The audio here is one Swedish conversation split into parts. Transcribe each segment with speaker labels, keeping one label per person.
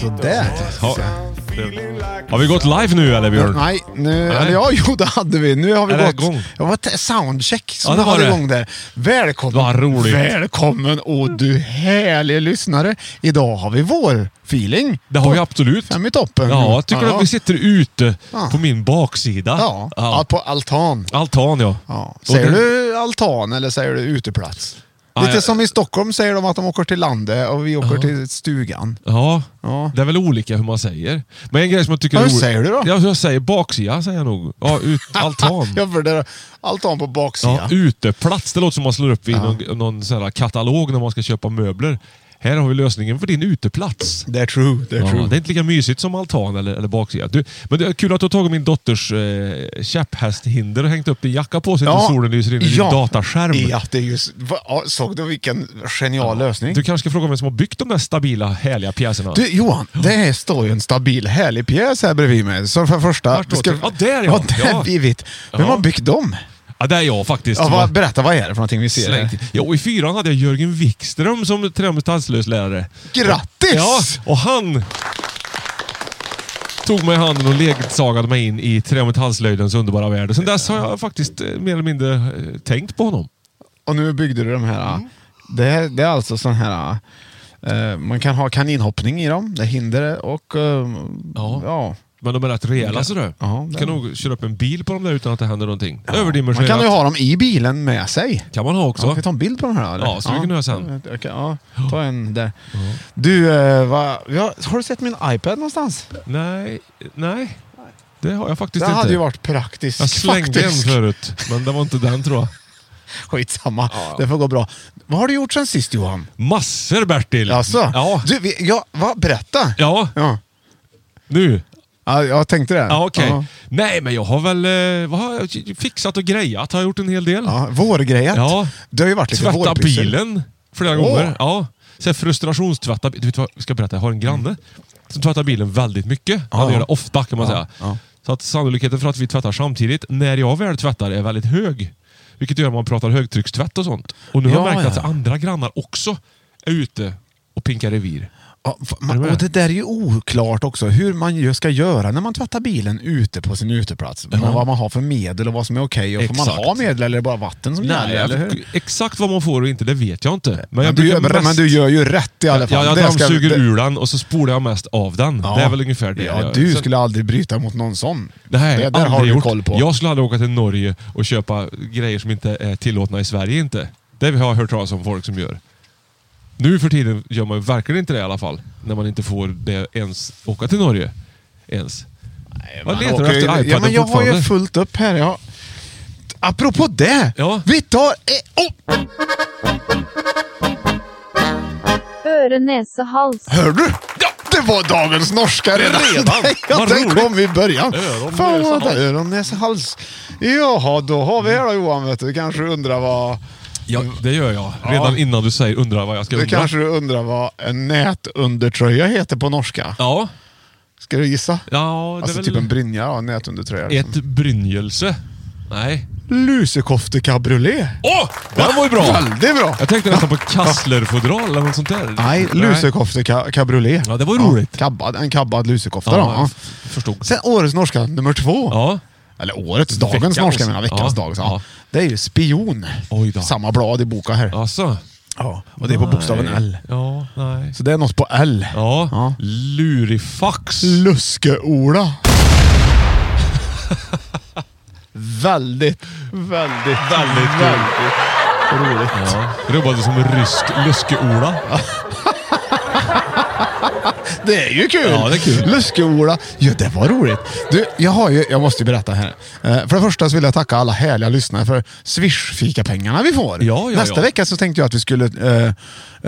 Speaker 1: Sådär.
Speaker 2: Ja. Har vi gått live nu eller Björn?
Speaker 1: Nej, nu, Eller, ja, jo det hade vi. Nu har vi
Speaker 2: Är det
Speaker 1: gått...
Speaker 2: igång?
Speaker 1: Det var ett soundcheck som
Speaker 2: Ja, det
Speaker 1: vi
Speaker 2: var
Speaker 1: hade
Speaker 2: det.
Speaker 1: igång där. Välkommen!
Speaker 2: Vad roligt.
Speaker 1: Välkommen och du härliga lyssnare! Idag har vi vår feeling
Speaker 2: Det har vi absolut.
Speaker 1: Fem i toppen.
Speaker 2: Ja, jag tycker
Speaker 1: Ja.
Speaker 2: att vi sitter ute
Speaker 1: Ja.
Speaker 2: på min baksida.
Speaker 1: Ja, ja. på altan.
Speaker 2: Altan ja.
Speaker 1: Ja.
Speaker 2: Och
Speaker 1: Säger
Speaker 2: det-
Speaker 1: du altan eller säger du uteplats?
Speaker 2: Ja,
Speaker 1: Lite
Speaker 2: jag-
Speaker 1: som i Stockholm säger de att de åker till landet och vi åker till stugan.
Speaker 2: Ja.
Speaker 1: Ja.
Speaker 2: det är väl olika hur man säger. Men en grej som jag tycker
Speaker 1: Ja,
Speaker 2: är
Speaker 1: hur
Speaker 2: rolig-
Speaker 1: säger du då?
Speaker 2: Ja, jag säger baksida säger jag nog. Ja, ut, altan.
Speaker 1: Ja, för det är altan på
Speaker 2: Ja,
Speaker 1: baksidan.
Speaker 2: uteplats. Det låter som man slår upp i någon, någon sån här katalog när man ska köpa möbler. Här har vi lösningen för din uteplats.
Speaker 1: Det är true. Det är
Speaker 2: Ja,
Speaker 1: true.
Speaker 2: det är inte lika mysigt som altan eller, eller baksida. Du, men det är kul att du har tagit min dotters eh, käpphästhinder och hängt upp din jacka på sig tills solen lyser in i din dataskärm.
Speaker 1: Ja, det är just, va, ja, såg du vilken genial lösning?
Speaker 2: Du
Speaker 1: Du,
Speaker 2: kanske ska fråga vem som har byggt de där stabila, härliga pjäserna?
Speaker 1: Johan, det här står ju en stabil härlig pjäs här bredvid mig. Så för första...
Speaker 2: Vart då? Ja, där är jag.
Speaker 1: där
Speaker 2: Ja.
Speaker 1: blivit. Vem
Speaker 2: Ja.
Speaker 1: har byggt dem?
Speaker 2: Ja, det är jag faktiskt.
Speaker 1: Ja,
Speaker 2: som
Speaker 1: vad,
Speaker 2: har
Speaker 1: berätta, vad är det för någonting vi ser? här?
Speaker 2: slängt- Ja, och I fyran hade jag Jörgen Wikström som tränare och danslöslärare.
Speaker 1: Grattis!
Speaker 2: Ja, och han tog mig i handen och ledsagade mig in i trä och metallslöjdens underbara värld. Och Sen dess har jag faktiskt eh, mer eller mindre eh, tänkt på honom.
Speaker 1: Och nu byggde du de här.
Speaker 2: Mm.
Speaker 1: Det, här, det är alltså sån här... eh, man kan ha kaninhoppning i dem. Det är hinder och... eh,
Speaker 2: Ja.
Speaker 1: ja.
Speaker 2: Men de är rätt rejäla ser du.
Speaker 1: Ja,
Speaker 2: Du
Speaker 1: det
Speaker 2: kan
Speaker 1: är-
Speaker 2: nog köra upp en bil på dem där utan att det händer någonting.
Speaker 1: Man
Speaker 2: Överdimensionerat.
Speaker 1: kan ju ha dem i bilen med sig.
Speaker 2: kan man ha
Speaker 1: Ja,
Speaker 2: också.
Speaker 1: ska vi ta en bild på de här då, eller?
Speaker 2: Ja, så vi kan göra sen.
Speaker 1: Okej, ja, ta en där. Du, eh, va, ja, har du sett min iPad någonstans?
Speaker 2: nej, nej. Det har jag faktiskt
Speaker 1: Det
Speaker 2: inte.
Speaker 1: hade ju varit praktiskt.
Speaker 2: jag slängde en
Speaker 1: faktiskt.
Speaker 2: förut, men det var inte den tror jag.
Speaker 1: Skitsamma, det får gå bra. Vad har du gjort sen sist Johan?
Speaker 2: Massor Bertil!
Speaker 1: Alltså,
Speaker 2: Ja.
Speaker 1: du, vi, ja, va, berätta.
Speaker 2: ja,
Speaker 1: Ja.
Speaker 2: nu.
Speaker 1: ja, jag tänkte det.
Speaker 2: Ja, okej.
Speaker 1: Ja.
Speaker 2: Nej, men jag har väl eh, vad har jag, fixat och grejat. Har jag gjort en hel del.
Speaker 1: Ja, vårgrejat.
Speaker 2: Ja.
Speaker 1: Det har ju varit lite
Speaker 2: Tvätta
Speaker 1: vårpyssel.
Speaker 2: bilen flera
Speaker 1: Åh.
Speaker 2: gånger. Ja. Sen frustrationstvätta. Du vet vad jag ska berätta? Jag har en granne som tvättar bilen väldigt mycket. Han
Speaker 1: Ja.
Speaker 2: gör det ofta kan man säga.
Speaker 1: ja.
Speaker 2: Så att sannolikheten för att vi tvättar samtidigt, när jag väl tvättar, är väldigt hög. Vilket gör att man pratar högtryckstvätt och sånt. Och nu har
Speaker 1: Ja,
Speaker 2: jag märkt att
Speaker 1: ja.
Speaker 2: andra grannar också är ute och pinkar revir.
Speaker 1: Ja, f-
Speaker 2: Är du
Speaker 1: man,
Speaker 2: med?
Speaker 1: och det där är ju oklart också, hur man ju ska göra när man tvättar bilen ute på sin uteplats. Men vad man har för medel och vad som är okej. och får man
Speaker 2: Exakt.
Speaker 1: ha medel eller är det bara vatten som gäller? Eller hur?
Speaker 2: jag- exakt vad man får och inte, det vet jag inte. Men,
Speaker 1: Men,
Speaker 2: jag
Speaker 1: du
Speaker 2: brukar
Speaker 1: gör,
Speaker 2: mest-
Speaker 1: men du gör ju rätt i alla fall.
Speaker 2: Ja, jag
Speaker 1: Det ska-
Speaker 2: dammsuger
Speaker 1: det-
Speaker 2: ur den och så spolar jag mest av den.
Speaker 1: Ja.
Speaker 2: Det är väl ungefär det.
Speaker 1: Ja,
Speaker 2: jag-
Speaker 1: du
Speaker 2: Sen-
Speaker 1: skulle aldrig bryta mot någon sån.
Speaker 2: Nej,
Speaker 1: det där
Speaker 2: aldrig
Speaker 1: har du
Speaker 2: gjort.
Speaker 1: koll på.
Speaker 2: Jag skulle aldrig åka till Norge och köpa grejer som inte är tillåtna i Sverige inte. Det har jag hört talas om folk som gör. Nu för tiden gör man ju verkligen inte det i alla fall. När man inte får det ens åka till Norge. Ens. Vad
Speaker 1: Man
Speaker 2: letar du
Speaker 1: åker ju-
Speaker 2: efter iPaden
Speaker 1: ja, men Jag har ju
Speaker 2: fortfarande?
Speaker 1: fullt upp här. Jag... Apropå det!
Speaker 2: Ja.
Speaker 1: Vi tar... Eh, oh,
Speaker 3: Øre, nese, hals.
Speaker 1: hör du? Ja, det var dagens norska redan.
Speaker 2: Redan?
Speaker 1: ja,
Speaker 2: Vad
Speaker 1: den
Speaker 2: roligt.
Speaker 1: kom i början.
Speaker 2: Öron,
Speaker 1: Fan,
Speaker 2: näsa,
Speaker 1: vad-
Speaker 2: hals.
Speaker 1: Öron, näsa, hals. Jaha, då har vi det då Johan. Vet du. du kanske undrar vad...
Speaker 2: Ja, det gör jag. Redan innan du säger undrar vad jag ska
Speaker 1: Du
Speaker 2: undra.
Speaker 1: kanske undrar vad en nätundertröja heter på norska.
Speaker 2: Ja.
Speaker 1: Ska du gissa?
Speaker 2: ja det
Speaker 1: alltså
Speaker 2: är väl
Speaker 1: typ en brynja och en nätundertröja. Liksom.
Speaker 2: Ett brynjelse. Nej.
Speaker 1: Lusekofte-cabriolet.
Speaker 2: Åh! den var ju bra!
Speaker 1: Väldigt bra!
Speaker 2: Jag tänkte nästan på kasslerfodral eller något sånt där.
Speaker 1: Nej, lusekofte-cabriolet.
Speaker 2: Ja, det var ju roligt.
Speaker 1: kabbad, en kabbad lusekofta
Speaker 2: Ja,
Speaker 1: då. Ja.
Speaker 2: jag f- förstod.
Speaker 1: Sen årets norska nummer två.
Speaker 2: Ja.
Speaker 1: Eller årets, dagens
Speaker 2: Veckans.
Speaker 1: norska menar jag, veckans
Speaker 2: Ja,
Speaker 1: dag. Så.
Speaker 2: ja.
Speaker 1: Det är ju spion.
Speaker 2: Oj då.
Speaker 1: Samma blad i boka här. Ja.
Speaker 2: Alltså.
Speaker 1: Och det är på bokstaven
Speaker 2: Nej.
Speaker 1: L.
Speaker 2: Ja, nej.
Speaker 1: Så det är något på L.
Speaker 2: Ja.
Speaker 1: Ja.
Speaker 2: Lurifax.
Speaker 1: Luske-Ola. väldigt, väldigt,
Speaker 2: Väldigt kul.
Speaker 1: roligt.
Speaker 2: Ja. Rubbade som en rysk luskeola.
Speaker 1: Det är ju kul!
Speaker 2: Ja, det är kul.
Speaker 1: Luske-Ola. Ja, det var roligt. Du, jag, har ju, jag måste ju berätta här. Eh, För det första så vill jag tacka alla härliga lyssnare för Swish-fikapengarna vi får.
Speaker 2: Ja, ja,
Speaker 1: Nästa
Speaker 2: ja.
Speaker 1: vecka så tänkte jag att vi skulle eh,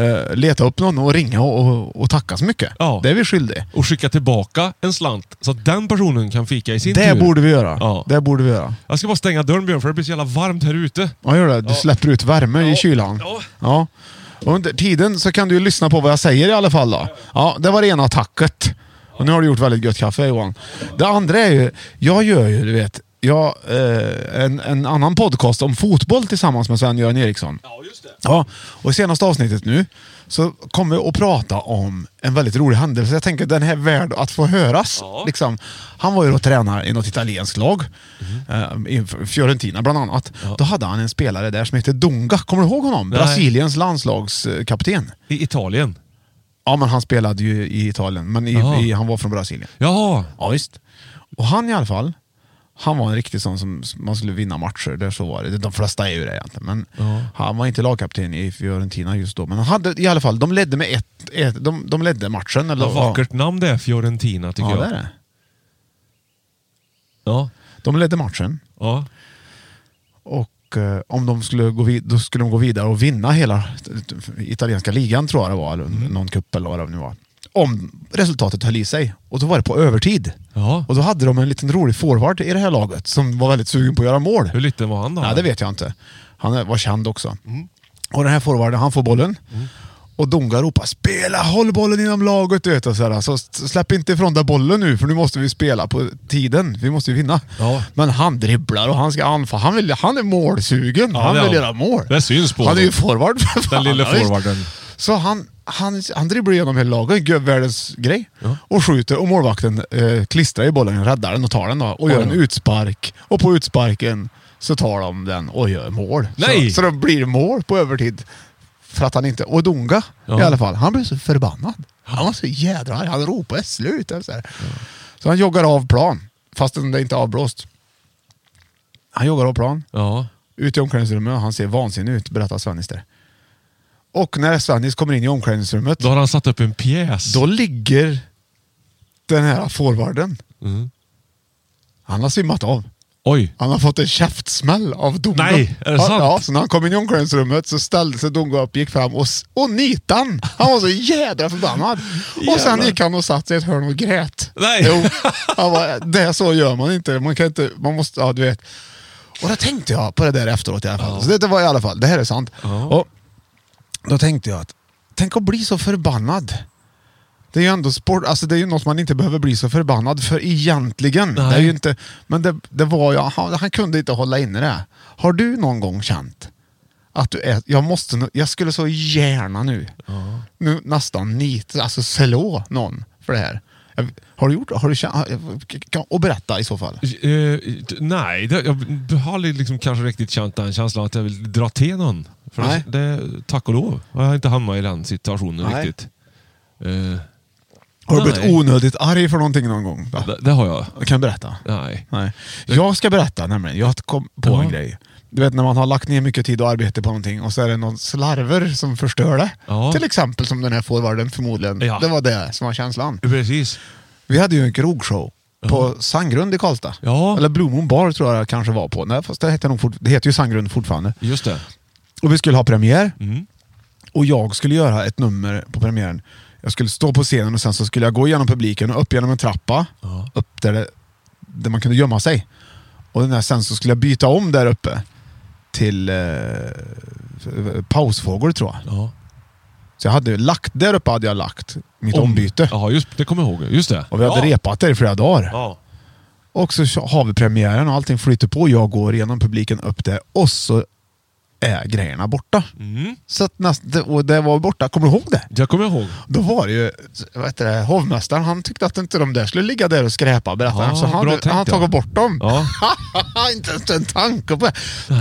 Speaker 1: eh, leta upp någon och ringa och, och, och tacka så mycket.
Speaker 2: Ja.
Speaker 1: Det är vi skyldiga.
Speaker 2: Och skicka tillbaka en slant så att den personen kan fika i sin
Speaker 1: Det
Speaker 2: tur.
Speaker 1: borde vi göra.
Speaker 2: Ja.
Speaker 1: Det borde vi göra.
Speaker 2: Jag ska bara stänga dörren Björn för det blir så jävla varmt här ute.
Speaker 1: Ja, gör det. Du släpper ut värme i kylan.
Speaker 2: Ja.
Speaker 1: Ja. Och Under tiden så kan du ju lyssna på vad jag säger i alla fall. Då. Ja, det var det ena tacket. Och nu har du gjort väldigt gött kaffe Johan. Det andra är ju, jag gör ju, du vet, jag, eh, en, en annan podcast om fotboll tillsammans med Sven-Göran Eriksson.
Speaker 2: Ja, just det.
Speaker 1: Ja, och i senaste avsnittet nu så kommer vi att prata om en väldigt rolig händelse. Jag tänker att den här är värd att få höras. Liksom, han var ju då tränare i något italienskt lag,
Speaker 2: Mhm.
Speaker 1: eh, i Fiorentina bland annat. Då hade han en spelare där som hette Dunga. Kommer du ihåg honom?
Speaker 2: Nej.
Speaker 1: Brasiliens landslagskapten.
Speaker 2: I Italien.
Speaker 1: Ja, men han spelade ju i Italien, men i,
Speaker 2: Jaha.
Speaker 1: i, han var från Brasilien.
Speaker 2: Jaha.
Speaker 1: Ja, visst. Och han i alla fall, han var en riktig sån som som man skulle vinna matcher. Där så var det. De flesta är ju det egentligen. Men han var inte lagkapten i Fiorentina just då. Men han hade i alla fall, de ledde med ett, ett de, de ledde matchen. Eller,
Speaker 2: Vad vackert namn det är, Fiorentina, tycker
Speaker 1: Ja, det
Speaker 2: jag.
Speaker 1: är det.
Speaker 2: Ja.
Speaker 1: De ledde matchen.
Speaker 2: Ja.
Speaker 1: Och eh, om de skulle gå, vid, då skulle de gå vidare och vinna hela italienska ligan tror jag det var, eller
Speaker 2: Mm.
Speaker 1: någon cup eller vad det nu var. Om resultatet höll i sig. Och då var det på övertid.
Speaker 2: Ja.
Speaker 1: Och då hade de en liten rolig forward i det här laget som var väldigt sugen på att göra mål.
Speaker 2: Hur liten var han då?
Speaker 1: Nej, det vet jag inte. Han är- var känd också.
Speaker 2: Mm.
Speaker 1: Och den här forwarden, han får bollen. Och Dunga ropar “Spela! Håll bollen inom laget!” du vet, och så, här, så s- släpp inte ifrån dig bollen nu för nu måste vi spela på tiden. Vi måste ju vinna.
Speaker 2: Ja.
Speaker 1: Men han dribblar och han ska anfalla. Han, vill, han är målsugen.
Speaker 2: Ja,
Speaker 1: han
Speaker 2: det är
Speaker 1: vill
Speaker 2: han.
Speaker 1: göra mål.
Speaker 2: Det syns på
Speaker 1: Han är ju
Speaker 2: honom.
Speaker 1: forward för
Speaker 2: Den
Speaker 1: fan.
Speaker 2: lille
Speaker 1: Ja, visst.
Speaker 2: forwarden.
Speaker 1: Så han, han, han dribblar igenom hela laget, gör världens grej. Och skjuter och målvakten eh, klistrar i bollen, räddar den och tar den då. Och gör en utspark. Och på utsparken så tar de den och gör mål.
Speaker 2: Nej!
Speaker 1: Så, så det blir mål på övertid. För att han inte... Och Dunga i
Speaker 2: Ja.
Speaker 1: alla fall, han blev så förbannad. Han var så jädra arg. Han ropade slut. eller Så, här. så han joggar av plan, fastän det inte är avblåst. Han joggar av plan.
Speaker 2: Ja.
Speaker 1: Ut i omklädningsrummet och han ser vansinnig ut, berättar Svennis där. Och när Svennis kommer in i omklädningsrummet,
Speaker 2: Då
Speaker 1: då,
Speaker 2: har han satt upp en pjäs.
Speaker 1: ligger den här forwarden.
Speaker 2: Mm.
Speaker 1: Han har svimmat av.
Speaker 2: Oj.
Speaker 1: Han har fått en käftsmäll av Dunga.
Speaker 2: Nej, är det
Speaker 1: Ja,
Speaker 2: sant?
Speaker 1: Ja, så när han kom in i omklädningsrummet så ställde sig Dunga upp, gick fram och, s- och nitade han. Han var så jädra förbannad. Och sen
Speaker 2: Jävlar.
Speaker 1: gick han och satte sig i ett hörn och grät.
Speaker 2: Nej.
Speaker 1: Jo, han bara, det så gör man inte. Man kan inte, man måste, ja du vet. Och då tänkte jag på det där efteråt i alla fall. Så det, det var i alla fall, det här är sant. Och då tänkte jag att, tänk att bli så förbannad. Det är ju ändå sport, alltså det är ju något man inte behöver bli så förbannad för egentligen. Det
Speaker 2: Nej.
Speaker 1: är ju inte, men det, det var ju, han, han kunde inte hålla inne det. Har du någon gång känt att du är, jag måste, nu- jag skulle så gärna nu, nu nästan nit, alltså slå någon för det här. Jag- Har du gjort Har du känt, kan- och berätta i så fall.
Speaker 2: Eh, d- nej, det, jag har aldrig liksom kanske riktigt känt den känslan att jag vill dra till någon. För
Speaker 1: Nej.
Speaker 2: det, det, tack och lov jag har inte hamnat i den situationen
Speaker 1: Nej.
Speaker 2: riktigt. Eh,
Speaker 1: Har du blivit
Speaker 2: Nej.
Speaker 1: onödigt arg för någonting någon gång? Va?
Speaker 2: det, det har jag.
Speaker 1: Kan du berätta?
Speaker 2: Nej.
Speaker 1: Nej. Jag ska berätta nämligen. Jag kom på
Speaker 2: Ja.
Speaker 1: en grej. Du vet när man har lagt ner mycket tid och arbete på någonting och så är det någon slarver som förstör det.
Speaker 2: Ja.
Speaker 1: Till exempel som den här forwarden förmodligen.
Speaker 2: Ja.
Speaker 1: Det var det som var känslan.
Speaker 2: Precis.
Speaker 1: Vi hade ju en krogshow på Sandgrund i Karlstad.
Speaker 2: Ja.
Speaker 1: Eller Blue Moon Bar tror jag det kanske var på. Nej, fast det heter, nog fort, det heter ju Sandgrund fortfarande.
Speaker 2: Just det.
Speaker 1: Och vi skulle ha premiär.
Speaker 2: Mm.
Speaker 1: Och jag skulle göra ett nummer på premiären. Jag skulle stå på scenen och sen så skulle jag gå igenom publiken och upp genom en trappa. Upp där, det, där man kunde gömma sig. Och den här, sen så skulle jag byta om där uppe till eh, pausfågel tror jag.
Speaker 2: Ja.
Speaker 1: Så jag hade ju lagt, där uppe hade jag lagt mitt ombyte.
Speaker 2: Ja, just det. kommer jag ihåg. Just det.
Speaker 1: Och vi hade
Speaker 2: ja.
Speaker 1: repat där i flera dagar.
Speaker 2: Ja.
Speaker 1: Och så har vi premiären och allting flyter på. Jag går genom publiken upp där och så är grejerna borta.
Speaker 2: Mm.
Speaker 1: Så att näst, och det var borta. Kommer du ihåg det?
Speaker 2: Jag kommer ihåg.
Speaker 1: Då var det ju, vad heter det, hovmästaren han tyckte att inte de där skulle ligga där och skräpa berättade han.
Speaker 2: Ja,
Speaker 1: Så han,
Speaker 2: bra
Speaker 1: han,
Speaker 2: tänkt, ja.
Speaker 1: tagit bort dem.
Speaker 2: Ja.
Speaker 1: inte ens en tanke på det.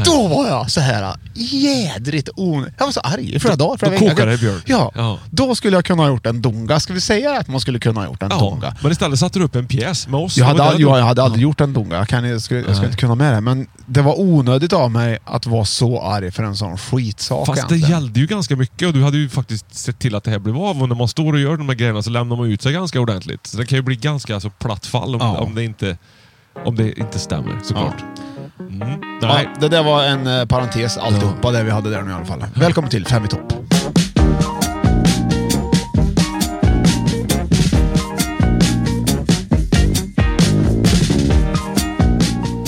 Speaker 1: Då var jag så här jädrigt onödig. Jag var så arg i flera dagar. flera
Speaker 2: då
Speaker 1: veckor.
Speaker 2: kokade det, Björn.
Speaker 1: Ja,
Speaker 2: Ja.
Speaker 1: Då skulle jag kunna ha gjort en donga. Ska vi säga att man skulle kunna ha gjort en donga?
Speaker 2: Ja. Men istället satte du upp en pjäs med oss.
Speaker 1: Jag
Speaker 2: Det
Speaker 1: hade,
Speaker 2: var
Speaker 1: all,
Speaker 2: där
Speaker 1: jag
Speaker 2: du-
Speaker 1: hade aldrig gjort en donga. Jag, kan, jag, skulle, jag skulle inte kunna med det. Men det var onödigt av mig att vara så arg för en sån skitsak.
Speaker 2: Fast det
Speaker 1: egentligen.
Speaker 2: gällde ju ganska mycket och du hade ju faktiskt sett till att det här blev av. Och när man står och gör de här grejerna så lämnar man ut sig ganska ordentligt. Så det kan ju bli ganska alltså, platt fall om,
Speaker 1: Ja.
Speaker 2: om, det inte, om det inte stämmer såklart. Mm. Nej.
Speaker 1: Nej. det där var en eh, parentes alltihopa det vi hade där nu i alla fall. Välkommen till Fem i topp.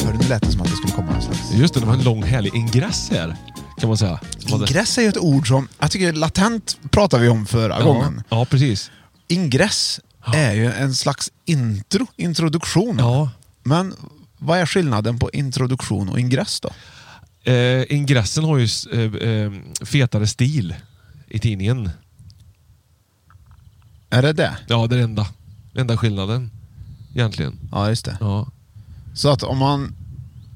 Speaker 1: Hörde ni lät det som att det skulle komma någon slags...
Speaker 2: Just det, det var en lång härlig ingress här. Kan man säga. Som hade-
Speaker 1: Ingress är ju ett ord som, jag tycker latent pratade vi om förra gången.
Speaker 2: Ja, precis.
Speaker 1: Ingress är ju en slags intro, introduktion.
Speaker 2: Ja.
Speaker 1: Men vad är skillnaden på introduktion och ingress då?
Speaker 2: Eh, ingressen har ju s- eh, eh, fetare stil i tidningen.
Speaker 1: Är det det?
Speaker 2: Ja, det är det enda. enda skillnaden egentligen.
Speaker 1: Ja, just det.
Speaker 2: Ja.
Speaker 1: Så att om man...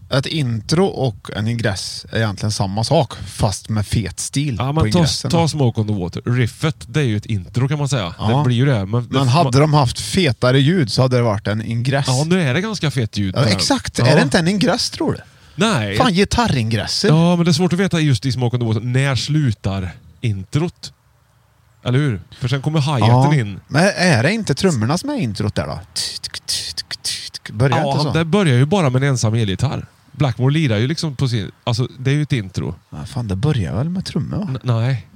Speaker 1: Ett intro och en ingress är egentligen samma sak, fast med fet stil
Speaker 2: Ja,
Speaker 1: på
Speaker 2: men ta,
Speaker 1: ingressen.
Speaker 2: ta Smoke on the Water. Riffet, det är ju ett intro kan man säga.
Speaker 1: Ja.
Speaker 2: Det blir ju det. Men, det-
Speaker 1: men hade de haft fetare ljud så hade det varit en ingress.
Speaker 2: Ja, nu är det ganska fett ljud.
Speaker 1: Ja,
Speaker 2: där.
Speaker 1: exakt.
Speaker 2: Ja.
Speaker 1: Är det inte en ingress tror du?
Speaker 2: Nej.
Speaker 1: Fan, gitarringresser.
Speaker 2: Ja, men det är svårt att veta just i Smoke on the Water. När slutar introt? Eller hur? För sen kommer hi-haten
Speaker 1: Ja.
Speaker 2: in.
Speaker 1: Men är det inte trummorna som är introt där då? Tsk, tsk, tsk, tsk. Börjar inte
Speaker 2: Ja,
Speaker 1: så?
Speaker 2: det börjar ju bara med en ensam elgitarr. Blackmore lirar ju liksom på sin... Alltså, det är ju ett intro.
Speaker 1: Ja, fan, det börjar väl med trummor? va?
Speaker 2: N- nej.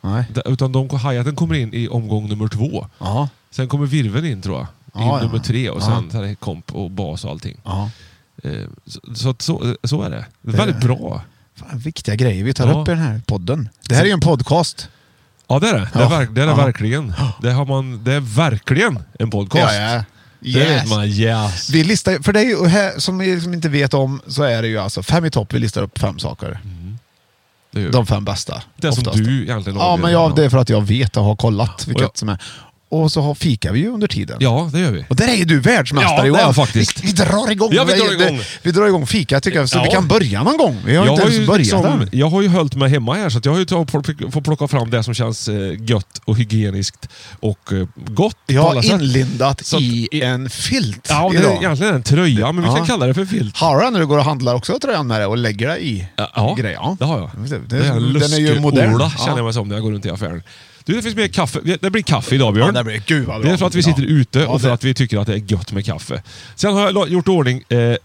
Speaker 1: Nej.
Speaker 2: Det- Utan de, hi-haten kommer in i omgång nummer två.
Speaker 1: Ja.
Speaker 2: Sen kommer virveln in tror jag. I
Speaker 1: Ja, ja.
Speaker 2: nummer tre. Och
Speaker 1: Ja.
Speaker 2: sen ja. komp och bas och allting.
Speaker 1: ja.
Speaker 2: Eh, Så, så, att så, så är det. det är väldigt bra.
Speaker 1: Fan, viktiga grejer vi tar
Speaker 2: Ja.
Speaker 1: upp i den här podden. Det här är ju en podcast.
Speaker 2: Ja, det är det. Det är,
Speaker 1: Ja.
Speaker 2: verk, det, är det
Speaker 1: Ja.
Speaker 2: verkligen. Det, har man, det är verkligen en podcast.
Speaker 1: Yes.
Speaker 2: Det vet man. Yes.
Speaker 1: Vi listar, för dig och här, som vi liksom inte vet om så är det ju alltså fem i topp. Vi listar upp fem saker.
Speaker 2: Det, är
Speaker 1: De fem bästa.
Speaker 2: Mm. det som
Speaker 1: oftast.
Speaker 2: du egentligen
Speaker 1: Ja,
Speaker 2: avgör.
Speaker 1: men jag, det är för att jag vet och har kollat vilket
Speaker 2: jag-
Speaker 1: som är. Och så har, fikar vi ju under tiden.
Speaker 2: Ja, det gör vi.
Speaker 1: Och där är ju du världsmästare
Speaker 2: Ja, det är
Speaker 1: Johan.
Speaker 2: jag faktiskt.
Speaker 1: Vi, vi drar igång.
Speaker 2: Ja, vi drar
Speaker 1: Det-
Speaker 2: igång.
Speaker 1: det- Vi drar igång fika tycker jag, så
Speaker 2: Ja.
Speaker 1: vi kan börja någon gång. Vi har
Speaker 2: Jag
Speaker 1: inte
Speaker 2: har,
Speaker 1: ens
Speaker 2: ju
Speaker 1: börjat
Speaker 2: liksom,
Speaker 1: än.
Speaker 2: jag har ju höljt mig hemma här så att jag har ju tagit- får- får plocka fram det som känns eh, gött och hygieniskt och eh, gott
Speaker 1: Jag
Speaker 2: på alla
Speaker 1: har
Speaker 2: sätt.
Speaker 1: inlindat
Speaker 2: Så att-
Speaker 1: i en filt
Speaker 2: Ja, det är
Speaker 1: idag.
Speaker 2: egentligen en tröja, men vi
Speaker 1: Ja.
Speaker 2: kan kalla det för filt.
Speaker 1: Har du när du går och handlar också tröjan med dig och lägger dig i
Speaker 2: Ja,
Speaker 1: grejer?
Speaker 2: det har jag.
Speaker 1: Det,
Speaker 2: Det är en
Speaker 1: den är ju modern.
Speaker 2: luskeola känner jag mig som när jag går runt i affären. Du, det finns mer kaffe. Vi- Det blir kaffe idag Björn.
Speaker 1: Ja, det blir- gud, vad bra.
Speaker 2: Det är för att vi sitter
Speaker 1: Ja.
Speaker 2: ute
Speaker 1: Ja,
Speaker 2: och för
Speaker 1: det-
Speaker 2: att vi tycker att det är gött med kaffe. Sen har jag la- gjort i ordning eh,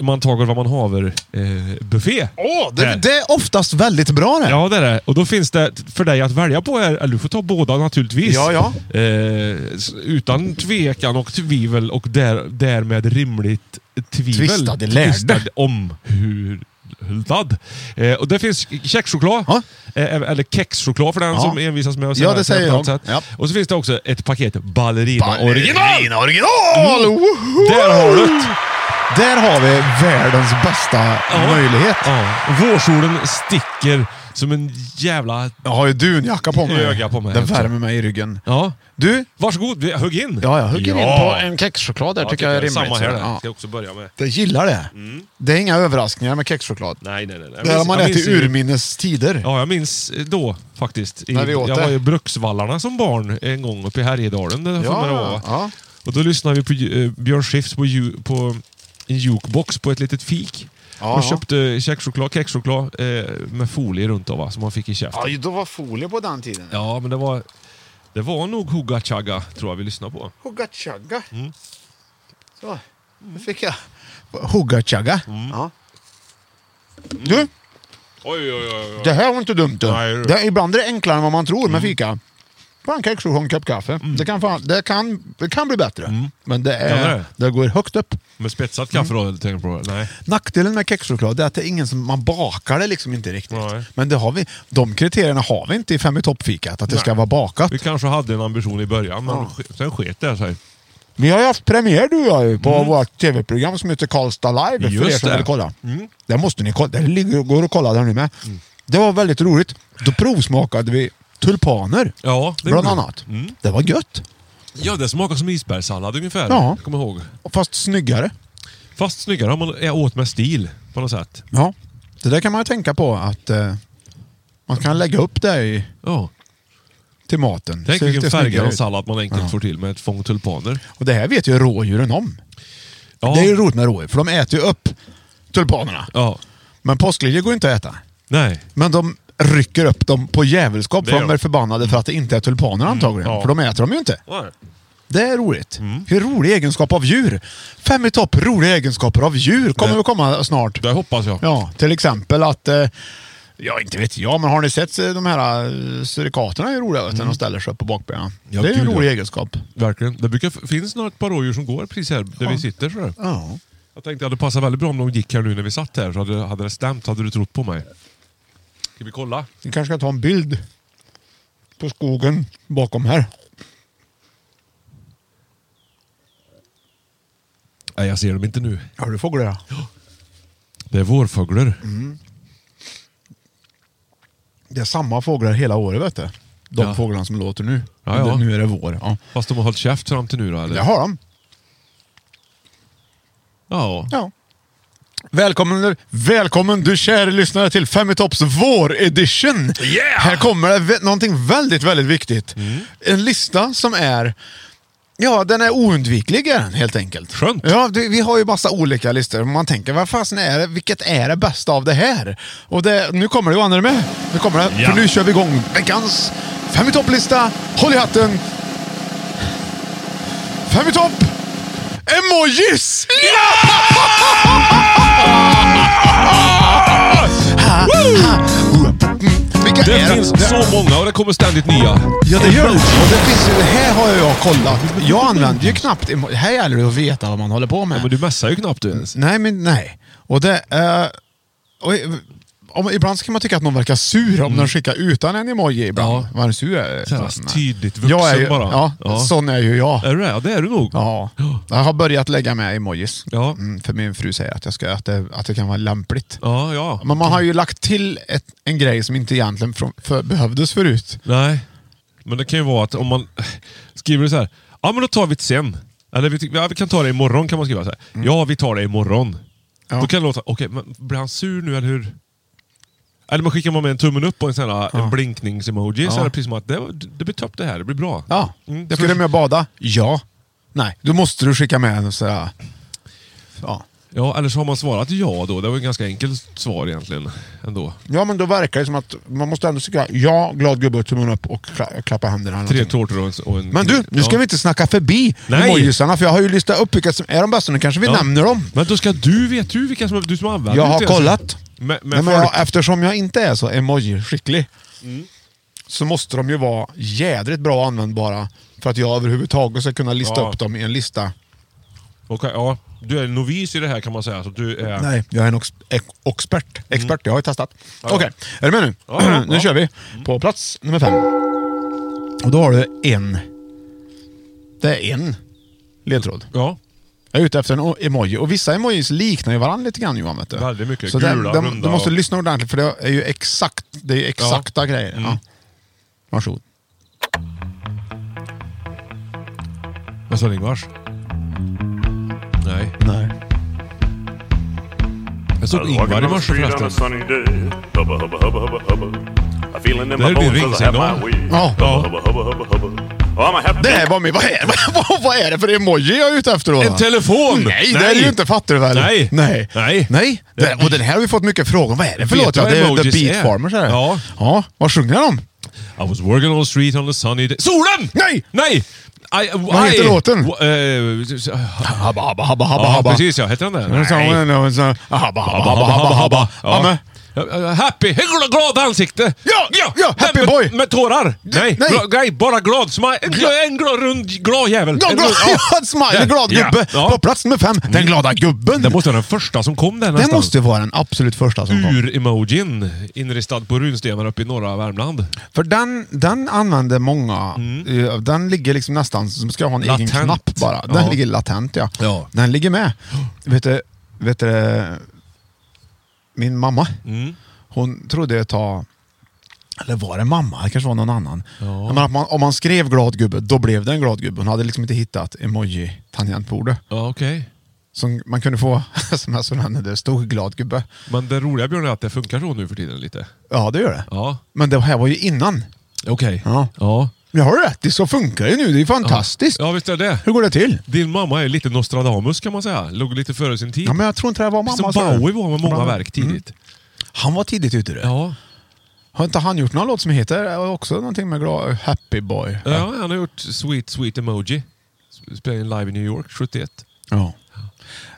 Speaker 2: man tager vad man haver eh, buffé. Eh,
Speaker 1: Åh,
Speaker 2: Där.
Speaker 1: det, det är oftast väldigt bra det.
Speaker 2: Ja, det är det. Och då finns det för dig att välja på här, eller du får ta båda naturligtvis.
Speaker 1: Ja, ja.
Speaker 2: Eh, s- utan tvekan och tvivel och där, därmed rimligt tvivel.
Speaker 1: Tvistade lärde.
Speaker 2: Tvistade om hur Huldad. Eh, och det finns kexchoklad,
Speaker 1: Ja.
Speaker 2: eh, eller kexchoklad för den
Speaker 1: Ja.
Speaker 2: som envisas med att säga
Speaker 1: Ja, det
Speaker 2: på
Speaker 1: säger
Speaker 2: något
Speaker 1: jag.
Speaker 2: sätt.
Speaker 1: Ja.
Speaker 2: Och så finns det också ett paket ballerina,
Speaker 1: Ballerina
Speaker 2: original! Mm.
Speaker 1: original! Woho!
Speaker 2: Där har du det!
Speaker 1: Där har vi världens bästa möjlighet.
Speaker 2: Ja. Vårsolen sticker som en jävla...
Speaker 1: Jag har ju dunjacka på mig.
Speaker 2: Öga Mm. på mig
Speaker 1: Den
Speaker 2: också.
Speaker 1: värmer mig i ryggen.
Speaker 2: Ja.
Speaker 1: Du,
Speaker 2: Varsågod, vi- hugg in!
Speaker 1: ja, jag hugger
Speaker 2: Ja.
Speaker 1: in på en kexchoklad där
Speaker 2: Ja,
Speaker 1: tycker jag är
Speaker 2: det
Speaker 1: rimligt.
Speaker 2: Samma här.
Speaker 1: Ja.
Speaker 2: Ja. Ska jag också börja med.
Speaker 1: Jag gillar det. Det är inga överraskningar med kexchoklad.
Speaker 2: Nej, nej, nej. Jag
Speaker 1: Det har
Speaker 2: minns-
Speaker 1: man
Speaker 2: jag
Speaker 1: ätit
Speaker 2: minns
Speaker 1: i
Speaker 2: ju-
Speaker 1: urminnes tider.
Speaker 2: Ja, jag minns eh, då faktiskt. I,
Speaker 1: När vi åt
Speaker 2: jag
Speaker 1: det.
Speaker 2: var i Bruksvallarna som barn en gång uppe i Härjedalen. Det
Speaker 1: Ja,
Speaker 2: ja, var.
Speaker 1: ja.
Speaker 2: Och då lyssnade vi på ju- eh, Björn Skifs på, ju- på en jukebox på ett litet fik. och köpte kexchoklad, kexchoklad eh, med folie runt om, va, som man fick i käften.
Speaker 4: Ja, då var folie på den tiden.
Speaker 2: Ja, men det var, det var nog Hugga Chugga, tror jag vi lyssnade på.
Speaker 4: Hugga chugga.
Speaker 2: Mm.
Speaker 4: Så, nu fick jag.
Speaker 1: Hugga-chugga.
Speaker 2: Mm.
Speaker 4: Ja.
Speaker 1: Du,
Speaker 2: Oj, oj, oj.
Speaker 1: det här var inte dumt. Du.
Speaker 2: Mm. Nej, du. Mm.
Speaker 1: Det, ibland är det enklare än vad man tror med fika. Fan, kex och en kopp kaffe. Det, kan fan, det, kan, det kan bli bättre. Men det, är,
Speaker 2: Mm. Kan det?
Speaker 1: det? går högt upp.
Speaker 2: Med spetsat kaffe då, tänker du på? Nej.
Speaker 1: Nackdelen med kexchoklad är att det är ingen som, man bakar det liksom inte riktigt.
Speaker 2: Nej.
Speaker 1: Men det har vi, de kriterierna har vi inte i Fem i topp-fikat, att det ska
Speaker 2: Nej.
Speaker 1: vara bakat.
Speaker 2: Vi kanske hade en ambition i början, men sk- sen sket det sig.
Speaker 1: Vi har ju haft premiär du och jag ju, på vårt tv-program som heter Karlstad Live, för
Speaker 2: Mm. Just
Speaker 1: er som
Speaker 2: det. Mm.
Speaker 1: vill kolla. Det måste ni kolla. Det ligger, går att kolla där nu med. Det var väldigt roligt. Då provsmakade vi tulpaner.
Speaker 2: Ja, det Mm.
Speaker 1: bland
Speaker 2: gjorde vi.
Speaker 1: annat. Det var gött.
Speaker 2: Ja, det smakar som isbergssallad ungefär.
Speaker 1: Ja.
Speaker 2: Jag kommer ihåg.
Speaker 1: Fast snyggare.
Speaker 2: Fast snyggare om man är åt med stil på något sätt.
Speaker 1: Ja. Det där kan man ju tänka på att eh, man kan lägga upp det i,
Speaker 2: Ja.
Speaker 1: till maten.
Speaker 2: Tänk
Speaker 1: Ser
Speaker 2: vilken
Speaker 1: lite
Speaker 2: färggrann
Speaker 1: snyggare ut.
Speaker 2: sallad man enkelt
Speaker 1: Ja.
Speaker 2: får till med ett fång tulpaner.
Speaker 1: Och det här vet ju rådjuren om.
Speaker 2: Ja.
Speaker 1: Det är ju roligt med rådjur, för de äter ju upp tulpanerna.
Speaker 2: Ja.
Speaker 1: Men påskliljor går inte att äta.
Speaker 2: Nej.
Speaker 1: Men de rycker upp dem på djävulskap
Speaker 2: Det
Speaker 1: för
Speaker 2: gör
Speaker 1: de
Speaker 2: de. Mm.
Speaker 1: är förbannade för att det inte är tulpaner antagligen.
Speaker 2: ja. Mm.
Speaker 1: För de äter dem ju inte.
Speaker 2: Nej.
Speaker 1: Det är roligt. Det är rolig egenskap av djur. Fem i topp, roliga egenskaper av djur kommer
Speaker 2: Det-
Speaker 1: att komma snart.
Speaker 2: Det hoppas jag.
Speaker 1: Ja, till exempel att... eh, Ja, inte vet jag, men har ni sett eh, de här eh, surikaterna är ju roliga vet du, när de ställer sig upp på bakbenen.
Speaker 2: Mm. Ja,
Speaker 1: det är ju en
Speaker 2: gud,
Speaker 1: rolig
Speaker 2: ja.
Speaker 1: egenskap.
Speaker 2: Verkligen. Det brukar f- finns några ett par rådjur som går precis här där vi sitter. Så där.
Speaker 1: Ja.
Speaker 2: Jag tänkte att det passar väldigt bra om de gick här nu när vi satt här. Så hade, hade det stämt hade du trott på mig. Ska vi kolla?
Speaker 1: Vi kanske ska ta en bild på skogen bakom här.
Speaker 2: Nej, jag ser dem inte nu.
Speaker 1: Har du fåglar? ja.
Speaker 2: Det är vårfåglar.
Speaker 1: Det är samma fåglar hela året vet du. De
Speaker 2: Ja.
Speaker 1: fåglarna som låter nu.
Speaker 2: Ja, ja.
Speaker 1: Det- Nu är det vår. Ja.
Speaker 2: Fast de har hållit käft fram till nu då, eller?
Speaker 1: Det har de.
Speaker 2: Ja.
Speaker 1: Ja. Välkommen, välkommen du kära lyssnare till Fem i topps vår-edition.
Speaker 2: Yeah! Mm.
Speaker 1: Här kommer det vä- någonting väldigt, väldigt viktigt. En lista som är... Ja, den är oundviklig är den, helt enkelt.
Speaker 2: Skönt.
Speaker 1: Ja, det, vi har ju massa olika listor. Man tänker, vad fasen är det? Vilket är det bästa av det här? Och det, nu kommer det Johan, är du med? Nu kommer det.
Speaker 2: Ja.
Speaker 1: För nu kör vi igång veckans Fem i topplista. Håll i hatten. Fem i topp. Emojis! Vilka
Speaker 2: Det
Speaker 1: är
Speaker 2: finns så många och det kommer ständigt nya.
Speaker 1: Ja, det gör det. Och det finns ju, här har ju jag kollat. Jag använder ju knappt emo- Här gäller det att veta vad man håller på med.
Speaker 2: Men du mässar ju knappt du ens.
Speaker 1: Nej, men nej. Och det... eh, och, i- om, ibland så kan man tycka att någon verkar sur om den skickar utan en emoji ibland.
Speaker 2: Mm. Ja.
Speaker 1: Vad är du sur? är?
Speaker 2: Så här
Speaker 1: Fast, nej.
Speaker 2: tydligt vuxen
Speaker 1: jag är ju,
Speaker 2: bara.
Speaker 1: Ja,
Speaker 2: Ja.
Speaker 1: sån är ju jag.
Speaker 2: Är du det? Ja, det är du nog.
Speaker 1: Ja. Jag har börjat lägga med emojis.
Speaker 2: Ja.
Speaker 1: Mm, för min fru säger att, jag ska, att, det, att det kan vara lämpligt.
Speaker 2: Ja, ja.
Speaker 1: Men man har ju lagt till ett, en grej som inte egentligen från, för, behövdes förut.
Speaker 2: Nej. Men det kan ju vara att om man skriver så här. Ja, men då tar vi det sen. Eller vi, ty- ja, vi kan ta det imorgon kan man skriva så här. Ja, vi tar det imorgon.
Speaker 1: Mm. Ja.
Speaker 2: Då kan det låta... Okej, men blir han sur nu eller hur? Eller man skickar man med en tummen upp och en, sån här, en blinknings-emoji. Så är det precis som att det, det blir topp det här, det blir bra.
Speaker 1: Ja.
Speaker 2: Mm,
Speaker 1: Ska du
Speaker 2: därför-
Speaker 1: med och bada? Ja. Nej, då måste du skicka med en sådär... Ja.
Speaker 2: Ja, eller så har man svarat ja då. Det var ju ett ganska enkelt svar egentligen. Ändå.
Speaker 1: ja, men då verkar det som att man måste ändå säga ja, glad gubbe, tummen upp och kla- klappa händerna. eller
Speaker 2: Tre
Speaker 1: någonting.
Speaker 2: tårtor och en... Och en
Speaker 1: Men du, nu ska
Speaker 2: Ja.
Speaker 1: vi inte snacka förbi
Speaker 2: Nej.
Speaker 1: emojisarna, för jag har ju listat upp vilka som är de bästa. Nu kanske vi
Speaker 2: Ja.
Speaker 1: nämner dem.
Speaker 2: Men då ska du, vet du vilka som... Du som använder
Speaker 1: Jag har
Speaker 2: inte ens-
Speaker 1: kollat.
Speaker 2: Med, med
Speaker 1: Nej, men jag,
Speaker 2: alltså. folk. Mm.
Speaker 1: eftersom jag inte är så emoji-skicklig så måste de ju vara jädrigt bra användbara för att jag överhuvudtaget ska kunna lista
Speaker 2: Ja.
Speaker 1: upp dem i en lista.
Speaker 2: Okej, ja. Du är novis i det här kan man säga. Så du är...
Speaker 1: Nej, jag är en ox- ex- expert. Expert, jag har ju testat. Okej, är du med nu?
Speaker 2: Ja, ja, Mm.
Speaker 1: nu
Speaker 2: ja.
Speaker 1: kör vi. På plats nummer fem. Och då har du en. Det är en ledtråd.
Speaker 2: Ja.
Speaker 1: Jag är ute efter en o- emoji. Och vissa emojis liknar ju varandra lite grann Johan. Vet du.
Speaker 2: Väldigt mycket.
Speaker 1: Så
Speaker 2: Gula,
Speaker 1: den, den,
Speaker 2: runda
Speaker 1: du måste
Speaker 2: och-
Speaker 1: lyssna ordentligt för det är ju exakt, det är ju exakta grejer.
Speaker 2: Mm.
Speaker 1: Ja. Varsågod.
Speaker 2: Vad sa Ingvars? Nej.
Speaker 1: Nej.
Speaker 2: Jag såg Ingvar i morse förresten.
Speaker 5: Hubba, hubba, hubba, hubba, hubba. I feeling in
Speaker 2: Det
Speaker 5: my
Speaker 2: är din
Speaker 5: bones 'cause I have
Speaker 2: ringsignal.
Speaker 5: my weed.
Speaker 1: Ja.
Speaker 5: Hubba, hubba, hubba, hubba, hubba.
Speaker 1: Det här var min... Vad är, vad, vad är det för emoji jag är ute efter då?
Speaker 2: En telefon!
Speaker 1: Nej, det är det ju inte. Fattar du väl?
Speaker 2: Nej.
Speaker 1: Nej.
Speaker 2: Nej.
Speaker 1: Nej. Det, och den här har vi fått mycket frågor om. Vad är det för
Speaker 2: Vet
Speaker 1: låt?
Speaker 2: du
Speaker 1: Ja,
Speaker 2: vad
Speaker 1: Det är The
Speaker 2: emojis
Speaker 1: Beat
Speaker 2: är?
Speaker 1: Farmers. Är det.
Speaker 2: Ja.
Speaker 1: ja. Vad sjunger de?
Speaker 2: I was working on the street on a sunny day. Solen!
Speaker 1: Nej!
Speaker 2: Nej! I,
Speaker 1: Vad heter
Speaker 2: I-
Speaker 1: låten?
Speaker 2: W- eh,
Speaker 1: Habba, habba, habba, habba,
Speaker 2: ja,
Speaker 1: habba.
Speaker 2: precis ja. Heter den det?
Speaker 1: Nej. Habba, habba, habba, habba, habba. Ja, men-
Speaker 2: Ja. Happy! Gla- Glad ansikte!
Speaker 1: Ja, ja, happy
Speaker 2: med,
Speaker 1: boy.
Speaker 2: Med tårar! Nej,
Speaker 1: nej.
Speaker 2: gla- nej bara glad smile. En, gla- en glad, rund, glad jävel.
Speaker 1: Ja,
Speaker 2: en
Speaker 1: glad,
Speaker 2: rund-
Speaker 1: ja, en smiley, glad
Speaker 2: Ja,
Speaker 1: gubbe.
Speaker 2: ja.
Speaker 1: På plats nummer fem, den glada gubben.
Speaker 2: Det måste vara den första som kom där
Speaker 1: det
Speaker 2: nästan.
Speaker 1: måste vara den absolut första som kom.
Speaker 2: Ur-emojin inristad på runstenar uppe i norra Värmland.
Speaker 1: För den, den använder många. Eh, Den ligger liksom nästan som ska ha en
Speaker 2: Latent.
Speaker 1: egen knapp bara. Den
Speaker 2: Ja.
Speaker 1: ligger latent ja.
Speaker 2: Ja.
Speaker 1: Den ligger med. Vet du, vet du min mamma, hon trodde ett tag, eller var det mamma? Det kanske var någon annan. Men att man, om man skrev glad gubbe, då blev det en glad gubbe. Hon hade liksom inte hittat emoji-tangentbordet.
Speaker 2: Ja, okej.
Speaker 1: Som man kunde få sms från henne där det stod glad gubbe.
Speaker 2: Men det roliga Björn är att det funkar så nu för tiden lite.
Speaker 1: Ja, det gör det.
Speaker 2: Ja,
Speaker 1: Men det här var ju innan.
Speaker 2: okej.
Speaker 1: Ja.
Speaker 2: Ja.
Speaker 1: Jag har rätt, det så funkar ju nu. Det är fantastiskt.
Speaker 2: ja, visst är det.
Speaker 1: Hur går det till?
Speaker 2: Din mamma är lite Nostradamus kan man säga. Låg lite före sin tid.
Speaker 1: Ja, men jag tror inte det var mamma.
Speaker 2: Som
Speaker 1: sa jag.
Speaker 2: Bowie var med många verk
Speaker 1: Mm.
Speaker 2: tidigt.
Speaker 1: Han var tidigt ute du.
Speaker 2: Ja.
Speaker 1: Har inte han gjort någon låt som heter också någonting med glad, Happy Boy?
Speaker 2: ja, han har gjort Sweet Sweet Emoji. Spelade in live i New York 71.
Speaker 1: Ja.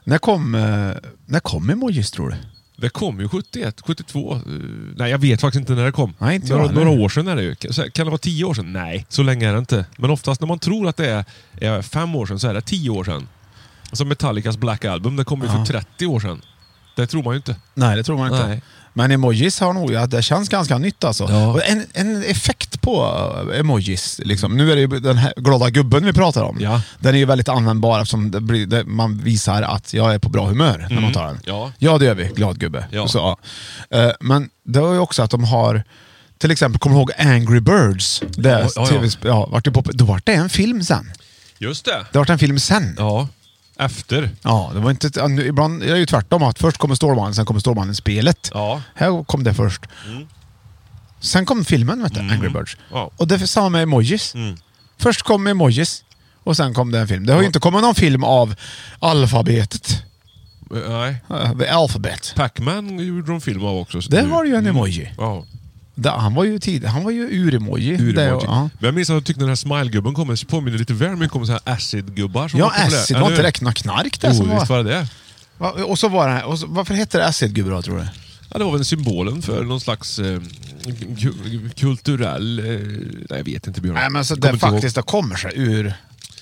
Speaker 1: När kom, eh, när kom emojis tror du?
Speaker 2: Det kom ju 71, 72. eh, nej, jag vet faktiskt inte när det kom.
Speaker 1: Nej, inte jag
Speaker 2: några,
Speaker 1: heller.
Speaker 2: några år sedan är det ju. Kan kan det vara tio år sedan? Nej, så länge är det inte. Men oftast när man tror att det är, är fem år sedan så är det tio år sedan. Som Metallicas Black Album, det kom ju för 30 år sedan. Det tror man ju inte.
Speaker 1: Nej, det tror man inte.
Speaker 2: Nej.
Speaker 1: Men emojis har nog, ja, det känns ganska nytt alltså.
Speaker 2: Ja.
Speaker 1: Och En, en effekt på eh, emojis, liksom. nu är det ju den här glada gubben vi pratar om.
Speaker 2: Ja.
Speaker 1: Den är ju väldigt användbar eftersom det blir, det, man visar att jag är på bra humör när man tar den.
Speaker 2: Mm. Ja.
Speaker 1: det gör vi, glad gubbe.
Speaker 2: Ja.
Speaker 1: Så, ja. Eh, Men det var ju också att de har till exempel, kommer du ihåg Angry Birds? Det,
Speaker 2: Ja, ja, ja.
Speaker 1: TV, ja, vart det pop- då vart det en film sen.
Speaker 2: Just det.
Speaker 1: Det vart en film sen.
Speaker 2: Ja. Efter.
Speaker 1: Ja, det var inte... Ibland är det ju tvärtom. Att först kommer Stålmannen, sen kommer Stålmannen-spelet.
Speaker 2: Ja. Mm.
Speaker 1: Här kom det först. Sen kom filmen, vet du, Angry Birds.
Speaker 2: Ja. Mm.
Speaker 1: Och det är samma med emojis. Först kom emojis och sen kom det en film. Det har ju inte kommit någon film av alfabetet.
Speaker 2: Eh, Nej.
Speaker 1: Uh, the Alphabet.
Speaker 2: Pac-Man gjorde de film av också. så
Speaker 1: Där
Speaker 2: nu-
Speaker 1: har du ju en emoji.
Speaker 2: Ja.
Speaker 1: Det, han var ju tid, Han var ju ur-emoji.
Speaker 2: Uremoji.
Speaker 1: Där, ja.
Speaker 2: Men jag minns att jag tyckte den här smile-gubben kom, det påminner lite väl mycket om så här acid-gubbar. som
Speaker 1: Ja,
Speaker 2: var populära.
Speaker 1: acid. Var
Speaker 2: Eller
Speaker 1: inte
Speaker 2: hur?
Speaker 1: det något knark där som
Speaker 2: oh, visst
Speaker 1: var...
Speaker 2: var det det.
Speaker 1: Va- Och så var det... Och så, varför hette det acid-gubbe då, tror du?
Speaker 2: Ja, det var väl symbolen för någon slags eh, ku- kulturell... Eh, nej, jag vet inte Björn.
Speaker 1: Nej, men så
Speaker 2: Jag kommer
Speaker 1: det
Speaker 2: inte ihåg.
Speaker 1: faktiskt det kommer sig ur,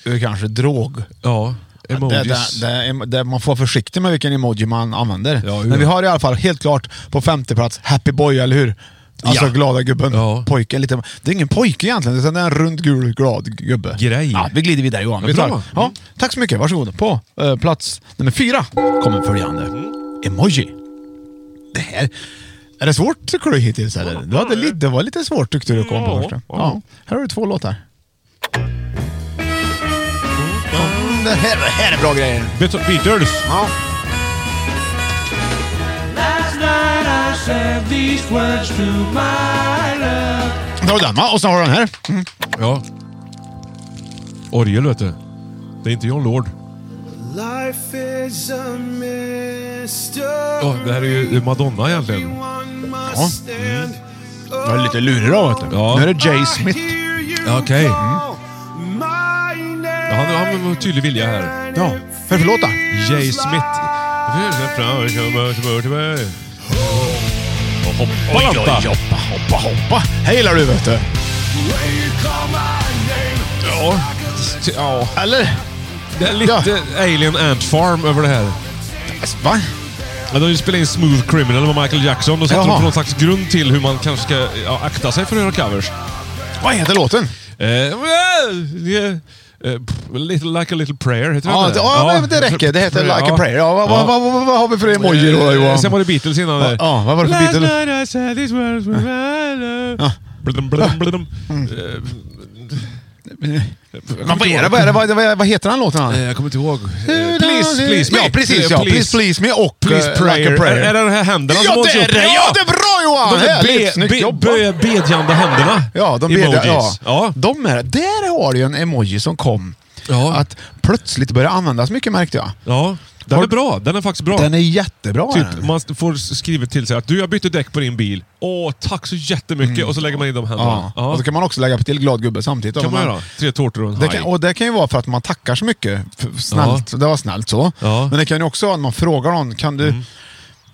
Speaker 1: ur kanske drog.
Speaker 2: Ja,
Speaker 1: Det,
Speaker 2: emojis.
Speaker 1: det, det, em- det, man får vara försiktig med vilken emoji man använder.
Speaker 2: Ja, hur?
Speaker 1: men vi har i alla fall helt klart på femte plats Happy Boy, eller hur? Alltså
Speaker 2: Ja.
Speaker 1: glada gubben.
Speaker 2: Ja.
Speaker 1: Pojken lite. Det är ingen pojke egentligen, utan det är en rund gul glad gubbe.
Speaker 2: Grej.
Speaker 1: Ja, vi glider vidare Johan.
Speaker 2: Ja,
Speaker 1: Vi
Speaker 2: bra.
Speaker 1: tar. Ja, tack så mycket, varsågod. På eh, plats nummer fyra kommer följande. Emoji. Det här... Är det svårt tycker du hittills eller? Det var, lite, det var lite svårt tyckte du kom på första. Ja. Här har du två låtar. Det här, det här är bra grejer.
Speaker 2: Bet- Beatles!
Speaker 1: Ja. Där har du den va? Och så har du den här. Mm.
Speaker 2: Ja. Orgel, vet du. Det är inte John Lord. Ja, det här är ju Madonna egentligen.
Speaker 1: Ja. Det var lite lurig då vet du.
Speaker 2: Ja.
Speaker 1: Nu är det Jay Smith.
Speaker 2: Ja, Okej. Mm. Ja, han, han har tydlig vilja här.
Speaker 1: Ja. För förlåt då.
Speaker 2: Jay Smith. Och Hoppa
Speaker 1: Hoppa,
Speaker 2: Lanta!
Speaker 1: hoppa, hoppa, hoppa. Här gillar du vet du.
Speaker 2: Ja. ja.
Speaker 1: Eller?
Speaker 2: Det är lite Alien Ant Farm över det här.
Speaker 1: Va?
Speaker 2: Ja, De har ju spelat in Smooth Criminal med Michael Jackson och satte
Speaker 1: Jaha.
Speaker 2: de på någon slags grund till hur man kanske ska ja, akta sig för att göra covers.
Speaker 1: Vad heter låten?
Speaker 2: Eh, eh, eh, little, like a little prayer, heter
Speaker 1: Ja,
Speaker 2: den
Speaker 1: det,
Speaker 2: där?
Speaker 1: ja, men det räcker. Det heter Like a prayer. Ja, vad, vad, vad, vad, vad har vi för emoji då
Speaker 2: Eh,
Speaker 1: Johan?
Speaker 2: Sen var det Beatles innan där.
Speaker 1: Ja, vad var det för
Speaker 2: Last
Speaker 1: Beatles?
Speaker 2: night I said these words were my love.
Speaker 1: Ja.
Speaker 2: Blum, blum, blum. Eh,
Speaker 1: Men vad är det? Vad, är det? Vad, vad, vad heter den låten? Han?
Speaker 2: Eh, Jag kommer inte ihåg. Eh, Please, please me.
Speaker 1: Ja, precis. Ja.
Speaker 2: Eh,
Speaker 1: Please, please me och
Speaker 2: Please
Speaker 1: eh,
Speaker 2: prayer.
Speaker 1: Like a
Speaker 2: Är, är det de här händerna som
Speaker 1: Ja,
Speaker 2: hålls
Speaker 1: det är
Speaker 2: upp?
Speaker 1: det! Ja, det är bra Johan!
Speaker 2: De här
Speaker 1: Härligt!
Speaker 2: be,
Speaker 1: Snyggt
Speaker 2: be,
Speaker 1: jobbat!
Speaker 2: be, bedjande händerna.
Speaker 1: Ja, de
Speaker 2: Emojis.
Speaker 1: beder, ja.
Speaker 2: Ja.
Speaker 1: De är, där har du ju en emoji som kom.
Speaker 2: Ja.
Speaker 1: Att plötsligt börja användas mycket märkte jag.
Speaker 2: ja. Den
Speaker 1: Har-
Speaker 2: är bra. Den är faktiskt bra.
Speaker 1: Den är jättebra. är
Speaker 2: Typ,
Speaker 1: den.
Speaker 2: man får skriva till sig att du, jag bytte däck på din bil. Åh, tack så jättemycket. Och så lägger man in de händerna.
Speaker 1: Mm. ja.
Speaker 2: Ja.
Speaker 1: Och så kan man också lägga på till glad gubbe samtidigt.
Speaker 2: kan
Speaker 1: Om
Speaker 2: man göra. Tre tårtor och en
Speaker 1: Det
Speaker 2: haj.
Speaker 1: kan, och det kan ju vara för att man tackar så mycket. F- Snällt. Det var snällt så.
Speaker 2: Ja. Mm.
Speaker 1: Men det kan ju också vara att man frågar någon, kan du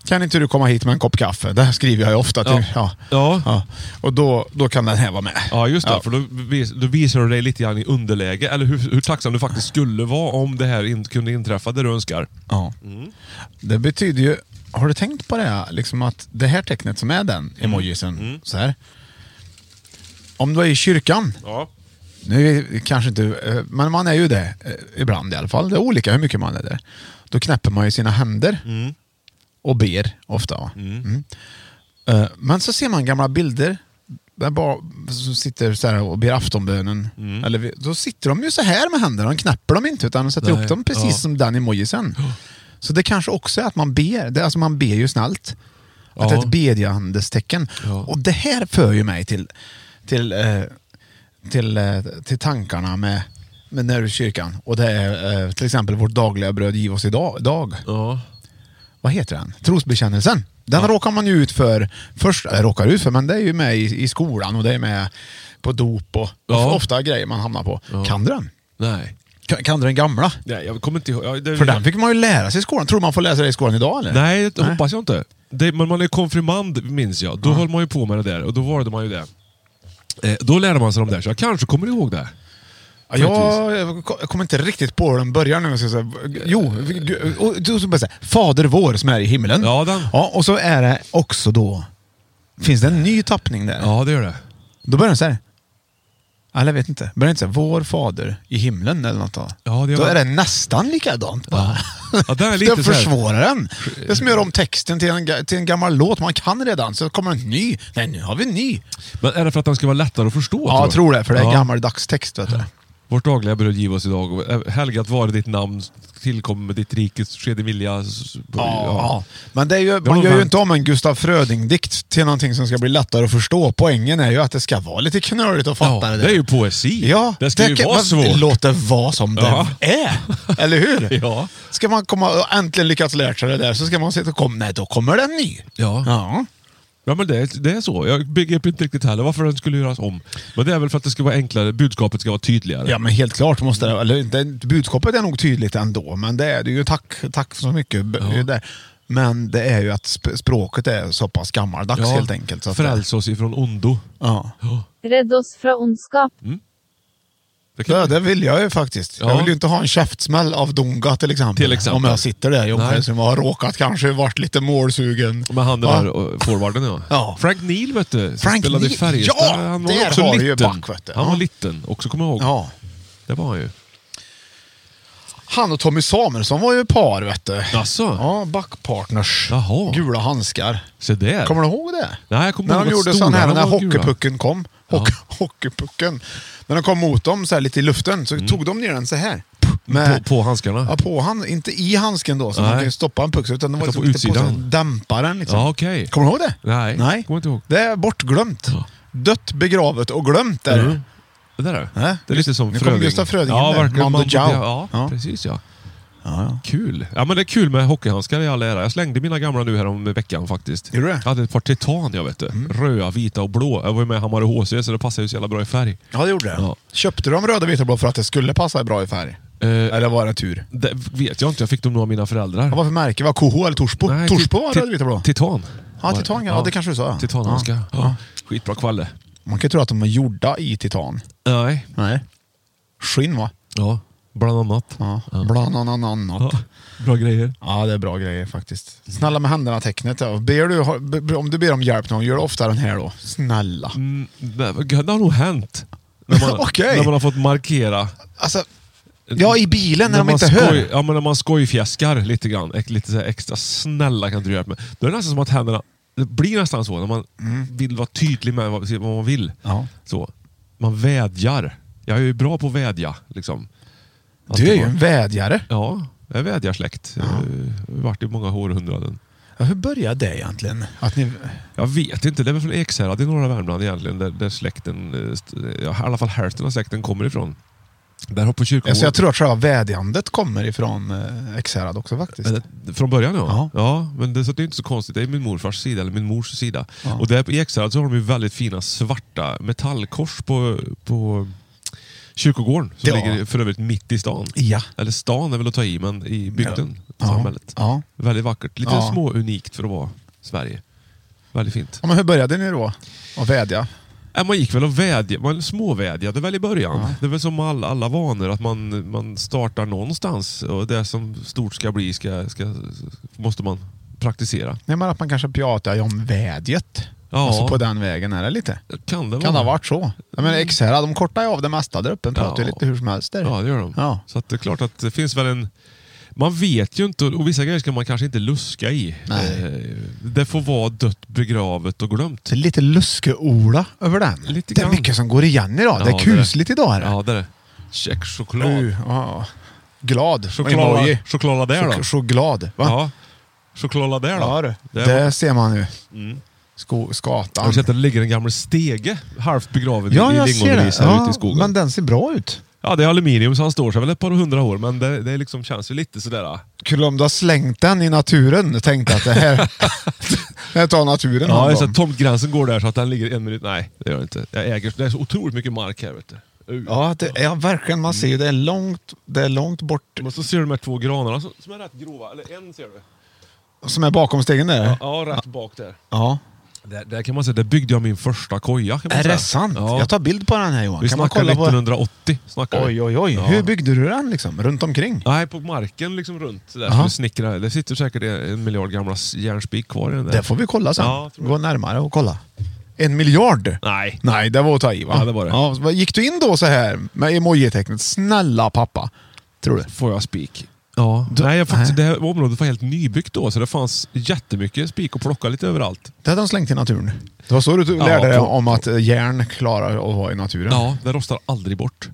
Speaker 1: Kan inte du komma hit med en kopp kaffe? Det här skriver jag ju ofta. Till, ja.
Speaker 2: Ja. Ja.
Speaker 1: Ja. Och då, då kan den här vara med.
Speaker 2: Ja, just det. För då, vis, då visar du dig lite grann i underläge, eller hur, hur tacksam du faktiskt skulle vara om det här inte kunde inträffa, det du önskar.
Speaker 1: Ja. Det betyder ju... Har du tänkt på det? här? Liksom att det här tecknet som är den emojisen, så här. Om du är i kyrkan,
Speaker 2: Ja.
Speaker 1: nu är det kanske inte, eh, men man är ju det eh, ibland i alla fall. Det är olika hur mycket man är där. Då knäpper man ju sina händer
Speaker 2: Mm.
Speaker 1: och ber ofta. va? Mm. Eh, Men så ser man gamla bilder där bara, som sitter så här och ber aftonbönen.
Speaker 2: Mm.
Speaker 1: Eller, vi- då sitter de ju så här med händerna. De knäpper dem inte utan de sätter
Speaker 2: Nej,
Speaker 1: upp dem precis
Speaker 2: ja.
Speaker 1: som den emojisen. Så det kanske också är att man ber. Det, är- alltså man ber ju snällt. Att det är
Speaker 2: Ja.
Speaker 1: ett bedjandestecken.
Speaker 2: Ja.
Speaker 1: Och det här för ju mig till, till eh, till, eh, till tankarna med, med när du är i kyrkan. Och det är eh, till exempel vårt dagliga bröd giv oss idag. Dag.
Speaker 2: Ja.
Speaker 1: Vad heter den? Trosbekännelsen. Den råkar man ju ut för, först, eller råkar ut för, men det är ju med i, i skolan och det är med på dop och
Speaker 2: Ja.
Speaker 1: ofta grejer man hamnar på. Kan du den?
Speaker 2: Nej.
Speaker 1: Kan, kan du den gamla?
Speaker 2: Nej, jag kommer inte ihåg. Ja, det,
Speaker 1: För den fick man ju lära sig i skolan. Tror du man får lära sig det i skolan idag eller?
Speaker 2: Nej, det hoppas jag inte. Det, men man är konfirmand, minns jag. Då höll man ju på med det där och då varade man ju det. Eh, då lärde man sig de där, så jag kanske kommer ihåg det.
Speaker 1: Ja, Jag, jag kom- jag kommer inte riktigt på hur den börjar nu. Så jag säger, jo, Gud- och du ska bara säga Fader vår som är i himlen.
Speaker 2: Ja, den.
Speaker 1: Ja, och så är det också då, finns det en ny tappning där?
Speaker 2: Ja, det gör det.
Speaker 1: Då börjar den så här. Eller jag vet inte. Börjar den inte så här, Vår fader i himlen eller något då?
Speaker 2: Ja, det gör
Speaker 1: då är
Speaker 2: den.
Speaker 1: det nästan likadant.
Speaker 2: Ja.
Speaker 1: Ja.
Speaker 2: Ja, den är lite
Speaker 1: det
Speaker 2: så här-
Speaker 1: försvårar den. Det som gör om texten till en, ga- till en gammal låt man kan redan, så kommer en ny. Nej, nu har vi en ny.
Speaker 2: Men är det för att den ska vara lättare att förstå?
Speaker 1: Ja, jag tror det, för det är
Speaker 2: Ja.
Speaker 1: gammaldags text. Vet du.
Speaker 2: Vårt dagliga bröd giv oss idag. och, eh, Helgat vare ditt namn, tillkommer med ditt rikes skede vilja. s-
Speaker 1: Ja. Men det är ju,
Speaker 2: var
Speaker 1: man gör ju
Speaker 2: väl-
Speaker 1: inte om en Gustaf Fröding-dikt till någonting som ska bli lättare att förstå. Poängen är ju att det ska vara lite knöligt att fatta
Speaker 2: Ja,
Speaker 1: det.
Speaker 2: det är ju poesi.
Speaker 1: Ja,
Speaker 2: det ska ju
Speaker 1: kan-
Speaker 2: vara
Speaker 1: man-
Speaker 2: svårt.
Speaker 1: Låt det vara som
Speaker 2: Ja.
Speaker 1: det är. Eller hur?
Speaker 2: Ja.
Speaker 1: Ska man komma och äntligen lyckats lära sig det där så ska man sitta och komma. Nej, då kommer det en ny.
Speaker 2: Ja.
Speaker 1: Ja.
Speaker 2: Ja, men det, det är så. Jag begriper inte riktigt heller varför den skulle göras om. Men det är väl för att det ska vara enklare, budskapet ska vara tydligare.
Speaker 1: Ja, men helt klart måste det, eller, det budskapet är nog tydligt ändå, men det är det ju. Tack, tack så mycket. B- Där. Men det är ju att sp- språket är så pass gammaldags
Speaker 2: Ja,
Speaker 1: helt enkelt. Så att det,
Speaker 2: Fräls oss ifrån ondo.
Speaker 1: ja.
Speaker 3: Rädd oss från ondskap.
Speaker 2: Det kan-
Speaker 1: Ja, det vill jag ju faktiskt.
Speaker 2: Ja.
Speaker 1: Jag vill ju inte ha en käftsmäll av Dunga till exempel.
Speaker 2: Till exempel.
Speaker 1: Om jag sitter där i
Speaker 2: Nej.
Speaker 1: omklädningsrummet och har råkat kanske varit lite målsugen.
Speaker 2: Med han den
Speaker 1: Ja.
Speaker 2: där eh, forwarden ja.
Speaker 1: Ja.
Speaker 2: Frank Neal vet du, som
Speaker 1: Frank
Speaker 2: spelade i
Speaker 1: Neal,
Speaker 2: Färjestad.
Speaker 1: ja!
Speaker 2: han var
Speaker 1: Där
Speaker 2: också
Speaker 1: har du
Speaker 2: liten.
Speaker 1: ju back, vet du.
Speaker 2: Han var
Speaker 1: Ja.
Speaker 2: liten, också kommer jag ihåg.
Speaker 1: Ja.
Speaker 2: Det var han ju.
Speaker 1: Han och Tommy Samuelsson var ju par vet du.
Speaker 2: Jaså?
Speaker 1: Ja, backpartners.
Speaker 2: Jaha.
Speaker 1: Gula handskar.
Speaker 2: Se där.
Speaker 1: Kommer du ihåg det?
Speaker 2: Nej, jag kommer
Speaker 1: när
Speaker 2: ihåg
Speaker 1: de
Speaker 2: att
Speaker 1: gjorde
Speaker 2: stora
Speaker 1: sån här,
Speaker 2: de
Speaker 1: när
Speaker 2: var gula.
Speaker 1: hockeypucken kom. Hock, Hockeypucken. När den kom mot dem så här lite i luften
Speaker 2: Mm.
Speaker 1: så tog de ner den så här.
Speaker 2: På- på handskarna?
Speaker 1: Ja, på hand, inte i handsken då, så man
Speaker 2: Nej.
Speaker 1: kan ju stoppa en puck. Utan det var
Speaker 2: Utan
Speaker 1: liksom
Speaker 2: på
Speaker 1: lite på
Speaker 2: utsidan.
Speaker 1: sig, dämparen liksom.
Speaker 2: Ja, okej.
Speaker 1: Kommer du ihåg det?
Speaker 2: Nej,
Speaker 1: Nej.
Speaker 2: kommer inte ihåg.
Speaker 1: Det är bortglömt.
Speaker 2: Ja.
Speaker 1: Dött, begravet och glömt är det.
Speaker 2: Mm. Det där är
Speaker 1: Nej,
Speaker 2: det. Det är lite
Speaker 1: just-
Speaker 2: som
Speaker 1: nu kom Gustav Fröding
Speaker 2: Ja,
Speaker 1: in där.
Speaker 2: verkligen.
Speaker 1: Mando
Speaker 2: Mando
Speaker 1: Diao.
Speaker 2: Diao. Ja,
Speaker 1: Ja.
Speaker 2: precis ja. Kul. Ja, men det är kul med hockeyhandskar i all ära. Jag slängde mina gamla nu här om veckan faktiskt.
Speaker 1: Gjorde du Mm. det?
Speaker 2: Jag hade ett par titan, jag vet du. Röda, vita och blå. Jag var ju med i Hammarö HC, så det passar ju så jävla bra i färg.
Speaker 1: Ja, det gjorde det.
Speaker 2: Ja.
Speaker 1: Köpte du de röda vita blå för att det skulle passa bra i färg?
Speaker 2: Eh,
Speaker 1: Eller var det tur?
Speaker 2: Det vet jag inte. Jag fick dem nog av mina föräldrar.
Speaker 1: Ja, vad för märke? Var KH eller Torsbo?
Speaker 2: Nej,
Speaker 1: Torsbo
Speaker 2: ti-
Speaker 1: var
Speaker 2: ti-
Speaker 1: röda vita blå.
Speaker 2: Titan.
Speaker 1: Ja, titan, ja, det kanske du sa.
Speaker 2: Titanhandskar.
Speaker 1: Ja.
Speaker 2: Ja. Skitbra kvalle.
Speaker 1: Man kan ju tro att de är gjorda i titan.
Speaker 2: Nej.
Speaker 1: Nej. Skinn va?
Speaker 2: Ja, bland annat.
Speaker 1: Ja. Bland annat.
Speaker 2: Ja. Bra grejer.
Speaker 1: Ja, det är bra grejer faktiskt. Snälla med händerna-tecknet. ja. Ber du, har- be- be- om du ber om hjälp någon, gör det ofta den här då. Snälla.
Speaker 2: Mm, det det har nog hänt. När man,
Speaker 1: Okej.
Speaker 2: när man har fått markera.
Speaker 1: Alltså, ja i bilen när, de
Speaker 2: man
Speaker 1: inte
Speaker 2: skoj,
Speaker 1: hör.
Speaker 2: ja, men när man skojfjäskar lite grann. Ek- Lite så här extra snälla kan inte du hjälpa mig. Då är det nästan som att händerna... Det blir nästan
Speaker 1: Mm.
Speaker 2: så när man vill vara tydlig med vad, vad man vill.
Speaker 1: Ja.
Speaker 2: Så. Man vädjar. Jag är ju bra på att vädja. Liksom. Att
Speaker 1: Du
Speaker 2: det
Speaker 1: är ju
Speaker 2: var-
Speaker 1: en vädjare.
Speaker 2: Ja, jag är vädjarsläkt. Jag har ju varit i många århundraden.
Speaker 1: Ja, hur började det egentligen? Att ni...
Speaker 2: Jag vet inte. Det är väl från Ekshärad i norra Värmland egentligen, där, där släkten, eh, st- ja, i alla fall hälften av släkten kommer ifrån. Där har på kyrkogården...
Speaker 1: alltså, jag tror att själva vädjandet kommer ifrån eh, Ekshärad också faktiskt.
Speaker 2: Eh, Från början ja.
Speaker 1: Ja.
Speaker 2: ja. men det, så det är inte så konstigt. Det är min morfars sida, eller min mors sida.
Speaker 1: Ja.
Speaker 2: Och där på Ekshärad så har de ju väldigt fina svarta metallkors på, på kyrkogården. Som
Speaker 1: Ja.
Speaker 2: ligger för övrigt mitt i stan.
Speaker 1: Ja.
Speaker 2: Eller stan är väl att ta i, men i bygden,
Speaker 1: Ja.
Speaker 2: samhället.
Speaker 1: Ja.
Speaker 2: Väldigt vackert. Lite
Speaker 1: Ja.
Speaker 2: små unikt för att vara Sverige. Väldigt fint.
Speaker 1: ja. Men hur började ni då? Att vädja?
Speaker 2: Äh, Man gick väl och vädjade, man småvädjade väl i början. Det är väl som alla, alla vanor, att man, man startar någonstans och det som stort ska bli ska, ska, måste man praktisera.
Speaker 1: Nej, men att man kanske pratade om vädjet.
Speaker 2: Ja.
Speaker 1: Alltså på den vägen är det lite.
Speaker 2: Kan det vara.
Speaker 1: Kan det ha varit så? Jag menar Ekshärad, de kortar ju av det mesta där uppe. De pratar ju
Speaker 2: Ja.
Speaker 1: lite hur som helst där.
Speaker 2: Ja, det gör de.
Speaker 1: Ja.
Speaker 2: Så att det är klart att det finns väl en... Man vet ju inte och vissa grejer ska man kanske inte luska i.
Speaker 1: Nej.
Speaker 2: Eh, Det får vara dött, begravet och glömt.
Speaker 1: Det är lite luske-Ola över den.
Speaker 2: Lite
Speaker 1: det är
Speaker 2: grann.
Speaker 1: mycket som går igen idag. det
Speaker 2: Ja,
Speaker 1: är kusligt idag. Är det?
Speaker 2: Ja, det är det. Check choklad.
Speaker 1: Uh, ja. Glad.
Speaker 2: Choklad,
Speaker 1: Emoji.
Speaker 2: choklad där då.
Speaker 1: Chok- Choklad. Va?
Speaker 2: Ja. Choklad där då.
Speaker 1: Ja, du.
Speaker 2: Det
Speaker 1: Det,
Speaker 2: var-
Speaker 1: ser man ju. Sko- skatan.
Speaker 2: Har du sett att det ligger en gammal stege halvt begraven i lingonriset här
Speaker 1: Ja,
Speaker 2: ute i skogen?
Speaker 1: men den ser bra ut.
Speaker 2: Ja, det är aluminium så han står sig väl ett par hundra år, men det, det liksom känns ju lite sådär... ah.
Speaker 1: Kul om du har slängt den i naturen och tänkt att det här, det här tar naturen
Speaker 2: Ja,
Speaker 1: hand
Speaker 2: jag ser
Speaker 1: om.
Speaker 2: att tomtgränsen går där så att den ligger en minut... Nej, det gör den inte. Jag äger... Det är så otroligt mycket mark här, vet du. Uh.
Speaker 1: Ja, det, ja, verkligen. Man ser ju det är långt, det är långt bort
Speaker 2: Och så ser du de här två granarna som, som är rätt grova. Eller en ser du.
Speaker 1: som är bakom stegen där. Ja.
Speaker 2: Ja, rätt bak där. där. Där kan man säga, där byggde jag min första koja. Kan man
Speaker 1: Är
Speaker 2: säga.
Speaker 1: det sant?
Speaker 2: Ja.
Speaker 1: Jag tar bild på den här Johan.
Speaker 2: Vi
Speaker 1: kan man
Speaker 2: snackar
Speaker 1: kolla på...
Speaker 2: 1980. Snackar vi.
Speaker 1: Oj, oj, oj.
Speaker 2: Ja.
Speaker 1: Hur byggde du den liksom? Runt omkring?
Speaker 2: Nej, på marken liksom runt där
Speaker 1: Aha.
Speaker 2: som vi snickrar. Det sitter säkert en miljard gamla s- järnspik kvar i den där.
Speaker 1: Det får vi kolla sen.
Speaker 2: Ja, tror jag.
Speaker 1: Gå närmare och kolla. En miljard?
Speaker 2: Nej.
Speaker 1: Nej, det var att ta i va?
Speaker 2: Ja, det var det.
Speaker 1: Ja, vad- gick du in då så här med emoji-tecknet? Snälla pappa. Tror du?
Speaker 2: Får jag spik? Ja. nej, jag faktiskt, det här området var helt nybyggt då, så det fanns jättemycket spik att plocka lite överallt.
Speaker 1: Det hade de slängt i naturen. Det var så du
Speaker 2: Ja,
Speaker 1: lärde dig
Speaker 2: på-
Speaker 1: om att eh, järn klarar att vara i naturen.
Speaker 2: Ja, det rostar aldrig bort.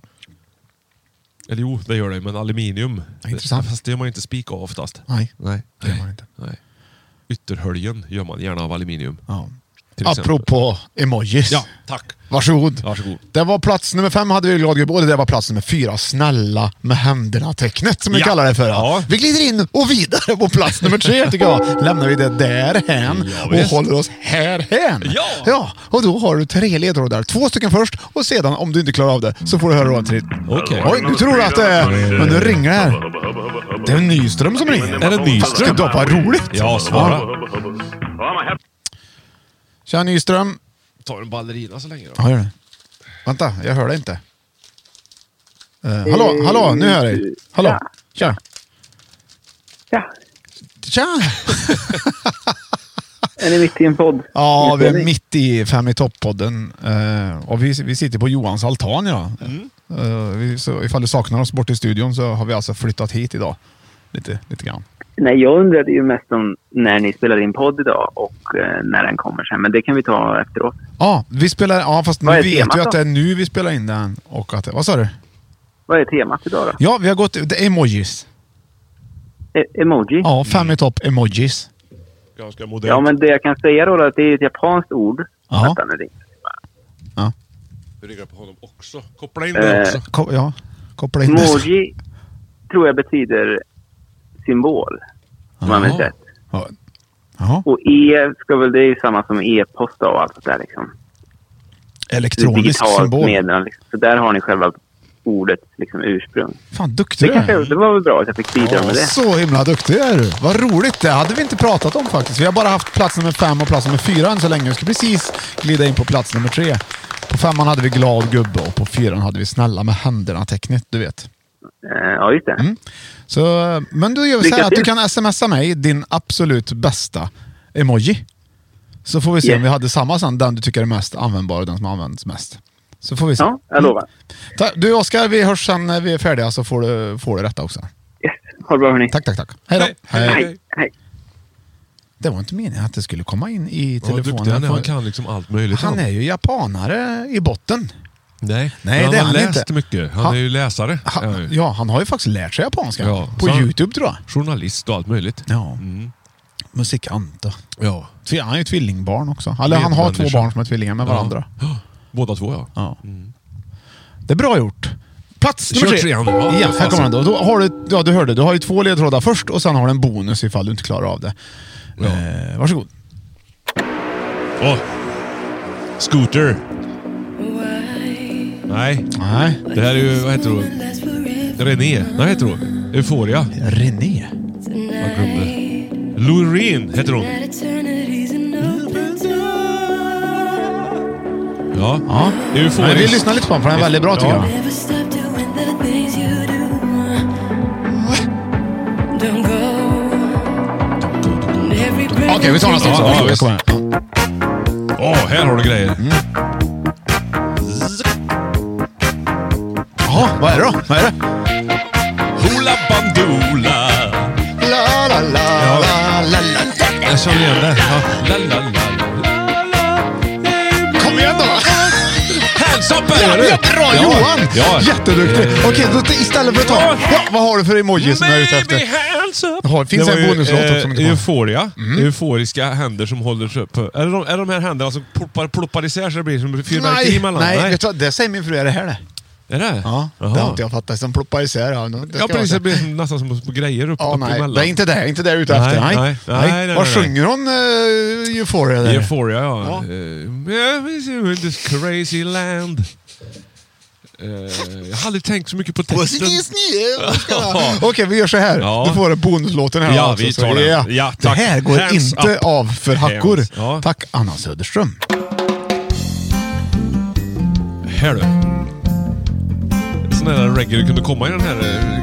Speaker 2: Eller jo, det gör det, men aluminium.
Speaker 1: Ja, intressant.
Speaker 2: Det- Fast det gör man inte spik av oftast.
Speaker 1: Nej,
Speaker 2: Nej.
Speaker 1: det gör man inte.
Speaker 2: Nej. Ytterhöljen gör man gärna av aluminium.
Speaker 1: Ja.
Speaker 2: till exempel.
Speaker 1: Apropå emojis.
Speaker 2: Ja, tack.
Speaker 1: Varsågod.
Speaker 2: Varsågod.
Speaker 1: Det var plats nummer fem hade vi i gladgubbe och det där var plats nummer fyra. Snälla med händerna-tecknet som vi
Speaker 2: Ja.
Speaker 1: kallar det för.
Speaker 2: Ja.
Speaker 1: Vi glider in och vidare på plats nummer tre tycker jag. Lämnar vi det därhän
Speaker 2: Ja,
Speaker 1: och
Speaker 2: visst.
Speaker 1: håller oss härhän.
Speaker 2: Ja.
Speaker 1: ja! Och då har du tre ledtrådar. Två stycken först och sedan om du inte klarar av det så får du höra då till...
Speaker 2: Okej.
Speaker 1: Oj, nu tror du att det är... Men nu ringer det här. Det är Nyström som ringer.
Speaker 2: Är det Nyström?
Speaker 1: Gud, vad roligt!
Speaker 2: Ja, svara.
Speaker 1: Tja Nyström.
Speaker 2: Tar en ballerina så länge då.
Speaker 1: Ja, gör det. Vänta, jag hör dig inte. Eh, hallå, hallå, nu hör jag dig. Hallå. Tja.
Speaker 5: Ja,
Speaker 1: Tja!
Speaker 5: är ni mitt i en podd?
Speaker 1: Ja, vi är
Speaker 5: Inspelning?
Speaker 1: mitt i Fem i topp-podden. Eh, och vi, vi sitter på Johans altan idag. Eh, vi, så ifall du saknar oss bort i studion så har vi alltså flyttat hit idag. Lite, lite grann.
Speaker 5: Nej, jag undrade ju mest om när ni spelade in podd idag och eh, när den kommer sen. Men det kan vi ta efteråt.
Speaker 1: Ja, vi spelar... Ja, fast nu
Speaker 5: Vad är
Speaker 1: vet
Speaker 5: temat
Speaker 1: vi att
Speaker 5: då?
Speaker 1: det är nu vi spelar in den. Och att, vad sa du?
Speaker 5: Vad är temat idag då?
Speaker 1: Ja, vi har gått... Det är emojis.
Speaker 5: E- emoji?
Speaker 1: Ja, Fem i topp-emojis.
Speaker 2: Ganska modernt.
Speaker 5: Ja, men det jag kan säga då är att det är ett japanskt ord.
Speaker 1: Ja.
Speaker 5: Vänta nu, det-
Speaker 2: Du riggar på honom också. Koppla in
Speaker 5: Eh,
Speaker 2: det också.
Speaker 1: Ko- ja, koppla in det.
Speaker 5: Emoji tror jag betyder symbol. Om man
Speaker 2: Jaha.
Speaker 5: minns rätt.
Speaker 1: Ja. Jaha.
Speaker 5: Och e ska väl, det är ju samma som e-post och allt det där liksom. Det är
Speaker 1: Elektronisk
Speaker 5: digitalt
Speaker 1: symbol.
Speaker 5: meddelande. Liksom. Så där har ni själva ordet liksom ursprung.
Speaker 1: Fan,
Speaker 5: Det,
Speaker 1: duktig du
Speaker 5: kanske,
Speaker 1: är.
Speaker 5: det var väl bra att jag fick bidra med
Speaker 1: Ja,
Speaker 5: det.
Speaker 1: så himla duktig är du. Vad roligt. Det hade vi inte pratat om faktiskt. Vi har bara haft plats nummer fem och plats nummer fyra än så länge. Vi ska precis glida in på plats nummer tre. På femman hade vi glad gubbe och på fyran hade vi snälla med händerna-tecknet, du vet.
Speaker 5: Eh, Ja, just det.
Speaker 1: Så, men då gör vi så
Speaker 5: Lycka
Speaker 1: här att du
Speaker 5: till.
Speaker 1: kan smsa mig din absolut bästa emoji. Så får vi se om
Speaker 5: Yes.
Speaker 1: vi hade samma sen, den du tycker är mest användbar och den som används mest. Så får vi se. Mm.
Speaker 5: Ja, jag lovar.
Speaker 1: Ta- Du Oskar, vi hörs sen när vi är färdiga så får du, får du rätta också.
Speaker 5: Yes. Ha det bra hörni.
Speaker 1: Tack, tack, tack. Hej då.
Speaker 2: Hej, hej, hej.
Speaker 5: Hej. Hej.
Speaker 1: Det var inte meningen att det skulle komma in i
Speaker 2: Vad
Speaker 1: telefonen.
Speaker 2: duktig han är. Han kan liksom allt möjligt.
Speaker 1: Han är ju japanare i botten.
Speaker 2: Nej,
Speaker 1: Nej,
Speaker 2: men han
Speaker 1: det är
Speaker 2: har
Speaker 1: han
Speaker 2: läst
Speaker 1: inte.
Speaker 2: mycket. Han,
Speaker 1: Han-
Speaker 2: är ju läsare. är han
Speaker 1: Han,
Speaker 2: ju.
Speaker 1: ja, han har ju faktiskt lärt sig japanska.
Speaker 2: Ja,
Speaker 1: på
Speaker 2: så han-
Speaker 1: Youtube tror jag.
Speaker 2: Journalist och allt möjligt.
Speaker 1: Ja.
Speaker 2: Mm.
Speaker 1: Musikant och...
Speaker 2: Ja.
Speaker 1: Tvi- Han är ju tvillingbarn också. Eller han har två
Speaker 2: Medmänniska.
Speaker 1: barn som är tvillingar med varandra.
Speaker 2: Ja. Båda två ja.
Speaker 1: Ja. Det är bra gjort. Plats
Speaker 2: Kör
Speaker 1: nummer tre.
Speaker 2: trean.
Speaker 1: Ja,
Speaker 2: Ja,
Speaker 1: här kommer den då. då har du, ja, du hörde, du har ju två ledtrådar först och sen har du en bonus ifall du inte klarar av det.
Speaker 2: Ja.
Speaker 1: Eh, varsågod.
Speaker 2: Åh. Scooter. Nej,
Speaker 1: Nej.
Speaker 2: det här är ju, vad heter hon? René. Nej, vad heter hon? Euphoria.
Speaker 1: René.
Speaker 2: Jag glömde. Loreen heter hon. Ja.
Speaker 1: Ja.
Speaker 2: Euforisk.
Speaker 1: Nej, vi lyssnar lite på honom för den är väldigt bra tycker
Speaker 2: Ja.
Speaker 1: jag. Okej, vi tar nästa.
Speaker 2: Ja,
Speaker 1: Varsågod,
Speaker 2: visst.
Speaker 1: kom här.
Speaker 2: Åh, här har du grejer.
Speaker 1: Mm. Jaha, vad är det då? Vad är det?
Speaker 2: Hoola bandoola.
Speaker 1: La, la, la,
Speaker 2: Ja.
Speaker 1: la, la, la.
Speaker 2: Jag känner igen det. Ja. La, la, la, la.
Speaker 1: Kom igen då!
Speaker 2: Hands up här,
Speaker 1: Ja,
Speaker 2: hör du!
Speaker 1: ja, bra
Speaker 2: Ja.
Speaker 1: Johan!
Speaker 2: Ja.
Speaker 1: Jätteduktig!
Speaker 2: Eh,
Speaker 1: Okej, då istället för att ta... Ja, vad har du för emoji som jag är ute efter?
Speaker 2: Maybe hands up.
Speaker 1: Jaha, det finns
Speaker 2: var
Speaker 1: en
Speaker 2: ju,
Speaker 1: bonuslåt också
Speaker 2: eh,
Speaker 1: som inte var.
Speaker 2: Euphoria.
Speaker 1: Mm.
Speaker 2: Euforiska händer som håller sig uppe. Är det de, är de här händerna som ploppar, ploppar isär så det blir som fyrverkeri
Speaker 1: Nej,
Speaker 2: emellan?
Speaker 1: nej, vet du vad? Det säger min fru är det här det.
Speaker 2: Är det?
Speaker 1: Ja,
Speaker 2: Jaha.
Speaker 1: det har inte jag fattat. Som ploppar isär. Ja, det ska
Speaker 2: Ja, precis.
Speaker 1: vara
Speaker 2: Det
Speaker 1: så.
Speaker 2: blir som, nästan som små grejer upp,
Speaker 1: Ja,
Speaker 2: upp
Speaker 1: nej,
Speaker 2: emellan.
Speaker 1: det är inte det. Inte det jag är ute
Speaker 2: Nej,
Speaker 1: efter. Nej,
Speaker 2: nej, nej, nej, nej,
Speaker 1: Vad
Speaker 2: nej.
Speaker 1: sjunger hon uh, Euphoria där?
Speaker 2: Euphoria, ja.
Speaker 1: Ja.
Speaker 2: Eh, yeah, we see you in this crazy land. Eh, jag hade inte tänkt så mycket på texten.
Speaker 1: Okej, vi gör så här.
Speaker 2: Ja.
Speaker 1: Du får bonuslåten här
Speaker 2: Ja,
Speaker 1: också,
Speaker 2: vi
Speaker 1: så-
Speaker 2: tar den. Ja, tack.
Speaker 1: Det här går
Speaker 2: Hands
Speaker 1: inte
Speaker 2: up.
Speaker 1: av för hackor.
Speaker 2: Hands, ja.
Speaker 1: Tack Anna Söderström.
Speaker 2: Här du. Sån här reggae du kunde komma i den här... eh,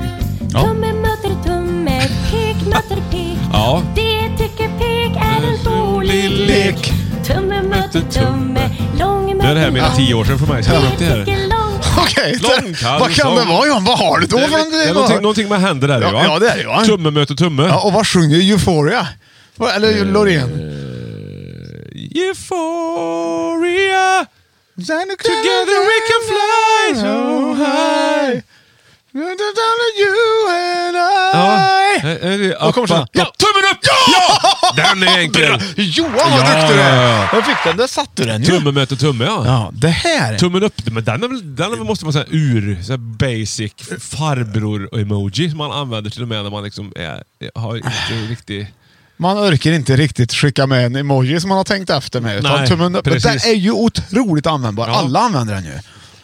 Speaker 6: Tumme möter tumme, pek möter pek.
Speaker 2: Ja.
Speaker 6: Det tycker pek är en rolig lek. Tumme möter tumme, lång möter
Speaker 2: Det är det här med tio år sedan för mig. Så jag har glömt det här.
Speaker 6: tycker lång.
Speaker 1: Okej, det-
Speaker 2: Lång kall
Speaker 1: vad kan
Speaker 2: sång.
Speaker 1: det vara Johan? Vad har du då
Speaker 2: Det är
Speaker 1: för
Speaker 2: lite- det är någonting, någonting med händer där
Speaker 1: Ja,
Speaker 2: va?
Speaker 1: ja, det är det, va?
Speaker 2: Tumme möter tumme.
Speaker 1: Ja, och vad sjunger Euphoria? Vad- Eller
Speaker 2: Eh,
Speaker 1: Loreen?
Speaker 2: Euphoria! Together we can fly so high.
Speaker 1: You and I.
Speaker 2: Eh, eh, det-
Speaker 1: Vad kommer
Speaker 2: upp,
Speaker 1: sen?
Speaker 2: upp,
Speaker 1: Ja.
Speaker 2: upp. Tummen upp! Ja! Den är enkel.
Speaker 1: Johan vad
Speaker 2: Ja,
Speaker 1: duktig du
Speaker 2: ja, ja.
Speaker 1: är! Jag fick den. Där satte du den ju.
Speaker 2: Tumme möter tumme ja.
Speaker 1: Ja, det här.
Speaker 2: Tummen upp. Men den, är väl, den är väl- måste man säga ur så här basic farbror-emoji som man använder till och med när man liksom är, har inte riktigt...
Speaker 1: Man orkar inte riktigt skicka med en emoji som man har tänkt efter med. Utan
Speaker 2: Nej,
Speaker 1: tummen upp. Men Den
Speaker 2: precis.
Speaker 1: är ju otroligt användbar.
Speaker 2: Ja.
Speaker 1: Alla använder den ju.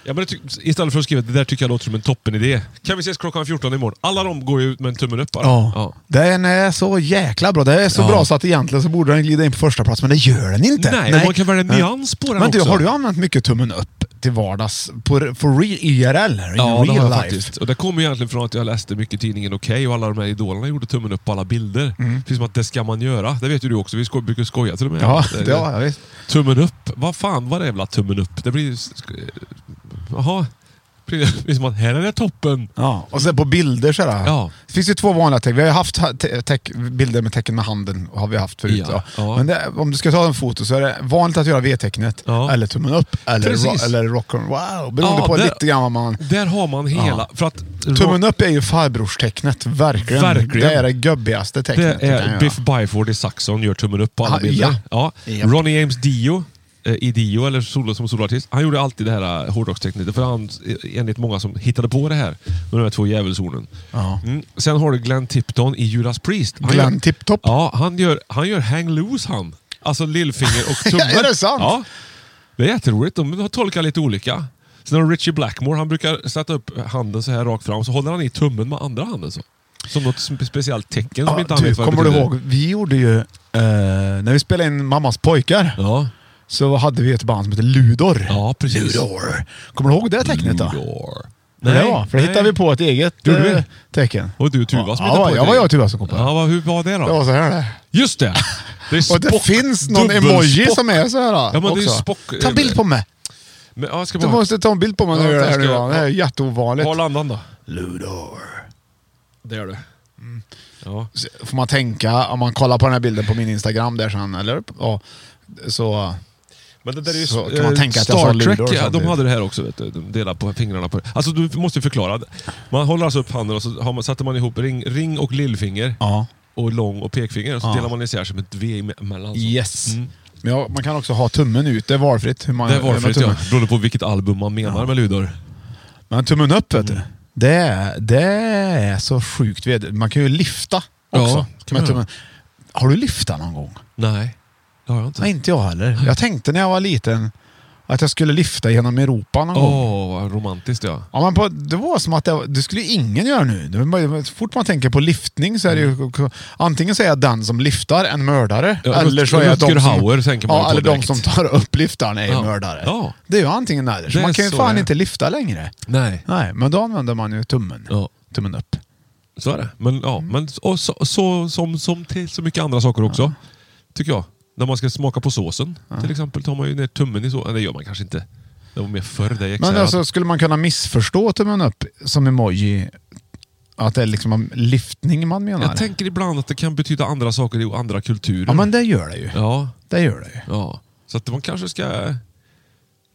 Speaker 2: Ja, men det ty- istället för att skriva det där tycker jag låter som en toppenidé. Kan vi ses klockan 14 imorgon? Alla de går ju ut med en tummen upp bara.
Speaker 1: Ja. Den är så jäkla bra. Det är så
Speaker 2: Ja.
Speaker 1: bra så att egentligen så borde den glida in på första plats men det gör den inte.
Speaker 2: Nej, och man kan välja nyans på den
Speaker 1: men du,
Speaker 2: också.
Speaker 1: Har du använt mycket tummen upp till vardags? På, re- for real, IRL? In
Speaker 2: Ja,
Speaker 1: real
Speaker 2: det har jag
Speaker 1: life?
Speaker 2: faktiskt. Och det kommer ju egentligen från att jag läste mycket tidningen Okej och alla de här idolerna gjorde tummen upp på alla bilder.
Speaker 1: Mm.
Speaker 2: Precis som att det ska man göra. Det vet ju du också. Vi sko- brukar skoja till och med.
Speaker 1: Ja,
Speaker 2: Det-
Speaker 1: det har jag visst.
Speaker 2: Tummen upp. Vad fan var det jävla tummen upp? Det blir ju... sk- Jaha. Precis precis som att här är det toppen.
Speaker 1: Ja, och sen på bilder sådär.
Speaker 2: Ja.
Speaker 1: Det finns ju två vanliga tecken. Vi har ju haft ha- te- teck- bilder med tecken med handen. har vi haft förut.
Speaker 2: Ja,
Speaker 1: Ja.
Speaker 2: ja.
Speaker 1: Men det, om du ska ta en foto så är det vanligt att göra V-tecknet.
Speaker 2: Ja.
Speaker 1: Eller tummen upp. Eller,
Speaker 2: Precis.
Speaker 1: ro- eller rock'n'roll. Wow, beroende
Speaker 2: Ja,
Speaker 1: på
Speaker 2: det-
Speaker 1: lite grann vad man...
Speaker 2: Där har man hela...
Speaker 1: Ja.
Speaker 2: För att...
Speaker 1: Tummen upp är ju farbrorstecknet. Verkligen.
Speaker 2: Verkligen.
Speaker 1: Det är det gubbigaste tecknet.
Speaker 2: Det
Speaker 1: du kan
Speaker 2: är
Speaker 1: göra.
Speaker 2: Biff Byford i Saxon gör tummen upp på alla
Speaker 1: Ah,
Speaker 2: bilder.
Speaker 1: ja. Japp.
Speaker 2: Ronnie James Dio, eh, i Dio, eller solo, som soloartist, han gjorde alltid det här eh, hårdrockstekniken. För han, eh, enligt många som hittade på det här, med de här två djävulshornen.
Speaker 1: Ja.
Speaker 2: Mm. Sen har du Glenn Tipton i Judas Priest. Han
Speaker 1: Glenn
Speaker 2: gör-
Speaker 1: Tiptop?
Speaker 2: Ja, han gör, han gör Hang Loose han. Alltså lillfinger och tumme.
Speaker 1: Är det sant?
Speaker 2: Ja. Det är jätteroligt. De har tolkat lite olika. Sen har du Richie Blackmore. Han brukar sätta upp handen så här rakt fram, så håller han i tummen med andra handen. så. Som något spe- speciellt tecken som inte
Speaker 1: Ja,
Speaker 2: han
Speaker 1: du,
Speaker 2: vet vad det
Speaker 1: kommer du
Speaker 2: betyder.
Speaker 1: ihåg? Vi gjorde ju... eh, när vi spelade in Mammas pojkar
Speaker 2: Ja.
Speaker 1: så hade vi ett band som hette Ludor.
Speaker 2: Ja, precis.
Speaker 1: Ludor. Kommer du ihåg det tecknet då?
Speaker 2: Ludor.
Speaker 1: Nej, det var, för det hittade vi på ett eget
Speaker 2: Gjorde vi?
Speaker 1: eh, tecken.
Speaker 2: Och du Tuva som
Speaker 1: ja,
Speaker 2: hittade
Speaker 1: ja,
Speaker 2: på
Speaker 1: jag
Speaker 2: det.
Speaker 1: var jag och Tuva som kom på det.
Speaker 2: Ja, vad, hur var det då?
Speaker 1: Det var så här det.
Speaker 2: Just det! Det, är
Speaker 1: Och det
Speaker 2: Spock,
Speaker 1: finns någon
Speaker 2: dubbel
Speaker 1: emoji
Speaker 2: Spock.
Speaker 1: som är så här
Speaker 2: men det är ju
Speaker 1: också.
Speaker 2: Spock- eh,
Speaker 1: Ta en bild på mig.
Speaker 2: Men, ja, jag ska
Speaker 1: Du
Speaker 2: bara...
Speaker 1: måste ta en bild på mig när
Speaker 2: Ja,
Speaker 1: du gör det här
Speaker 2: jag
Speaker 1: nu
Speaker 2: ska-
Speaker 1: Johan. Det här är jätteovanligt.
Speaker 2: Var landade han då?
Speaker 1: Ludor.
Speaker 2: Det gör du. Ja.
Speaker 1: Så Får man tänka, om man kollar på den här bilden på min Instagram där sen, eller? Ja, så...
Speaker 2: Men det där är ju
Speaker 1: Så
Speaker 2: eh,
Speaker 1: kan man tänka att jag sa
Speaker 2: Star
Speaker 1: luder
Speaker 2: Trek, ja, de
Speaker 1: samtidigt.
Speaker 2: hade det här också. Vet du. De delade på fingrarna på det. Alltså, du måste ju förklara. Man håller alltså upp handen och så har man, sätter man ihop ring, ring och lillfinger. Och lång och pekfinger. Och så
Speaker 1: Ja.
Speaker 2: delar man isär som ett V emellan. alltså. så.
Speaker 1: Yes. Men ja, man kan också ha tummen ut. Det är valfritt. Hur man,
Speaker 2: Mm. Det är
Speaker 1: hur man
Speaker 2: valfritt ja.
Speaker 1: tummar.
Speaker 2: Beroende på vilket album man menar med ludor.
Speaker 1: Men tummen upp, vet
Speaker 2: Mm.
Speaker 1: du. Det, är- det är så sjukt. ved- Man kan ju lyfta också.
Speaker 2: Ja, kan man göra.
Speaker 1: med
Speaker 2: Mm.
Speaker 1: tummen. Har du lyftat någon gång?
Speaker 2: Nej, det har jag inte.
Speaker 1: Nej, inte jag heller. Jag tänkte när jag var liten att jag skulle lyfta genom Europa någon
Speaker 2: Åh,
Speaker 1: gång.
Speaker 2: vad romantiskt ja.
Speaker 1: Ja, men på, det var som att det, var- det skulle ju ingen göra nu. Det var bara, så fort man tänker på lyftning så är det ju... Antingen så är jag den som lyftar en mördare.
Speaker 2: Ja,
Speaker 1: eller så är jag
Speaker 2: Rutger
Speaker 1: de som,
Speaker 2: Hauer tänker man ju
Speaker 1: ja,
Speaker 2: på
Speaker 1: eller de
Speaker 2: direkt.
Speaker 1: som tar upp lyftaren är ju
Speaker 2: Ja.
Speaker 1: mördare.
Speaker 2: Ja.
Speaker 1: Det är ju antingen eller. Så
Speaker 2: Det är
Speaker 1: man kan ju
Speaker 2: så
Speaker 1: fan
Speaker 2: det är.
Speaker 1: inte lyfta längre.
Speaker 2: Nej,
Speaker 1: Nej, men då använder man ju tummen. Tummen upp.
Speaker 2: så är det. Men, ja,
Speaker 1: Mm.
Speaker 2: men, och så, så, som, som till så mycket andra saker också. Tycker jag. När man ska smaka på såsen till exempel tar man ju ner tummen i såsen. Det gör man kanske inte. Det var mer förr det gick
Speaker 1: Men
Speaker 2: isär.
Speaker 1: alltså, skulle man kunna missförstå tummen upp som emoji? Att det är liksom en lyftning man menar?
Speaker 2: Jag tänker ibland att det kan betyda andra saker i andra kulturer.
Speaker 1: ja, men det gör det ju.
Speaker 2: ja.
Speaker 1: Det gör det ju.
Speaker 2: ja. Så att man kanske ska...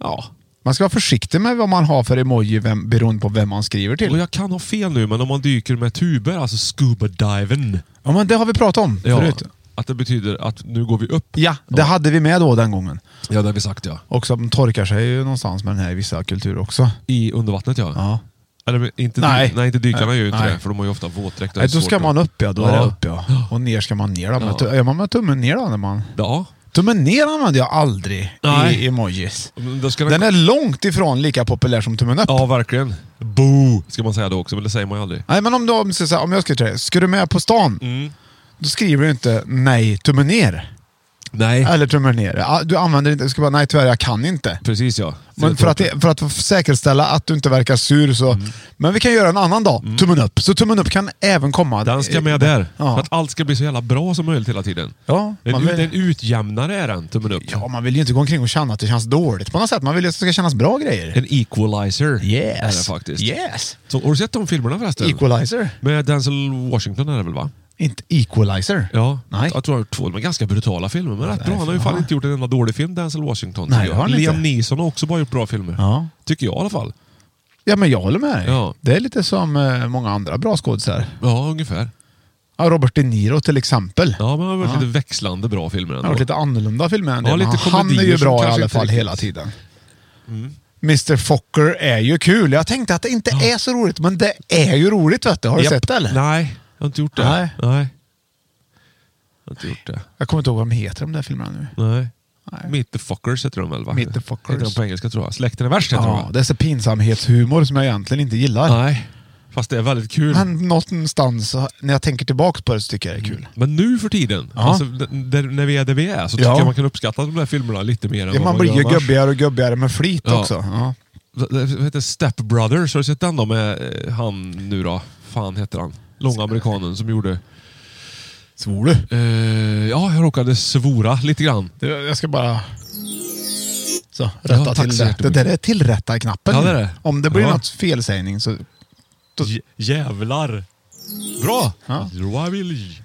Speaker 2: Ja.
Speaker 1: Man ska vara försiktig med vad man har för emoji vem, beroende på vem man skriver till.
Speaker 2: Och jag kan ha fel nu, men om man dyker med tuber, alltså scuba diven.
Speaker 1: Ja, men det har vi pratat om förut.
Speaker 2: Att det betyder att nu går vi upp.
Speaker 1: Ja, det hade vi med då den gången.
Speaker 2: Ja, det har vi sagt ja.
Speaker 1: Och som torkar sig ju någonstans med den här i vissa kulturer också.
Speaker 2: I undervattnet ja.
Speaker 1: Ja.
Speaker 2: Eller inte,
Speaker 1: Nej.
Speaker 2: nej. nej, inte dykarna
Speaker 1: Nej.
Speaker 2: gör ju inte
Speaker 1: Nej.
Speaker 2: det, för de har ju ofta våtdräkt. Det är
Speaker 1: Nej, då
Speaker 2: svårt
Speaker 1: ska
Speaker 2: nu.
Speaker 1: man upp ja, då är
Speaker 2: Ja.
Speaker 1: det upp ja. Och ner ska man ner då.
Speaker 2: Ja.
Speaker 1: Ja. Är man med tummen ner då? När man...
Speaker 2: Ja.
Speaker 1: Tummen ner använder jag aldrig
Speaker 2: Nej.
Speaker 1: i emojis.
Speaker 2: Men Då ska den...
Speaker 1: Den är långt ifrån lika populär som tummen upp.
Speaker 2: Ja, verkligen. Boo! Ska man säga då också, men det säger man ju aldrig.
Speaker 1: Nej, men om, du, om, så, så här, om jag skulle till dig, ska du med på stan?
Speaker 2: Mm.
Speaker 1: Då skriver du inte nej, tummen ner.
Speaker 2: Nej.
Speaker 1: Eller tummen ner. Ja, Du använder inte, du ska bara nej tyvärr, jag kan inte.
Speaker 2: Precis ja.
Speaker 1: Men för att, det- för att säkerställa att du inte verkar sur så...
Speaker 2: Mm.
Speaker 1: Men vi kan göra en annan dag. Tummen upp. Så tummen upp kan även komma...
Speaker 2: Den ska Mm. med där.
Speaker 1: Ja.
Speaker 2: För att allt ska bli så jävla bra som möjligt hela tiden.
Speaker 1: Ja,
Speaker 2: En,
Speaker 1: man
Speaker 2: ut,
Speaker 1: vill,
Speaker 2: en utjämnare är den, tummen upp.
Speaker 1: ja, man vill ju inte gå omkring och känna att det känns dåligt på något sätt. Man vill ju att det ska kännas bra grejer.
Speaker 2: En equalizer är det
Speaker 1: Yes.
Speaker 2: faktiskt.
Speaker 1: Yes.
Speaker 2: Så, har du sett de filmerna förresten?
Speaker 1: Equalizer.
Speaker 2: Med Denzel Washington är det väl va?
Speaker 1: Inte equalizer.
Speaker 2: Ja,
Speaker 1: Nej.
Speaker 2: jag tror han har gjort två men ganska brutala filmer. Men rätt bra. Han har ju fan
Speaker 1: fan.
Speaker 2: inte gjort en enda dålig film, Denzel Washington.
Speaker 1: Nej,
Speaker 2: tycker jag.
Speaker 1: har han inte.
Speaker 2: Liam Neeson har också bara gjort bra filmer.
Speaker 1: Ja.
Speaker 2: Tycker jag i alla fall.
Speaker 1: Ja, men jag håller med dig.
Speaker 2: Ja.
Speaker 1: Det är lite som eh, många andra bra skådisar.
Speaker 2: Ja, ungefär.
Speaker 1: Ja, Robert De Niro till exempel.
Speaker 2: Ja, men han har varit
Speaker 1: Ja.
Speaker 2: lite växlande bra filmer
Speaker 1: Han har
Speaker 2: ändå.
Speaker 1: varit lite annorlunda filmer än
Speaker 2: Ja,
Speaker 1: det, men
Speaker 2: lite
Speaker 1: han är
Speaker 2: komedier
Speaker 1: ju
Speaker 2: som
Speaker 1: bra i
Speaker 2: kanske
Speaker 1: alla
Speaker 2: inte
Speaker 1: fall
Speaker 2: riktigt- Mm.
Speaker 1: hela tiden. Mr Focker är ju kul. Jag tänkte att det inte är så roligt, men det är ju roligt vet du. Har du
Speaker 2: Japp.
Speaker 1: sett det eller?
Speaker 2: Nej, jag har inte gjort det.
Speaker 1: Nej.
Speaker 2: Nej. Jag har inte gjort det.
Speaker 1: Jag kommer inte ihåg vad de heter de där filmerna nu.
Speaker 2: Nej.
Speaker 1: Nej.
Speaker 2: Meet the fuckers heter de väl? Va?
Speaker 1: Meet the Fuckers.
Speaker 2: Heter de på engelska tror jag. Släkten är värst heter de
Speaker 1: Ja,
Speaker 2: va?
Speaker 1: det är så pinsamhetshumor som jag egentligen inte gillar.
Speaker 2: Nej, fast det är väldigt kul.
Speaker 1: Men någonstans, så- när jag tänker tillbaka på det så tycker jag det är kul.
Speaker 2: Men nu för tiden,
Speaker 1: Ja.
Speaker 2: alltså, d- där, när vi är där vi är, så tycker
Speaker 1: Ja.
Speaker 2: jag man kan uppskatta de där filmerna lite mer än
Speaker 1: Ja,
Speaker 2: vad
Speaker 1: man blir ju
Speaker 2: gör annars.
Speaker 1: gubbigare och gubbigare med flit
Speaker 2: Ja.
Speaker 1: också. Ja.
Speaker 2: Det- Det heter Step Brothers. Har du sett den då med eh, han nu då? Fan heter han? Långa amerikanen som gjorde...
Speaker 1: Svor du?
Speaker 2: Eh, ja, jag råkade svora lite grann.
Speaker 1: Du, Jag ska bara... Så, rätta
Speaker 2: tack
Speaker 1: till
Speaker 2: så
Speaker 1: det. Det
Speaker 2: jättemycket.
Speaker 1: där är tillrätta-knappen.
Speaker 2: Ja, det är det.
Speaker 1: Om det blir
Speaker 2: Ja.
Speaker 1: något felsägning så...
Speaker 2: J- jävlar! Bra!
Speaker 1: Ja.
Speaker 2: Jag vill-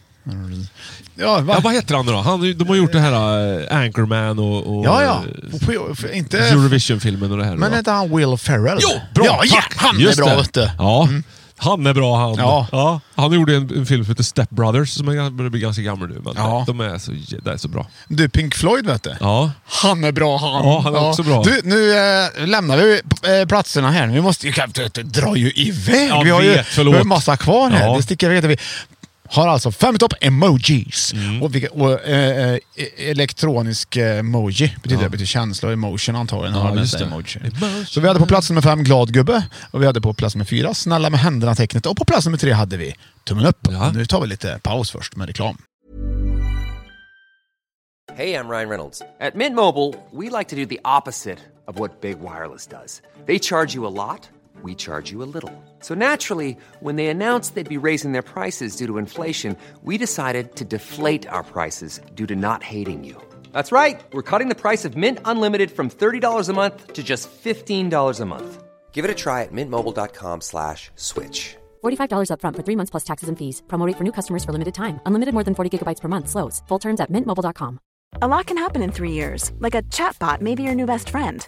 Speaker 1: Ja, va?
Speaker 2: Ja, vad heter han nu då? Han, de har gjort det här eh, Anchorman och, och
Speaker 1: ja, ja.
Speaker 2: eh,
Speaker 1: F- f- f- Inte...
Speaker 2: Eurovision-filmen och det här.
Speaker 1: Men
Speaker 2: då.
Speaker 1: heter han Will Ferrell?
Speaker 2: Jo, bra!
Speaker 1: Ja, ja
Speaker 2: tack!
Speaker 1: han
Speaker 2: Just
Speaker 1: är
Speaker 2: det.
Speaker 1: bra vet du. Mm.
Speaker 2: Ja. Han är bra han.
Speaker 1: Ja.
Speaker 2: han gjorde en, en film som heter Step Brothers som är gan- börjar bli ganska gammal nu. Men
Speaker 1: Ja.
Speaker 2: de är så, jä- det är så bra.
Speaker 1: Du, Pink Floyd vet du.
Speaker 2: Ja.
Speaker 1: Han är bra han.
Speaker 2: Ja, han är också bra.
Speaker 1: Du, nu eh, lämnar vi eh, platserna här. Vi måste ju... Det drar ju iväg.
Speaker 2: Jag
Speaker 1: vi har ju
Speaker 2: vet, förlåt.
Speaker 1: vi har en massa kvar här.
Speaker 2: Ja.
Speaker 1: Det sticker iväg. Vi har alltså fem i topp emojis.
Speaker 2: Mm.
Speaker 1: Och, vilka, och eh, eh, elektronisk eh, emoji betyder,
Speaker 2: Ja.
Speaker 1: det betyder känsla och emotion antagligen.
Speaker 2: Ja,
Speaker 1: har de
Speaker 2: just
Speaker 1: detta
Speaker 2: det.
Speaker 1: emoji.
Speaker 2: Emotion.
Speaker 1: Så vi hade på plats nummer fem glad gubbe. Och vi hade på plats nummer fyra snälla med händerna-tecknet. Och på plats nummer tre hade vi tummen upp.
Speaker 2: Ja.
Speaker 1: Nu tar vi lite paus först med reklam.
Speaker 7: Hey, I'm Ryan Reynolds. At Mint Mobile, we like to do the opposite of what Big Wireless does. They charge you a lot, we charge you a little. So naturally, when they announced they'd be raising their prices due to inflation, we decided to deflate our prices due to not hating you. That's right. We're cutting the price of Mint Unlimited from $30 a month to just $15 a month. Give it a try at mintmobile.com slash switch.
Speaker 8: $45 upfront for three months plus taxes and fees. Promo rate for new customers for limited time. Unlimited more than 40 gigabytes per month. Slows. Full terms at mintmobile.com.
Speaker 9: A lot can happen in three years, like a chatbot may be your new best friend.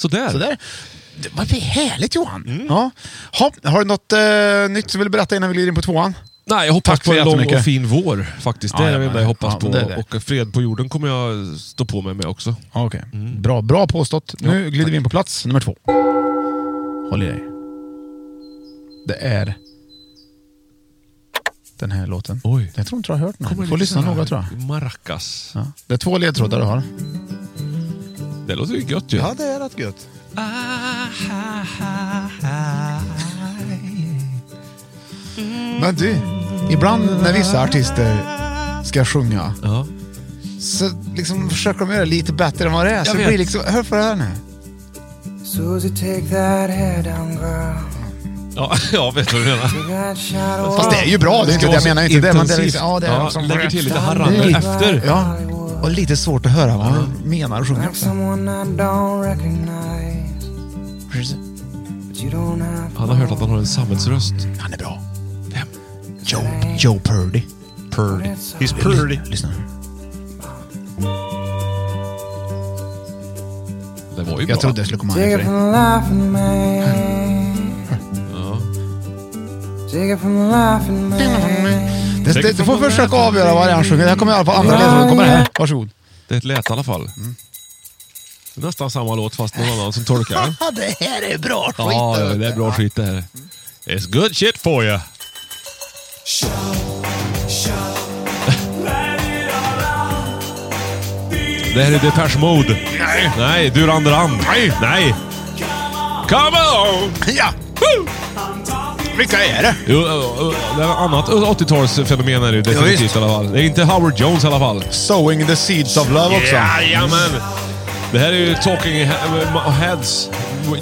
Speaker 2: Sådär.
Speaker 1: Sådär. Det var väl härligt Johan. Ja. Ha, har du något eh, nytt du vill berätta innan vi glider in på tvåan?
Speaker 2: Nej, jag hoppas
Speaker 1: Tack så
Speaker 2: på en lång
Speaker 1: jättemycket.
Speaker 2: och fin vår faktiskt.
Speaker 1: Ja,
Speaker 2: det är
Speaker 1: ja,
Speaker 2: det
Speaker 1: men-
Speaker 2: jag hoppas
Speaker 1: ja,
Speaker 2: på.
Speaker 1: men det är det.
Speaker 2: Och eh, fred på jorden kommer jag stå på mig med också.
Speaker 1: Okej. Bra, bra påstått. Nu glider vi in på plats nummer två. Håll i dig. Det är den här låten. Oj. Jag tror inte du har hört den. Du får lyssna noga tror jag.
Speaker 2: Maracas.
Speaker 1: Det är två ledtrådar du har.
Speaker 2: Det låter ju gött ju.
Speaker 1: Ja, det är rätt gött. Men du, ibland när vissa artister ska sjunga så liksom försöker de göra det lite bättre än vad det är. Så
Speaker 10: Jag
Speaker 1: det
Speaker 10: vet.
Speaker 1: blir liksom, hör på det här nu.
Speaker 10: Susie, take that head down, girl.
Speaker 2: Ja, jag vet vad du menar.
Speaker 10: You got shadow
Speaker 1: Fast det är ju bra, det är inte, jag menar inte det. Men det är liksom, ja, det är liksom- Det är lite- Ja, och lite svårt att höra vad han menar och sjunger.
Speaker 10: Like someone I don't recognize. But you don't have
Speaker 2: Han har hört att han har en samhällsröst.
Speaker 1: Han är bra. Joe, Joe Purdy. Purdy.
Speaker 2: He's Purdy.
Speaker 1: Lyssna.
Speaker 2: Det var ju bra.
Speaker 1: Jag trodde det skulle komma
Speaker 10: Take it from the laughing man.
Speaker 2: Ja.
Speaker 10: Take it from the laughing man.
Speaker 1: Det, det, du får försöka avgöra vad det är han sjunger. Det här kommer i alla fall andra ledtråden. Kommer här. Varsågod.
Speaker 2: Det är ett lät i alla fall.
Speaker 1: Mm.
Speaker 2: Det är nästan samma låt fast någon annan som tolkar den.
Speaker 1: Ja, det här är bra skit. alltså.
Speaker 2: Ja, det är bra skit det här. It's good shit for you. Det här är Depeche Mode. Nej. Nej, Duran Duran. Nej. Nej. Come on!
Speaker 1: Ja. Vilka är det?
Speaker 2: Jo, ö, ö, det är ett annat 80-talsfenomen är det ju definitivt
Speaker 1: visst.
Speaker 2: i alla fall. Det är inte Howard Jones i alla fall.
Speaker 1: Sowing the seeds of love också.
Speaker 2: Jajamän! Det här är ju Talking He- Heads,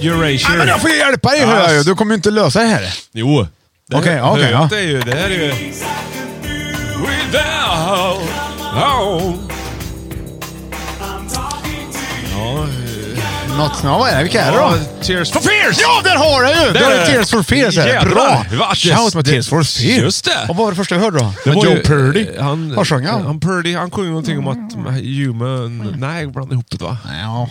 Speaker 2: Erasure.
Speaker 1: Nej, men jag får ju hjälpa dig hör jag ju. Du kommer ju inte lösa det här.
Speaker 2: Jo. Det här-
Speaker 1: Okej, okej,
Speaker 2: hör jag
Speaker 1: ja.
Speaker 2: att Det är ju... Det här är ju... Without... Oh. Ja,
Speaker 1: Något, ja, vad är det? Vilka är det då?
Speaker 2: Tears for Fears!
Speaker 1: Ja, där har jag ju!
Speaker 2: Där
Speaker 1: Där har
Speaker 2: är
Speaker 1: du
Speaker 2: det.
Speaker 1: Tears for Fears här.
Speaker 2: Jävlar.
Speaker 1: Bra!
Speaker 2: Va,
Speaker 1: Shout
Speaker 2: det-
Speaker 1: med Tears for Fears.
Speaker 2: just det.
Speaker 1: Och vad var det första vi hörde då?
Speaker 2: Det
Speaker 1: Med
Speaker 2: var
Speaker 1: Joe
Speaker 2: ju-
Speaker 1: Purdy.
Speaker 2: Han,
Speaker 1: Vad sjöng han?
Speaker 2: Han Purdy, han sjöng någonting om att human... Nej, jag blandade ihop det va?
Speaker 1: Ja.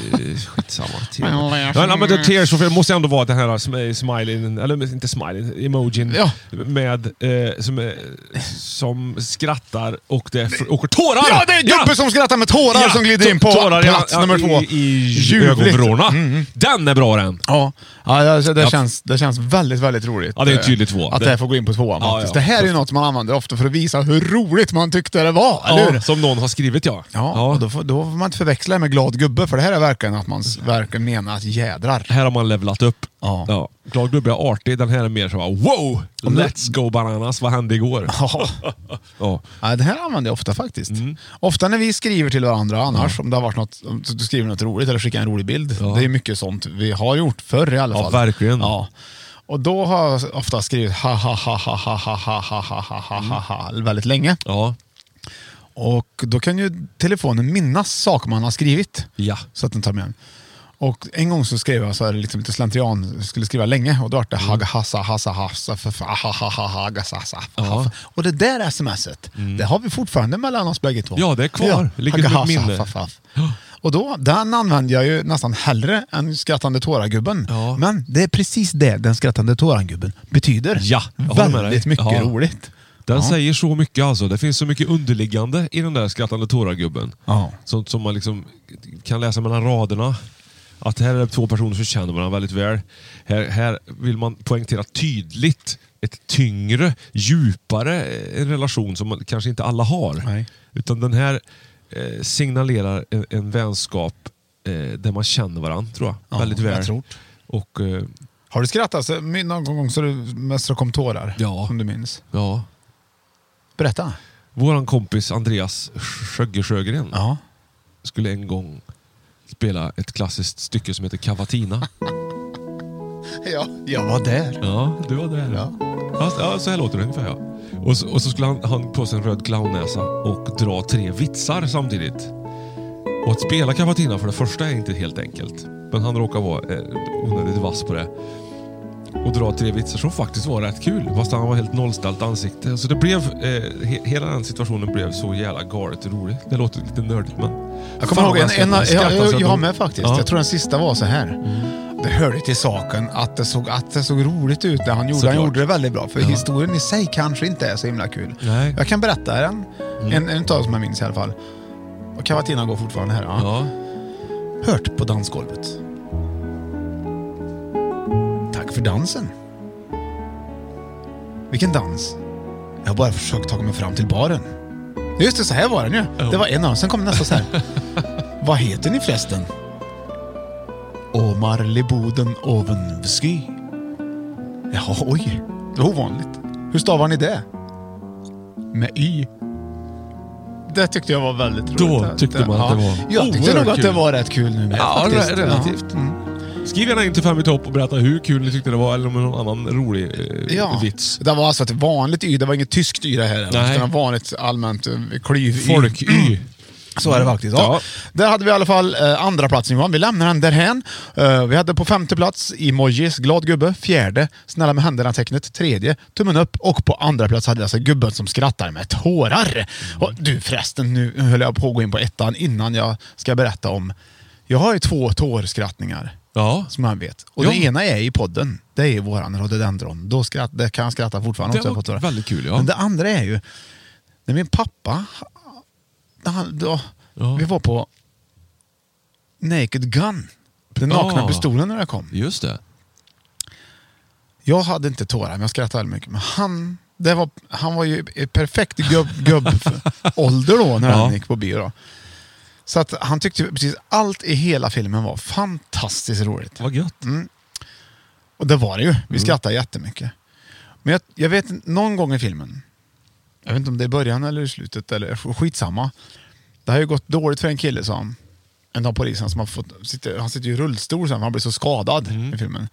Speaker 2: Skitsamma.
Speaker 1: Men
Speaker 2: Ja,
Speaker 1: läs-
Speaker 2: nej, men det Tears for Fears måste ändå vara den här sm- smileyn, eller inte smileyn, emojin. Med, eh, som, eh, som skrattar och det fr- åker tårar!
Speaker 1: Ja, det är en gubbe som skrattar med tårar som glider in på
Speaker 2: tårar, ja,
Speaker 1: plats
Speaker 2: ja,
Speaker 1: nummer två.
Speaker 2: I, i
Speaker 1: Ljuvligt. Mm,
Speaker 2: ögonvrårna. Den är bra den.
Speaker 1: Ja, ja det- det,
Speaker 2: Ja.
Speaker 1: Känns, det känns väldigt, väldigt roligt.
Speaker 2: Ja, det är en
Speaker 1: eh,
Speaker 2: tydlig tvåa.
Speaker 1: Att det här får gå in på tvåan
Speaker 2: Ja,
Speaker 1: faktiskt.
Speaker 2: ja.
Speaker 1: Det här är ju något man använder ofta för att visa hur roligt man tyckte det var, eller hur?
Speaker 2: Ja, som någon har skrivit ja.
Speaker 1: Ja, Och då, får, då får man inte förväxla det med glad gubbe, för det här är verkligen att man s- verkligen menar att jädrar.
Speaker 2: Här har man levlat upp.
Speaker 1: Ja.
Speaker 2: Ja. Glad gubbe är artig. Den här är mer så här, wow! Let's go bananas. Vad hände igår?
Speaker 1: Ja.
Speaker 2: ja.
Speaker 1: Ja, det här använder jag ofta faktiskt.
Speaker 2: Mm.
Speaker 1: Ofta när vi skriver till varandra annars, om det har varit något, om du skriver något roligt eller skickar en rolig bild. Det är mycket sånt vi har gjort förr i alla
Speaker 2: Ja,
Speaker 1: fall.
Speaker 2: verkligen.
Speaker 1: Ja. Och då har jag ofta skrivit ha ha ha ha ha ha ha ha ha ha ha ha ha väldigt länge.
Speaker 2: Ja.
Speaker 1: Och då kan ju telefonen minnas saker man har skrivit.
Speaker 2: Ja.
Speaker 1: Så att den tar med den. Och en gång så skrev jag så här liksom lite slentrian, jag skulle skriva länge och då vart det
Speaker 2: Mm.
Speaker 1: hagga hassa hassa hassa fa- fa- ha ha ha hagga sassa fa- ha- fa. Och det där smset, det har vi fortfarande mellan oss bägge två.
Speaker 2: Mm. Ja, det är kvar. Ligger
Speaker 1: Hagga
Speaker 2: i mitt
Speaker 1: hassa
Speaker 2: minne.
Speaker 1: fa- fa- fa. Och då, den använder jag ju nästan hellre än skrattande tåragubben. Men det är precis det den skrattande tåragubben betyder.
Speaker 2: Ja, jag håller med dig.
Speaker 1: Väldigt mycket
Speaker 2: Ja.
Speaker 1: roligt.
Speaker 2: Den
Speaker 1: Ja.
Speaker 2: säger så mycket alltså. Det finns så mycket underliggande i den där skrattande tåragubben.
Speaker 1: Ja.
Speaker 2: Sånt som man liksom kan läsa mellan raderna. Att här är det två personer som känner varandra väldigt väl. Här, här vill man poängtera tydligt ett tyngre, djupare eh, en relation som man kanske inte alla har. Utan den här eh, signalerar en, en vänskap eh, där man känner varandra, tror jag.
Speaker 1: Ja,
Speaker 2: Väldigt väl.
Speaker 1: jag tror det.
Speaker 2: Och, eh,
Speaker 1: Har du skrattat så, någon gång så du mest kom tårar? Ja. Om du minns?
Speaker 2: Ja.
Speaker 1: Berätta.
Speaker 2: Vår kompis Andreas Sjögge Sjögren skulle en gång spela ett klassiskt stycke som heter Cavatina.
Speaker 1: Ja, jag var där.
Speaker 2: Ja, du var där. Ja. Ja, så här låter det ungefär ja. Och så, och så skulle han, han på sig en röd clownnäsa och dra tre vitsar samtidigt. Och att spela Cavatina för det första är inte helt enkelt. Men han råkar vara eh, onödigt vass på det. Och dra tre vitsar som faktiskt var rätt kul. Fast han var helt nollställt ansikte. Så det blev... Eh, he, hela den situationen blev så jävla galet rolig. Det låter lite nördigt men...
Speaker 1: Jag kommer
Speaker 2: Fan,
Speaker 1: ihåg
Speaker 2: vad
Speaker 1: en,
Speaker 2: skrattar-
Speaker 1: en, jag,
Speaker 2: skrattar
Speaker 1: jag,
Speaker 2: så
Speaker 1: jag,
Speaker 2: att
Speaker 1: jag har
Speaker 2: de-
Speaker 1: med faktiskt.
Speaker 2: Ja.
Speaker 1: Jag tror den sista var så här. Det hörde till saken att det såg, att det såg roligt ut när han gjorde Han
Speaker 2: Såklart.
Speaker 1: gjorde det väldigt bra. För
Speaker 2: Ja.
Speaker 1: historien i sig kanske inte är så himla kul.
Speaker 2: Nej. Mm.
Speaker 1: Jag kan berätta den. En, en utav som jag minns i alla fall. Och Cavatina går fortfarande här. Ja. Hört på dansgolvet. Tack för dansen. Vilken dans? Jag har bara försökt ta mig fram till baren. Just det, så här var den ju. Det var en av dem. Sen kom nästa så här. Vad heter ni förresten? Omar Leboden Ovensky. Jaha, oj. Det var ovanligt. Hur stavar ni det? Med Y. Det tyckte jag var väldigt roligt.
Speaker 2: Då tyckte man att det var
Speaker 1: Jag tyckte
Speaker 2: oerhört
Speaker 1: nog att det
Speaker 2: kul.
Speaker 1: var rätt kul nu med
Speaker 2: Ja,
Speaker 1: faktiskt.
Speaker 2: re- relativt. Skriv gärna in till Fem i topp och berätta hur kul ni tyckte det var eller om någon annan rolig eh,
Speaker 1: Ja.
Speaker 2: vits.
Speaker 1: Det var alltså ett vanligt Y, det var inget tyskt Y det här. Utan
Speaker 2: Nej.
Speaker 1: det var vanligt allmänt eh, klyv Mm.
Speaker 2: Folk-Y.
Speaker 1: Så är det faktiskt. Ja.
Speaker 2: Ja.
Speaker 1: Där hade vi i alla fall eh, andra platsen Johan. Vi lämnar den därhän. Eh, vi hade på femte plats emojis, glad gubbe. Fjärde, snälla med händerna-tecknet. Tredje, tummen upp. Och på andra plats hade vi alltså gubben som skrattar med tårar. Och du förresten, nu höll jag på att gå in på ettan innan jag ska berätta om... Jag har ju två tårskrattningar.
Speaker 2: Ja.
Speaker 1: Som man vet. Och
Speaker 2: Ja.
Speaker 1: det ena är i podden. Det är våran rhododendron. Då skratt, det kan jag skratta fortfarande
Speaker 2: Det
Speaker 1: åt. jag
Speaker 2: var
Speaker 1: får tårar.
Speaker 2: väldigt kul, ja.
Speaker 1: Men det andra är ju... När min pappa... när Han, då, Vi var på Naked Gun. Den nakna
Speaker 2: Ja.
Speaker 1: pistolen när det kom.
Speaker 2: Just det.
Speaker 1: Jag hade inte tårar, men jag skrattade väldigt mycket. Men han, det var, han var ju i perfekt gubb- gubb-ålder då när han
Speaker 2: Ja.
Speaker 1: gick på bio. Då. Så att han tyckte precis allt i hela filmen var fantastiskt roligt.
Speaker 2: Vad gött.
Speaker 1: Mm. Och det var det ju. Vi skrattade jättemycket. Men jag, jag vet någon gång i filmen, jag vet inte om det är i början eller i slutet, eller skitsamma. Det har ju gått dåligt för en kille som en av polisen som har fått, sitter, han sitter ju i rullstol sen för han blir så skadad i filmen.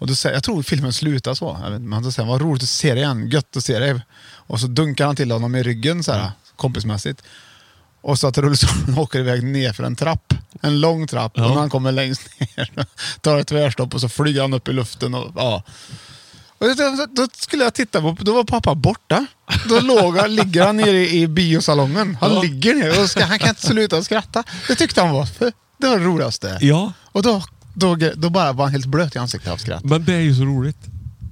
Speaker 1: Och då säger, jag tror filmen slutar så. Jag vet, inte, men då säger han, vad roligt att se dig igen, gött att se dig. Och så dunkar han till honom i ryggen så här, kompismässigt. Och så att rullstolen åker iväg ner för en trapp. En lång trapp. Och när han kommer längst ner tar ett tvärstopp och så flyger han upp i luften. Och, ja. och då, då skulle jag titta på, då var pappa borta. Då låg han, ligger han nere i biosalongen. Han
Speaker 2: Ja.
Speaker 1: ligger ner och ska, han kan inte sluta skratta. Det tyckte han var, för- det var det roligaste.
Speaker 2: Ja.
Speaker 1: Och då, då, då bara var han helt blöt i ansiktet av skratt.
Speaker 2: Men det är ju så roligt.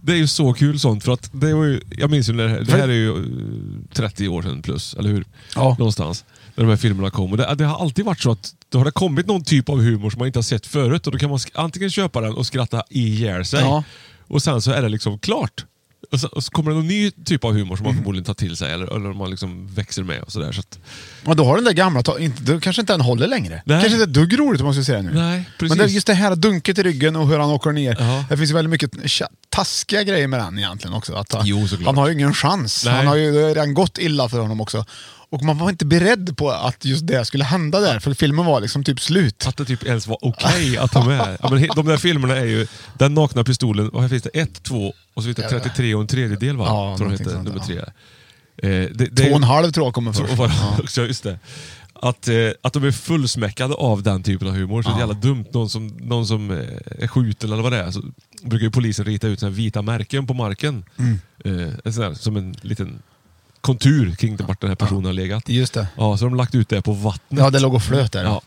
Speaker 2: Det är ju så kul sånt. För att det var ju, jag minns ju när det här, det här är ju eh, 30 år sedan plus, eller hur? Ja. Någonstans. När de här filmerna kom. Och det, det har alltid varit så att då har det kommit någon typ av humor som man inte har sett förut. Och då kan man sk- antingen köpa den och skratta ihjäl sig.
Speaker 1: Ja.
Speaker 2: Och sen så är det liksom klart. Och så, och så kommer det någon ny typ av humor som man förmodligen tar till sig. Eller, eller man liksom växer med och sådär. Så att,
Speaker 1: Och då har den där gamla, ta- inte, då kanske inte den håller längre.
Speaker 2: Nej.
Speaker 1: Kanske inte ett dugg roligt om man skulle säga nu.
Speaker 2: Nej,
Speaker 1: Men
Speaker 2: precis.
Speaker 1: det är just det här dunket i ryggen och hur han åker ner. Det finns ju väldigt mycket tja- taskiga grejer med den egentligen också. Att han,
Speaker 2: Jo, såklart.
Speaker 1: han har ju ingen chans.
Speaker 2: Nej.
Speaker 1: Han har ju det har redan gått illa för honom också. Och man var inte beredd på att just det skulle hända där, för filmen var liksom typ slut.
Speaker 2: Att det typ ens var okej att de är. Ja, men he- de där filmerna är ju Den nakna pistolen, och här finns det ett, två och så finns det 33 och en tredjedel va?
Speaker 1: Ja,
Speaker 2: tror jag
Speaker 1: någonting
Speaker 2: heter,
Speaker 1: sånt,
Speaker 2: nummer
Speaker 1: ja.
Speaker 2: tre. Eh, det,
Speaker 1: Två och en halv tror jag kommer först.
Speaker 2: Två och en halv
Speaker 1: Ja.
Speaker 2: också, just det. Att, eh, att de är fullsmäckade av den typen av humor. Så det är jävla dumt. Någon som, någon som eh, är skjuten eller vad det är, så brukar ju polisen rita ut såna här vita märken på marken.
Speaker 1: Mm.
Speaker 2: Eh, en sån här, som en liten kontur kring vart den här personen har legat.
Speaker 1: Just det.
Speaker 2: Ja, så har de lagt ut det på vattnet.
Speaker 1: Ja, det låg och flöt där.
Speaker 2: Ja.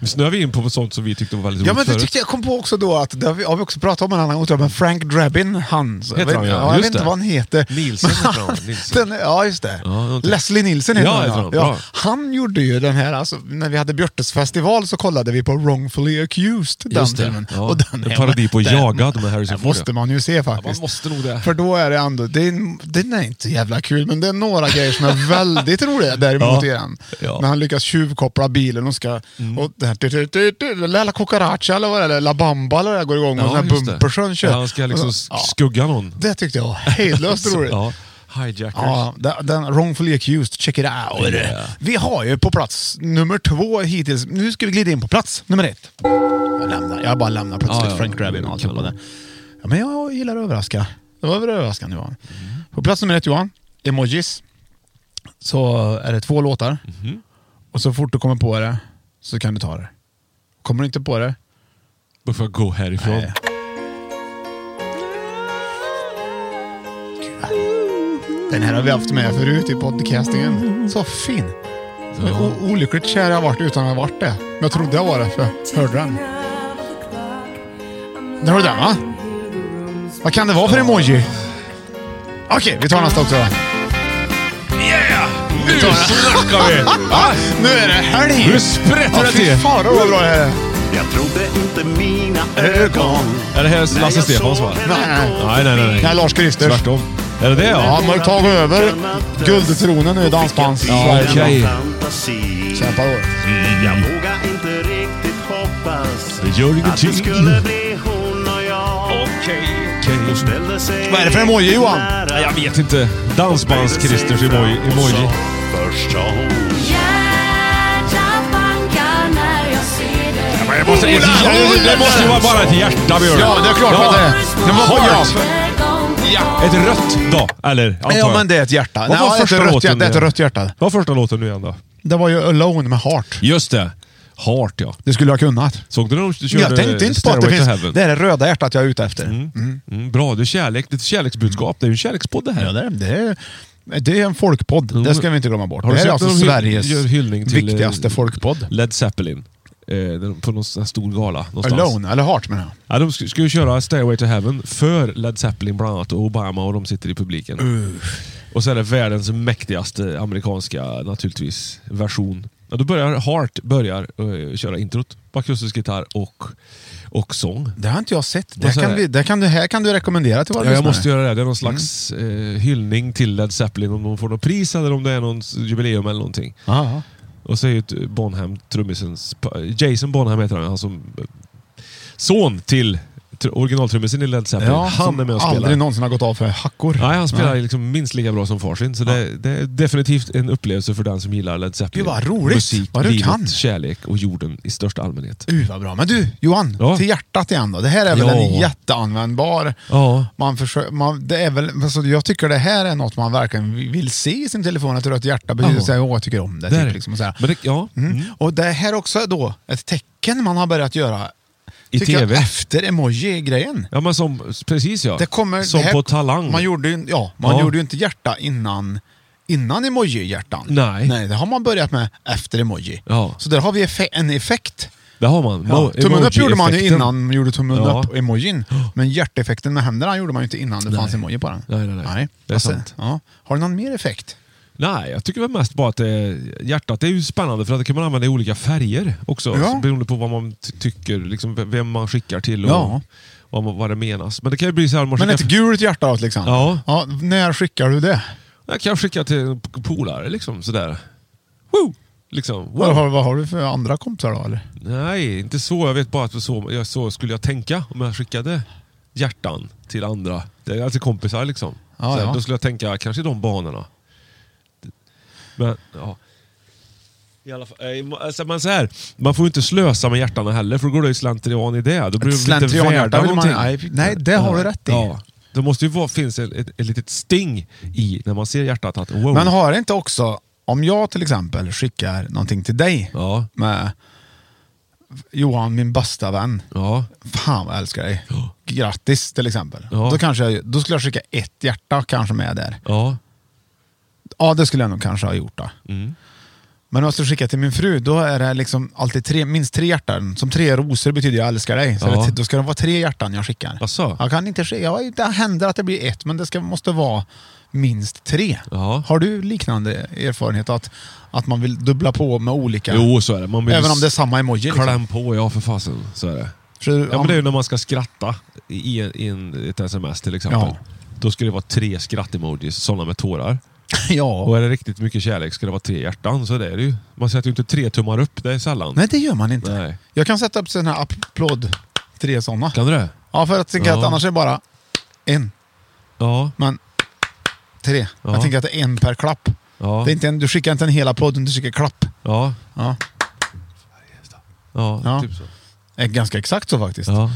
Speaker 2: Nu snöar vi in på sånt som vi tyckte var väldigt
Speaker 1: Ja,
Speaker 2: roligt
Speaker 1: men det
Speaker 2: förut.
Speaker 1: tyckte jag kom på också då att, det har vi, har vi också pratat om en annan gång tror jag, men Frank Drabin, han.
Speaker 2: Heter han, ja.
Speaker 1: jag
Speaker 2: Just
Speaker 1: vet inte
Speaker 2: det.
Speaker 1: vad han heter.
Speaker 2: Nielsen
Speaker 1: Men
Speaker 2: heter han,
Speaker 1: den, ja, just det.
Speaker 2: någonting.
Speaker 1: Leslie Nielsen heter
Speaker 2: Ja,
Speaker 1: han.
Speaker 2: heter
Speaker 1: Ja.
Speaker 2: han,
Speaker 1: Ja.
Speaker 2: bra.
Speaker 1: Han gjorde ju den här, alltså, när vi hade Björtes festival så kollade vi på Wrongfully Accused, den
Speaker 2: Just det,
Speaker 1: filmen.
Speaker 2: ja.
Speaker 1: Och den
Speaker 2: En
Speaker 1: är-
Speaker 2: parodi på
Speaker 1: den-
Speaker 2: Jagad med Harrison
Speaker 1: den
Speaker 2: Ford,
Speaker 1: måste
Speaker 2: ja.
Speaker 1: man ju se faktiskt.
Speaker 2: man måste nog det.
Speaker 1: För då är det ändå, det är, den är inte jävla kul, men det är några grejer som är väldigt roliga däremot
Speaker 2: Ja.
Speaker 1: i den.
Speaker 2: Ja. Mm.
Speaker 1: När han lyckas tjuvkoppla bilen och ska... Och det här, du, du, du, du, La Cucaracha eller vad det är, La Bamba eller vad det är, går igång och
Speaker 2: Ja,
Speaker 1: den här
Speaker 2: just det.
Speaker 1: bumpersen kör.
Speaker 2: Ja, han ska liksom
Speaker 1: Och så- ja,
Speaker 2: skugga någon.
Speaker 1: det tyckte jag var hejdlöst
Speaker 2: Så,
Speaker 1: roligt.
Speaker 2: ja. Hijackers.
Speaker 1: Ja, den- den wrongfully accused, check it out.
Speaker 2: Yeah.
Speaker 1: Vi har ju på plats nummer två hittills. Nu ska vi glida in på plats nummer ett. Jag, lämnar, jag bara lämnar plötsligt
Speaker 2: Ja, ja.
Speaker 1: Frank Drabin och alltihopa där. Ja, men jag gillar att överraska. Det var väl överraskande Johan.
Speaker 2: Mm.
Speaker 1: På plats nummer ett Johan, emojis. Så är det två låtar.
Speaker 2: Mhm.
Speaker 1: Och så fort du kommer på det så kan du ta det. Kommer du inte på det?
Speaker 2: Då får jag gå härifrån.
Speaker 1: Nej. Den här har vi haft med förut i podcastingen. Så fin.
Speaker 2: Ja.
Speaker 1: O- olyckligt kär jag varit utan att ha varit det. Men jag trodde jag var det för jag hörde den. Där har du den va? Vad kan det vara för emoji? Okej, vi tar nästa också då.
Speaker 2: Yeah! Nu snackar vi!
Speaker 1: Ah, nu är det helg!
Speaker 2: Nu sprätter det
Speaker 1: Ja, fy
Speaker 2: till.
Speaker 1: Fan vad bra det här är.
Speaker 11: Jag trodde inte mina
Speaker 2: Är det här Lasse Stefans va?
Speaker 1: Nej.
Speaker 2: Nej, nej, nej.
Speaker 1: Det här är Lars Kristers.
Speaker 2: Tvärtom. Är det det ja?
Speaker 1: Ja, man har ju tagit över guldtronen nu i dansbands
Speaker 2: Ja,
Speaker 1: Sverige.
Speaker 2: okej. Mm.
Speaker 11: fantasi.
Speaker 1: Kämpa då.
Speaker 11: Jag vågar inte riktigt hoppas
Speaker 2: Det gör
Speaker 11: att det
Speaker 2: ingenting.
Speaker 11: skulle bli hon och jag. Hon ställde sig
Speaker 1: Vad är det för emoji Johan?
Speaker 2: Nej, Jag vet inte. Dansbands-Christers emoji. emoji.
Speaker 11: Först sa hon
Speaker 6: Hjärtat bankar när jag ser dig.
Speaker 2: Men det måste, det måste ju vara bara ett hjärta Björn.
Speaker 1: Ja, det är klart att det är. Det var
Speaker 2: Heart.
Speaker 1: ja.
Speaker 2: Ja. Ett rött då, eller? antar
Speaker 1: Ja,
Speaker 2: jag.
Speaker 1: men det är ett hjärta.
Speaker 2: Vad
Speaker 1: Nej,
Speaker 2: var
Speaker 1: det är ett
Speaker 2: första
Speaker 1: rött
Speaker 2: låten
Speaker 1: hjärta. Det är ett
Speaker 2: nu?
Speaker 1: rött hjärta.
Speaker 2: Vad var första låten nu igen då?
Speaker 1: Det var ju Alone med Heart.
Speaker 2: Just det. Heart ja.
Speaker 1: Det skulle jag kunnat.
Speaker 2: Såg du när de körde
Speaker 1: Jag tänkte inte på att det
Speaker 2: Stairway to
Speaker 1: finns...
Speaker 2: Heaven?
Speaker 1: Det är det röda hjärtat jag är ute efter. Mm.
Speaker 2: Mm, bra, det är kärlek. Det är ett kärleksbudskap. Det är ju en kärlekspodd det här.
Speaker 1: Ja, det, är, det, är, det är en folkpodd. Det ska vi inte glömma bort.
Speaker 2: Mm. Har du
Speaker 1: det här är
Speaker 2: sett
Speaker 1: alltså
Speaker 2: när de hyll-
Speaker 1: Sveriges
Speaker 2: gör hyllning till, eh,
Speaker 1: viktigaste folkpodd.
Speaker 2: Led Zeppelin. Eh, när de- på någon sån här stor gala någonstans.
Speaker 1: Alone, eller Heart menar jag.
Speaker 2: Ja, de sk- ska ju köra Stairway to Heaven för Led Zeppelin bland annat och Obama och de sitter i publiken. Och så är det världens mäktigaste amerikanska naturligtvis version. Ja, då börjar Heart börjar eh, köra introt på akustisk gitarr och, och sång.
Speaker 1: Det har inte jag sett.
Speaker 2: Vad
Speaker 1: Det här,
Speaker 2: säger
Speaker 1: kan
Speaker 2: du?
Speaker 1: vi, det här, kan du, här kan du rekommendera till våra
Speaker 2: Ja, jag
Speaker 1: lyssnare.
Speaker 2: måste göra det. Det är någon slags eh, hyllning till Led Zeppelin om de får något pris eller om det är någon jubileum eller någonting.
Speaker 1: Ja,
Speaker 2: Och så är ju t- Bonham trummisens... pa- Jason Bonham heter han. Han som... eh, Son till tr- originaltrummisen i Led Zeppelin.
Speaker 1: ja,
Speaker 2: han är med och
Speaker 1: som
Speaker 2: spelar.
Speaker 1: aldrig någonsin har gått av för hackor.
Speaker 2: Nej, han spelar
Speaker 1: Nej.
Speaker 2: liksom minst lika bra som far sin. Så det, det är definitivt en upplevelse för den som gillar Led Zeppelin.
Speaker 1: Gud, vad roligt.
Speaker 2: Musik,
Speaker 1: Vad du
Speaker 2: livet,
Speaker 1: kan.
Speaker 2: kärlek och jorden i största allmänhet.
Speaker 1: Uh, vad bra. Men du, Johan.
Speaker 2: Ja.
Speaker 1: Till hjärtat igen då. Det här är väl
Speaker 2: Ja.
Speaker 1: en jätteanvändbar...
Speaker 2: Ja.
Speaker 1: Man försöker, man, det är väl, alltså jag tycker det här är något man verkligen vill se i sin telefon. Ett rött hjärta betyder
Speaker 2: Ja.
Speaker 1: så här, åh, jag tycker om det.
Speaker 2: Där.
Speaker 1: Typ, liksom, och så här.
Speaker 2: Men det, ja.
Speaker 1: Mm. Och det här också är då ett tecken man har börjat göra
Speaker 2: I
Speaker 1: tycker
Speaker 2: TV.
Speaker 1: Jag, efter emoji-grejen.
Speaker 2: ja, men som, precis ja.
Speaker 1: Det kommer,
Speaker 2: som
Speaker 1: det här-
Speaker 2: på Talang.
Speaker 1: Man gjorde ju, ja, man
Speaker 2: Ja.
Speaker 1: gjorde ju inte hjärta innan, innan emoji-hjärtan.
Speaker 2: Nej.
Speaker 1: Nej, det har man börjat med efter emoji.
Speaker 2: Ja.
Speaker 1: Så där har vi effe- en effekt.
Speaker 2: Det har man.
Speaker 1: Ja.
Speaker 2: Mo-
Speaker 1: Tummen upp gjorde man ju
Speaker 2: emoji-effekten.
Speaker 1: innan man gjorde tummen
Speaker 2: Ja.
Speaker 1: upp-emojin. Men hjärteffekten med händerna gjorde man ju inte innan det fanns emoji på den. Alltså,
Speaker 2: Nej, nej, nej. Det är sant.
Speaker 1: Ja. Har du någon mer effekt?
Speaker 2: Nej, jag tycker väl mest bara att det, hjärtat det är ju spännande för att det kan man använda i olika färger också.
Speaker 1: Ja.
Speaker 2: Så Beroende på vad man ty- tycker, liksom v- vem man skickar till och
Speaker 1: Ja.
Speaker 2: vad, man, vad det menas. Men det kan ju bli så här, man
Speaker 1: Men
Speaker 2: skickar,
Speaker 1: ett gult hjärta då till exempel.
Speaker 2: Ja.
Speaker 1: Ja, när skickar du det?
Speaker 2: jag kan skicka till en p- polare liksom sådär. Woo! Liksom,
Speaker 1: Vad,
Speaker 2: wow.
Speaker 1: har, vad har du för andra kompisar då? Eller?
Speaker 2: Nej, inte så. Jag vet bara att så, jag, så skulle jag tänka om jag skickade hjärtan till andra. Det- Alltså kompisar liksom.
Speaker 1: Ja,
Speaker 2: så här,
Speaker 1: ja.
Speaker 2: Då skulle jag tänka kanske i de banorna. Men, ja. I alla fall, eh, ma- alltså, men så här, man får ju inte slösa med hjärtarna heller, för då går det ju slentrian i det. Då blir
Speaker 1: Ett
Speaker 2: de inte
Speaker 1: slentrianhjärta
Speaker 2: värda
Speaker 1: vill man-
Speaker 2: någonting.
Speaker 1: nej, nej, det har du rätt i.
Speaker 2: Ja. Det måste ju vara, finnas ett, ett, ett litet sting i när man ser hjärtat. Att, wow.
Speaker 1: Men har inte också, om jag till exempel skickar någonting till dig
Speaker 2: ja,
Speaker 1: med Johan, min bästa vän.
Speaker 2: ja.
Speaker 1: Fan vad jag älskar dig.
Speaker 2: Ja.
Speaker 1: Grattis till exempel.
Speaker 2: Ja.
Speaker 1: Då, kanske jag, då skulle jag skicka ett hjärta kanske med där.
Speaker 2: ja.
Speaker 1: Ja, det skulle jag nog kanske ha gjort. Då.
Speaker 2: Mm.
Speaker 1: Men om jag skulle skicka till min fru, då är det liksom alltid tre, minst tre hjärtan. Som tre rosor betyder jag älskar dig. Så
Speaker 2: Ja.
Speaker 1: det, då ska det vara tre hjärtan jag skickar.
Speaker 2: Asså?
Speaker 1: Jag kan inte skicka, ja, det händer att det blir ett, men det ska, måste vara minst tre. Har du liknande erfarenhet att, att man vill dubbla på med olika?
Speaker 2: Jo, så är det. Man vill
Speaker 1: Även om det är samma emoji? liksom.
Speaker 2: Kläm på, ja för fasen. Så är det.
Speaker 1: För-
Speaker 2: ja, men det är ju när man ska skratta i, en- i en, ett sms till exempel.
Speaker 1: Ja.
Speaker 2: Då ska det vara tre skratt-emojis, sådana med tårar.
Speaker 1: Ja.
Speaker 2: Och är det riktigt mycket kärlek ska det vara tre hjärtan, så det är det ju. Man sätter ju inte tre tummar upp, det är sällan.
Speaker 1: Nej, det gör man inte.
Speaker 2: Nej.
Speaker 1: Jag kan sätta upp sådana här applåd, tre sådana.
Speaker 2: Kan du det?
Speaker 1: Ja, för att tänka
Speaker 2: Ja.
Speaker 1: att annars är det bara en.
Speaker 2: Ja.
Speaker 1: Men tre.
Speaker 2: Ja.
Speaker 1: Jag tänker att det är en per klapp.
Speaker 2: Ja.
Speaker 1: Det är inte en, du skickar inte en hel applåd, utan du skickar klapp.
Speaker 2: Ja.
Speaker 1: Ja.
Speaker 2: Ja,
Speaker 1: Ja.
Speaker 2: typ så.
Speaker 1: Det är Ganska exakt så faktiskt.
Speaker 2: Ja.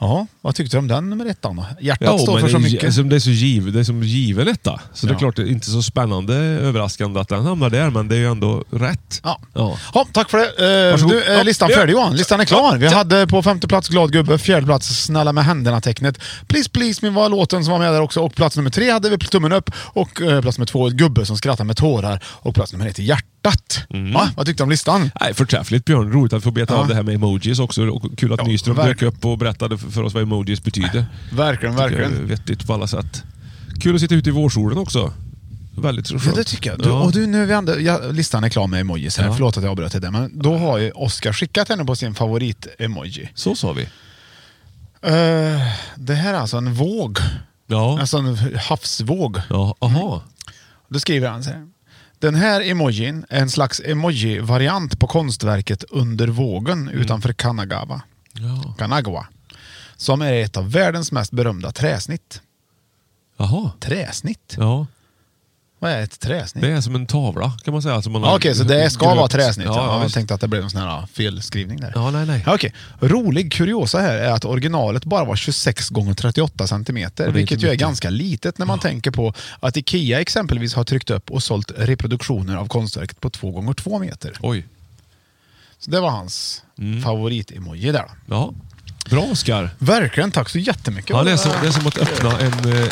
Speaker 1: Ja, vad tyckte du om den nummer ett, Anna? Hjärtat
Speaker 2: Ja,
Speaker 1: står
Speaker 2: men
Speaker 1: för så
Speaker 2: det är ju-
Speaker 1: mycket.
Speaker 2: Som det är så giv, det är som given etta. Så det är
Speaker 1: Ja.
Speaker 2: klart, det är inte så spännande överraskande att den hamnar där, men det är ju ändå rätt.
Speaker 1: Ja.
Speaker 2: ja.
Speaker 1: Ja, tack för det. Eh,
Speaker 2: Varsågod.
Speaker 1: du, eh,
Speaker 2: Ja,
Speaker 1: listan
Speaker 2: ja.
Speaker 1: färdig Johan. Listan är klar. Vi hade på femte plats Glad gubbe, fjärde plats Snälla med händerna-tecknet. Please please min var låten som var med där också. Och plats nummer tre hade vi tummen upp. Och eh, plats nummer två Gubbe som skrattar med tårar. Och plats nummer ett Hjärtat.
Speaker 2: Mm.
Speaker 1: Va? Vad tyckte du om listan?
Speaker 2: Nej, förträffligt Björn. Roligt att få beta
Speaker 1: Ja.
Speaker 2: av det här med emojis också. Och kul att Nyström dök
Speaker 1: verkligen.
Speaker 2: upp och berättade f- för oss vad emojis betyder.
Speaker 1: Verkligen,
Speaker 2: Tycker jag
Speaker 1: verkligen.
Speaker 2: är Vettigt på alla sätt. Kul att sitta ute i vårsolen också. Väldigt skönt.
Speaker 1: Ja, det tycker jag. Du, och du, nu är vi ändå, ja, listan är klar med emojis här.
Speaker 2: Ja.
Speaker 1: Förlåt att jag avbröt det där. Men då har ju Oskar skickat henne på sin favorit-emoji.
Speaker 2: Så sa vi.
Speaker 1: Eh, det här är alltså en våg.
Speaker 2: Ja.
Speaker 1: Alltså en havsvåg.
Speaker 2: Ja, aha.
Speaker 1: Då skriver han så här. Den här emojin är en slags emoji-variant på konstverket Under vågen
Speaker 2: Mm.
Speaker 1: utanför Kanagawa.
Speaker 2: Ja.
Speaker 1: Kanagawa. Som är ett av världens mest berömda träsnitt.
Speaker 2: Jaha.
Speaker 1: Träsnitt?
Speaker 2: Ja.
Speaker 1: Vad är ett träsnitt?
Speaker 2: Det är som en tavla kan man säga. som man
Speaker 1: Ja,
Speaker 2: har
Speaker 1: Okej, så det ska
Speaker 2: gröpt.
Speaker 1: vara träsnitt. Ja,
Speaker 2: Ja, ja,
Speaker 1: jag
Speaker 2: visst.
Speaker 1: tänkte att det blev en sån här felskrivning där.
Speaker 2: ja, nej, nej.
Speaker 1: Ja, Okej. Rolig kuriosa här är att originalet bara var 26 gånger 38 centimeter,
Speaker 2: Ja, det är
Speaker 1: vilket
Speaker 2: inte
Speaker 1: ju är
Speaker 2: mycket.
Speaker 1: ganska litet när man tänker på att Ikea exempelvis har tryckt upp och sålt reproduktioner av konstverket på 2 gånger 2 meter.
Speaker 2: Oj.
Speaker 1: Så det var hans
Speaker 2: Mm.
Speaker 1: favorit-emoji där. då.
Speaker 2: Ja. Bra Oskar.
Speaker 1: Verkligen, tack så jättemycket.
Speaker 2: Ja, det, är som, det är som att öppna en, eh,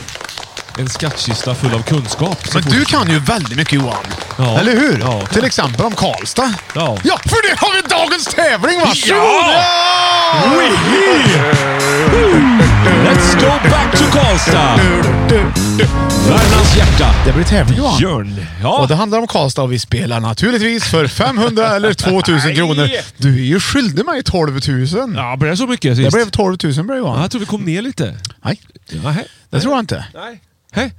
Speaker 2: en skattkista full av kunskap. Så
Speaker 1: Men
Speaker 2: fort-
Speaker 1: du kan ju väldigt mycket Johan.
Speaker 2: Ja.
Speaker 1: Eller hur?
Speaker 2: Ja.
Speaker 1: Till exempel om Karlstad.
Speaker 2: Ja.
Speaker 1: Ja, för det har vi dagens tävling va?
Speaker 2: Ja! Let's go back to Karlstad! Värmlands hjärta.
Speaker 1: Det blir tävling Johan.
Speaker 2: Björn. Ja.
Speaker 1: Och det handlar om Karlstad och vi spelar naturligtvis för 500 eller 2000 kronor. Du är ju skyldig mig 12 000.
Speaker 2: ja, blev det så mycket sist?
Speaker 1: Det blev 12 000 blev det,
Speaker 2: ja,
Speaker 1: Johan.
Speaker 2: jag tror vi kom ner lite.
Speaker 1: Nej,
Speaker 2: Ja, hej.
Speaker 1: det tror jag inte.
Speaker 2: Nej. Hej.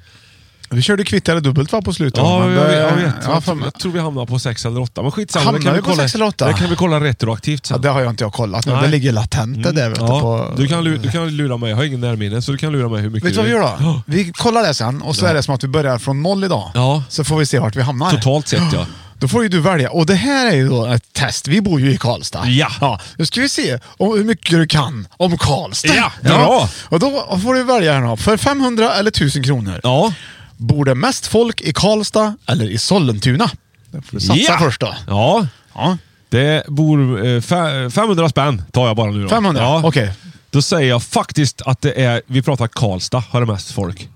Speaker 1: Vi körde kvitt eller dubbelt va på slutet?
Speaker 2: Ja,
Speaker 1: men
Speaker 2: jag,
Speaker 1: det-
Speaker 2: vet- jag vet.
Speaker 1: Ja,
Speaker 2: Jag,
Speaker 1: fan,
Speaker 2: tror, jag tror vi hamnar på sex eller åtta. Men skitsamma.
Speaker 1: Hamnar
Speaker 2: det kan
Speaker 1: vi på
Speaker 2: kolla,
Speaker 1: sex eller åtta?
Speaker 2: Det kan vi kolla retroaktivt
Speaker 1: ja,
Speaker 2: sen.
Speaker 1: det har jag inte jag kollat nu.
Speaker 2: Nej. Mm.
Speaker 1: Det ligger latent det där. Vet du,
Speaker 2: Ja,
Speaker 1: på...
Speaker 2: du, kan, lu- du kan lura mig. Jag har ingen närminne, så du kan lura mig hur mycket
Speaker 1: Vet du vad vi
Speaker 2: vill.
Speaker 1: gör då? Vi kollar det sen och så är det som att vi börjar från noll idag.
Speaker 2: Ja.
Speaker 1: Så får vi se vart vi hamnar.
Speaker 2: Totalt sett, ja.
Speaker 1: Då får ju du välja. Och det här är ju då ett test. Vi bor ju i Karlstad.
Speaker 2: Ja.
Speaker 1: nu ska vi se om, hur mycket du kan om Karlstad.
Speaker 2: Ja, bra.
Speaker 1: Och då får du välja här då. För 500 eller 1000 kronor.
Speaker 2: Ja.
Speaker 1: Bor det mest folk i Karlstad eller i Sollentuna? Där får du satsa
Speaker 2: Ja.
Speaker 1: först då.
Speaker 2: Ja.
Speaker 1: Ja.
Speaker 2: Det bor eh, fe- 500 spänn tar jag bara nu då.
Speaker 1: 500?
Speaker 2: Ja.
Speaker 1: Okej.
Speaker 2: Då säger jag faktiskt att det är, vi pratar Karlstad, har det mest folk.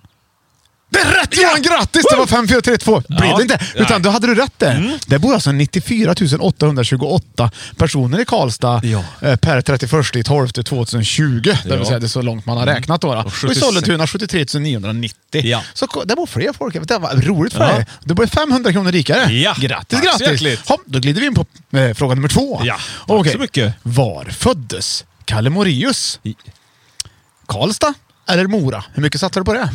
Speaker 1: Det är rätt Johan! Grattis! Det var 5, 4, 3, 2. Blev
Speaker 2: Ja. Mm.
Speaker 1: det inte.
Speaker 2: Nej.
Speaker 1: Utan då hade du rätt där. Det bor alltså 94 828 personer i Karlstad
Speaker 2: Ja.
Speaker 1: eh, per 31 i 12 2020. Det vill
Speaker 2: Ja.
Speaker 1: säga det är så långt man har räknat då. då.
Speaker 2: Och
Speaker 1: Och,
Speaker 2: 76.
Speaker 1: i Sollentuna 73 990.
Speaker 2: Ja.
Speaker 1: Så ko- det bor fler folk. Det var roligt för
Speaker 2: Ja.
Speaker 1: dig. Du blev 500 kronor rikare.
Speaker 2: Ja.
Speaker 1: Grattis,
Speaker 2: Tack så
Speaker 1: grattis!
Speaker 2: hjärtligt.
Speaker 1: Hopp, då glider vi in på eh, fråga nummer två.
Speaker 2: Ja. Tack
Speaker 1: Okej.
Speaker 2: så mycket.
Speaker 1: Var föddes Kalle Moraeus?
Speaker 2: I-
Speaker 1: Karlstad eller Mora? Hur mycket satsar du på det?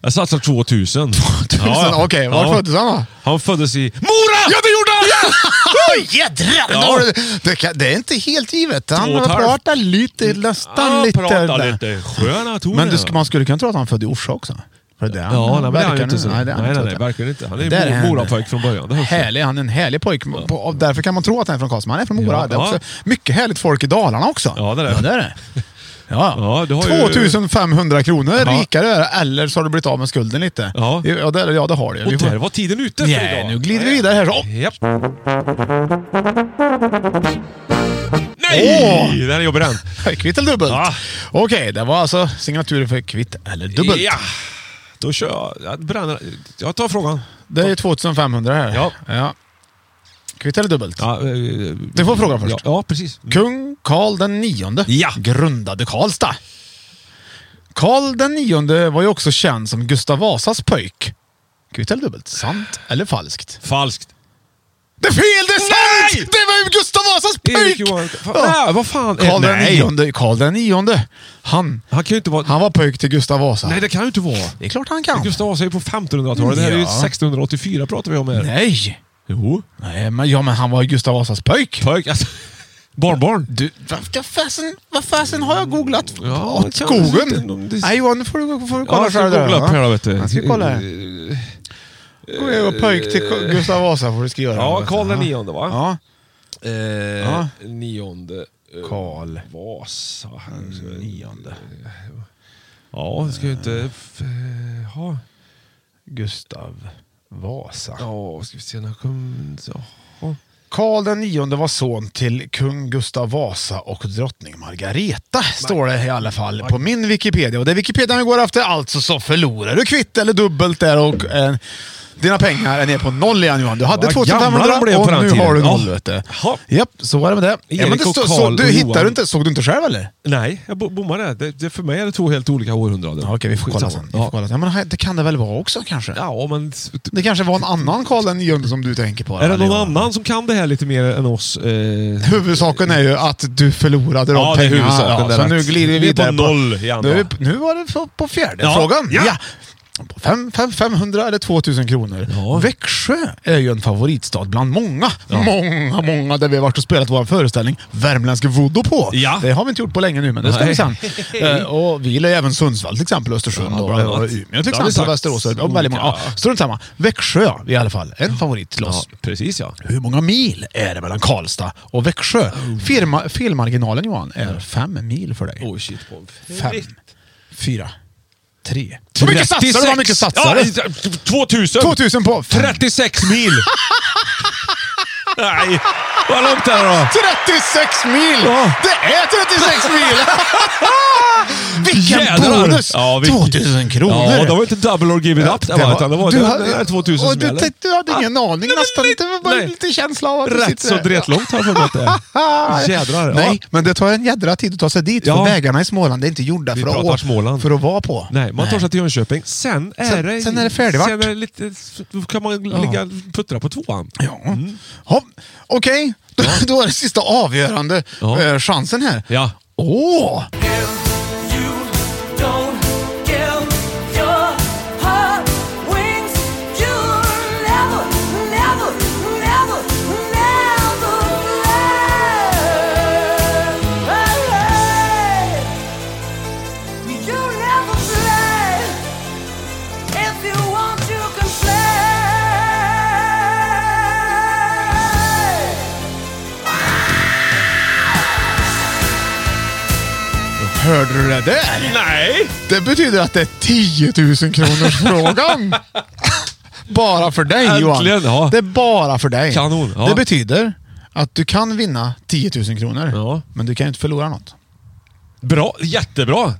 Speaker 2: Jag satsar 2000. 2000?
Speaker 1: Okej, var föddes han då?
Speaker 2: Han föddes i Mora!
Speaker 1: Ja, det gjorde han! Yeah! Jädrar!
Speaker 2: Ja.
Speaker 1: Då har du- Det, kan- det är inte helt givet. Han
Speaker 2: Två och ett halvt.
Speaker 1: pratar lite, nästan
Speaker 2: Han
Speaker 1: lite.
Speaker 2: pratar
Speaker 1: där.
Speaker 2: lite sköna toner.
Speaker 1: Men du, sk- man skulle kunna tro att han är född i Orsa också. För det är han.
Speaker 2: Ja, nej, men det är han ju
Speaker 1: Verkar
Speaker 2: inte.
Speaker 1: nu-
Speaker 2: så.
Speaker 1: Nej, det är han
Speaker 2: nej,
Speaker 1: inte.
Speaker 2: nej, nej, verkligen inte. Han är
Speaker 1: Där
Speaker 2: ju Morapojk från början. Det hörs ju.
Speaker 1: Härlig, han är en härlig pojk. På- och Därför kan man tro att han är från Karlstad. men Han är från Mora.
Speaker 2: Ja.
Speaker 1: Det är också mycket härligt folk i Dalarna också.
Speaker 2: Ja, det är det.
Speaker 1: Ja, det, är det. Ja.
Speaker 2: Ja, du har ju-
Speaker 1: 2500 kronor
Speaker 2: Ja.
Speaker 1: rikare är det, eller så har du blivit av med skulden lite.
Speaker 2: Ja.
Speaker 1: ja, det, ja det har du.
Speaker 2: Och
Speaker 1: Vi får-
Speaker 2: där var tiden ute för
Speaker 1: Nej,
Speaker 2: idag.
Speaker 1: nu glider vi vidare här. Så.
Speaker 2: Japp. Nej!
Speaker 1: Åh!
Speaker 2: Den är jobbig den.
Speaker 1: Kvitt eller dubbelt?
Speaker 2: Ja.
Speaker 1: Okej, det var alltså signaturen för kvitt eller dubbelt.
Speaker 2: Ja. Då kör jag. Jag, bränner. jag tar frågan.
Speaker 1: Det är ju 2500 här. Ja. ja. Kvitt eller dubbelt? du får fråga först.
Speaker 2: eh, Ja, ja, precis.
Speaker 1: Kung Karl den nionde grundade Karlstad. Karl den nionde var ju också känd som Gustav Vasas pojk. Kvitt eller dubbelt? Sant eller falskt?
Speaker 2: Falskt.
Speaker 1: Det är fel! Det är sant! Det var ju Gustav Vasas
Speaker 2: Erik
Speaker 1: pojk!
Speaker 2: Johan... Fan, nej, vad fan? Eh,
Speaker 1: Karl den
Speaker 2: nej.
Speaker 1: nionde, Karl den nionde. Han,
Speaker 2: han, kan ju inte vara...
Speaker 1: han var pojk till Gustav Vasa.
Speaker 2: Nej, det kan ju inte vara.
Speaker 1: Det är klart han kan.
Speaker 2: Gustav Vasa är ju på 1500-talet. Det här är ju
Speaker 1: Ja.
Speaker 2: 1684 pratar vi om här.
Speaker 1: Nej!
Speaker 2: Eh, Jo.
Speaker 1: Nej, men, ja, men han var ju Gustav Vasas pojk.
Speaker 2: Pojk, alltså. Barnbarn.
Speaker 1: Du, vad fasen, vad fasen har jag googlat?
Speaker 2: Ja,
Speaker 1: Åt
Speaker 2: det kan-
Speaker 1: skogen?
Speaker 2: det-
Speaker 1: Nej Johan, nu får du, får du kolla
Speaker 2: Ja, jag ska
Speaker 1: själv där,
Speaker 2: googla upp
Speaker 1: va?
Speaker 2: här då, vet du. Eh,
Speaker 1: Jag ska kolla här. Gå ner och pojk till Gustav Vasa får du skriva. där,
Speaker 2: Ja,
Speaker 1: vet du.
Speaker 2: Karl den
Speaker 1: Ja.
Speaker 2: nionde va?
Speaker 1: Ja.
Speaker 2: Eh,
Speaker 1: Ja.
Speaker 2: Nionde. eh,
Speaker 1: Karl.
Speaker 2: Vasa.
Speaker 1: Mm, Nionde.
Speaker 2: Ja, det ska ju inte... f- eh, Ha.
Speaker 1: Gustav Vasa.
Speaker 2: Ja, ska vi se. När kom... Jaha.
Speaker 1: Karl den nionde var son till kung Gustav Vasa och drottning Margareta, står det i alla fall på min Wikipedia. Och det är Wikipedia vi går efter, alltså så förlorar du kvitt eller dubbelt där och eh, dina pengar är ner på noll igen Johan. Du hade
Speaker 2: Vad gamla
Speaker 1: 2500
Speaker 2: de blev på
Speaker 1: och
Speaker 2: den
Speaker 1: nu
Speaker 2: tiden.
Speaker 1: har du noll
Speaker 2: Ja.
Speaker 1: vet du.
Speaker 2: Jaha.
Speaker 1: Japp, så var det med det. Ja, men
Speaker 2: Erik
Speaker 1: det
Speaker 2: och
Speaker 1: stå,
Speaker 2: Karl
Speaker 1: så,
Speaker 2: och
Speaker 1: du hittar
Speaker 2: Johan.
Speaker 1: du inte, såg du inte själv eller?
Speaker 2: Nej, jag bo- bommade där. det. det. För mig är det två helt olika århundraden.
Speaker 1: Ja, Okej, vi får kolla sen.
Speaker 2: Skitsamma.
Speaker 1: Vi får kolla sen. Ja, men det kan det väl vara också kanske?
Speaker 2: Ja, men...
Speaker 1: Det kanske var en annan Karl den nionde som du tänker på?
Speaker 2: Är det
Speaker 1: eller,
Speaker 2: någon
Speaker 1: Johan?
Speaker 2: annan som kan det här lite mer än oss? Eh,
Speaker 1: Huvudsaken är ju att du förlorade de
Speaker 2: Ja, det är
Speaker 1: pengarna.
Speaker 2: huvudsaken. Det är
Speaker 1: så
Speaker 2: rätt.
Speaker 1: nu glider vi
Speaker 2: Vi är på
Speaker 1: vidare.
Speaker 2: noll i andra.
Speaker 1: Nu, är vi- nu var det på, på fjärde
Speaker 2: Ja.
Speaker 1: frågan.
Speaker 2: Ja.
Speaker 1: På fem, fem, 500 eller 2000 kronor. Växjö är ju en favoritstad bland många. Många, många där vi har varit och spelat vår föreställning Värmländsk voodoo på.
Speaker 2: Ja.
Speaker 1: Det har vi inte gjort på länge nu, men det ska
Speaker 2: Nej.
Speaker 1: vi sen. Eh, och vi gillar ju även Sundsvall till exempel, Östersund
Speaker 2: Ja,
Speaker 1: och,
Speaker 2: bland
Speaker 1: och,
Speaker 2: annat.
Speaker 1: Umeå
Speaker 2: Det
Speaker 1: till
Speaker 2: har vi
Speaker 1: exempel,
Speaker 2: sagt.
Speaker 1: Västerås och väldigt många. Ja,
Speaker 2: Olika.
Speaker 1: strunt samma. Växjö i alla fall, en favorit till oss.
Speaker 2: Ja, precis ja.
Speaker 1: Hur många mil är det mellan Karlstad och Växjö? Firma, felmarginalen Johan är fem mil för dig.
Speaker 2: Oh shit. på en
Speaker 1: Fem,
Speaker 2: fritt.
Speaker 1: fyra, tre. Hur mycket satsar du? Vad mycket satsar du?
Speaker 2: Ja, 2000!
Speaker 1: 2000 på fem.
Speaker 2: 36 mil! Nej, vad långt är det då?
Speaker 1: 36 mil!
Speaker 2: Ja.
Speaker 1: Det är 36 mil! Vilken
Speaker 2: Jädrar!
Speaker 1: bonus!
Speaker 2: Ja, vi-
Speaker 1: 2000 kronor!
Speaker 2: Ja, de var inte double or give it up. Det var, utan det var
Speaker 1: du
Speaker 2: den,
Speaker 1: hade-
Speaker 2: den här 2000
Speaker 1: och du,
Speaker 2: smällen.
Speaker 1: tänkte- du hade ingen aning nästan. Det var bara
Speaker 2: nej.
Speaker 1: lite känsla av att du
Speaker 2: Rätt
Speaker 1: sitter
Speaker 2: så
Speaker 1: där.
Speaker 2: dretlångt har jag för mig att det är. Jädrar. ja.
Speaker 1: Ah! Nej, men det tar en jädra tid att ta sig dit.
Speaker 2: Ja.
Speaker 1: För vägarna i Småland är inte gjorda
Speaker 2: Vi
Speaker 1: för att,
Speaker 2: pratar
Speaker 1: å-
Speaker 2: Småland.
Speaker 1: för att vara på.
Speaker 2: Nej, man tar sig till Jönköping. Sen är
Speaker 1: Sen-
Speaker 2: det...
Speaker 1: sen är det färdigvart.
Speaker 2: Sen är det lite, då kan man ligga puttra på tvåan.
Speaker 1: Ja.
Speaker 2: Mm.
Speaker 1: Hopp. Okej, då, då är det sista avgörande
Speaker 2: Ja.
Speaker 1: eh, chansen här.
Speaker 2: Ja.
Speaker 1: Åh! Hörde du det där?
Speaker 2: Nej!
Speaker 1: Det betyder att det är 10 000 kronors frågan. bara för dig
Speaker 2: Äntligen,
Speaker 1: Johan.
Speaker 2: ja.
Speaker 1: Det är bara för dig.
Speaker 2: Kanon, ja.
Speaker 1: Det betyder att du kan vinna 10 000 kronor,
Speaker 2: Ja.
Speaker 1: men du kan ju inte förlora något.
Speaker 2: Bra, jättebra!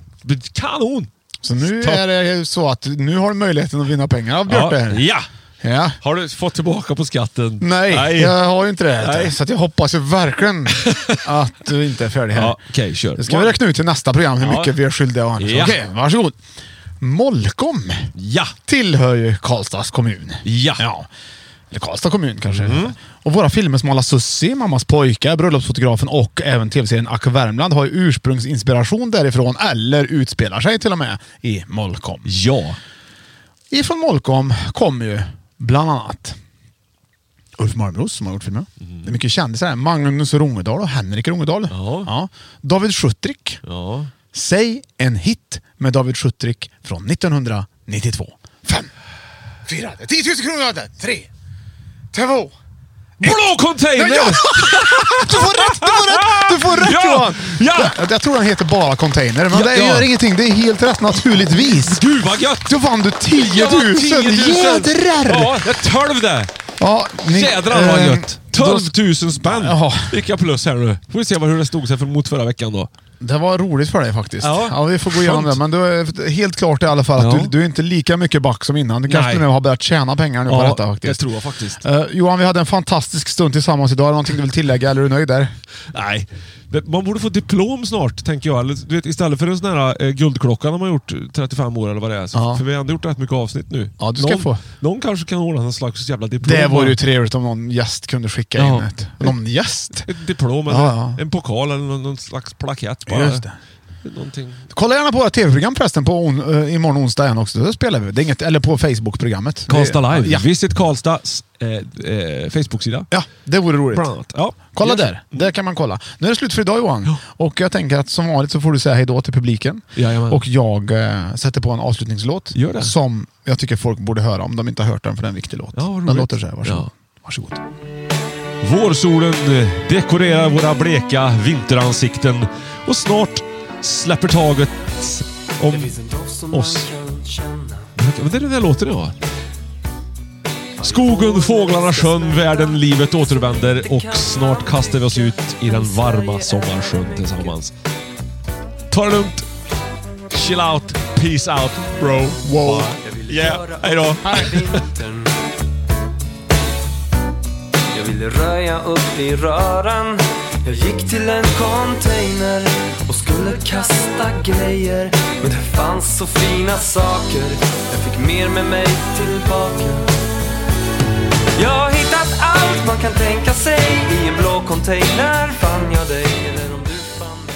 Speaker 2: Kanon!
Speaker 1: Så nu
Speaker 2: Topp.
Speaker 1: är det ju så att nu har du möjligheten att vinna pengar av Björte.
Speaker 2: Ja.
Speaker 1: här.
Speaker 2: ja!
Speaker 1: ja.
Speaker 2: Har du fått tillbaka på skatten?
Speaker 1: Nej, jag har ju inte det.
Speaker 2: Nej.
Speaker 1: Så att jag hoppas ju verkligen att du inte är färdig här.
Speaker 2: Ja, Okej, kör.
Speaker 1: Det ska vi räkna ut i nästa program hur
Speaker 2: Ja.
Speaker 1: mycket vi är skyldiga varandra.
Speaker 2: Ja.
Speaker 1: Okej, varsågod. Molkom
Speaker 2: Ja!
Speaker 1: tillhör ju Karlstads kommun.
Speaker 2: Ja. Mm.
Speaker 1: Eller Karlstad kommun kanske. Och våra filmer som Alla Sussi, Mammas pojkar, Bröllopsfotografen och även tv-serien Ack Värmland har ju ursprungsinspiration därifrån eller utspelar sig till och med i Molkom.
Speaker 2: Ja.
Speaker 1: Ifrån Molkom kommer ju bland annat Ulf Malmros som har gjort filmen.
Speaker 2: Mm.
Speaker 1: Det är mycket kändisar här. Magnus Rungedal och Henrik Rungedal.
Speaker 2: Ja.
Speaker 1: David Schuttrik.
Speaker 2: Ja.
Speaker 1: Säg en hit med David Schuttrik från 1992. Fem, fyra, det är 10 000 kronor där. Tre, två.
Speaker 2: Blå container!
Speaker 1: Nej, ja! Du får rätt! Du får rätt, du får rätt
Speaker 2: Ja!
Speaker 1: Johan!
Speaker 2: Ja!
Speaker 1: Jag, jag tror den heter bara container, men
Speaker 2: Ja,
Speaker 1: det
Speaker 2: ja.
Speaker 1: gör ingenting. Det är helt rätt naturligtvis.
Speaker 2: Gud vad gött!
Speaker 1: Då vann du 10 000!
Speaker 2: Ja, 10 000.
Speaker 1: Jädrar!
Speaker 2: Ja, det är 12 det!
Speaker 1: Ja, ni-
Speaker 2: Jädrar vad
Speaker 1: eh,
Speaker 2: gött! 12 000 spänn!
Speaker 1: Jaha.
Speaker 2: Vilka plus här nu. Får vi se vad- hur det stod sig för mot förra veckan då.
Speaker 1: Det var roligt för dig faktiskt.
Speaker 2: Ja.
Speaker 1: Ja, vi får gå igenom
Speaker 2: Skönt.
Speaker 1: det. Men du är helt klart i alla fall att
Speaker 2: Ja.
Speaker 1: du, du är inte lika mycket back som innan. Du
Speaker 2: Nej.
Speaker 1: kanske nu har börjat tjäna pengar nu på
Speaker 2: Ja,
Speaker 1: detta faktiskt.
Speaker 2: det tror jag faktiskt.
Speaker 1: Eh, Johan, vi hade en fantastisk stund tillsammans idag. Är det någonting du vill tillägga eller är du nöjd där?
Speaker 2: Nej, Det- man borde få diplom snart, tänker jag. Eller, du vet, istället för en sån här eh, guldklocka när man har gjort 35 år eller vad det är. Så,
Speaker 1: Ja.
Speaker 2: För vi har ändå gjort rätt mycket avsnitt nu.
Speaker 1: Ja, du ska
Speaker 2: någon,
Speaker 1: få.
Speaker 2: någon kanske kan ordna en slags jävla diplom.
Speaker 1: Det vore
Speaker 2: bara.
Speaker 1: ju trevligt om någon gäst kunde skicka
Speaker 2: Ja.
Speaker 1: in ett. Någon gäst?
Speaker 2: Ett diplom eller
Speaker 1: Ja,
Speaker 2: en pokal eller någon, någon slags plakett bara.
Speaker 1: Just det.
Speaker 2: Någonting.
Speaker 1: Kolla gärna på våra tv-program förresten. På on, eh, imorgon onsdag igen också. Då spelar vi. Det är inget, eller på Facebook-programmet.
Speaker 2: Karlstad Live.
Speaker 1: Ja,
Speaker 2: Visit Karlstads eh, eh, Facebook-sida.
Speaker 1: Ja, det vore roligt.
Speaker 2: Bland annat. Ja.
Speaker 1: Kolla
Speaker 2: Yes.
Speaker 1: där. Där kan man kolla. Nu är det slut för idag Johan. Och jag tänker att som vanligt så får du säga hej då till publiken.
Speaker 2: Jajamän.
Speaker 1: Och jag eh, sätter på en avslutningslåt.
Speaker 2: Gör det.
Speaker 1: Som jag tycker folk borde höra om de inte har hört den, för det är en viktig låt.
Speaker 2: Ja, vad
Speaker 1: den
Speaker 2: roligt.
Speaker 1: låter så här. Varsågod.
Speaker 2: Ja.
Speaker 1: Varsågod.
Speaker 2: Vårsolen eh, dekorerar våra bleka vinteransikten och snart släpper taget om oss. Men det är den där låten ja. Skogen, fåglarna, sjön, världen, livet återvänder och snart kastar vi oss ut i den varma sommarsjön tillsammans. Ta det lugnt. Chill out. Peace out bro.
Speaker 1: Wow.
Speaker 2: Bye. Yeah. Hej då.
Speaker 12: Jag ville röja upp i röran Jag gick till en container och skulle kasta grejer Men det fanns så fina saker Jag fick mer med mig tillbaka Jag har hittat allt man kan tänka sig I en blå container fann jag dig Eller om du fann mig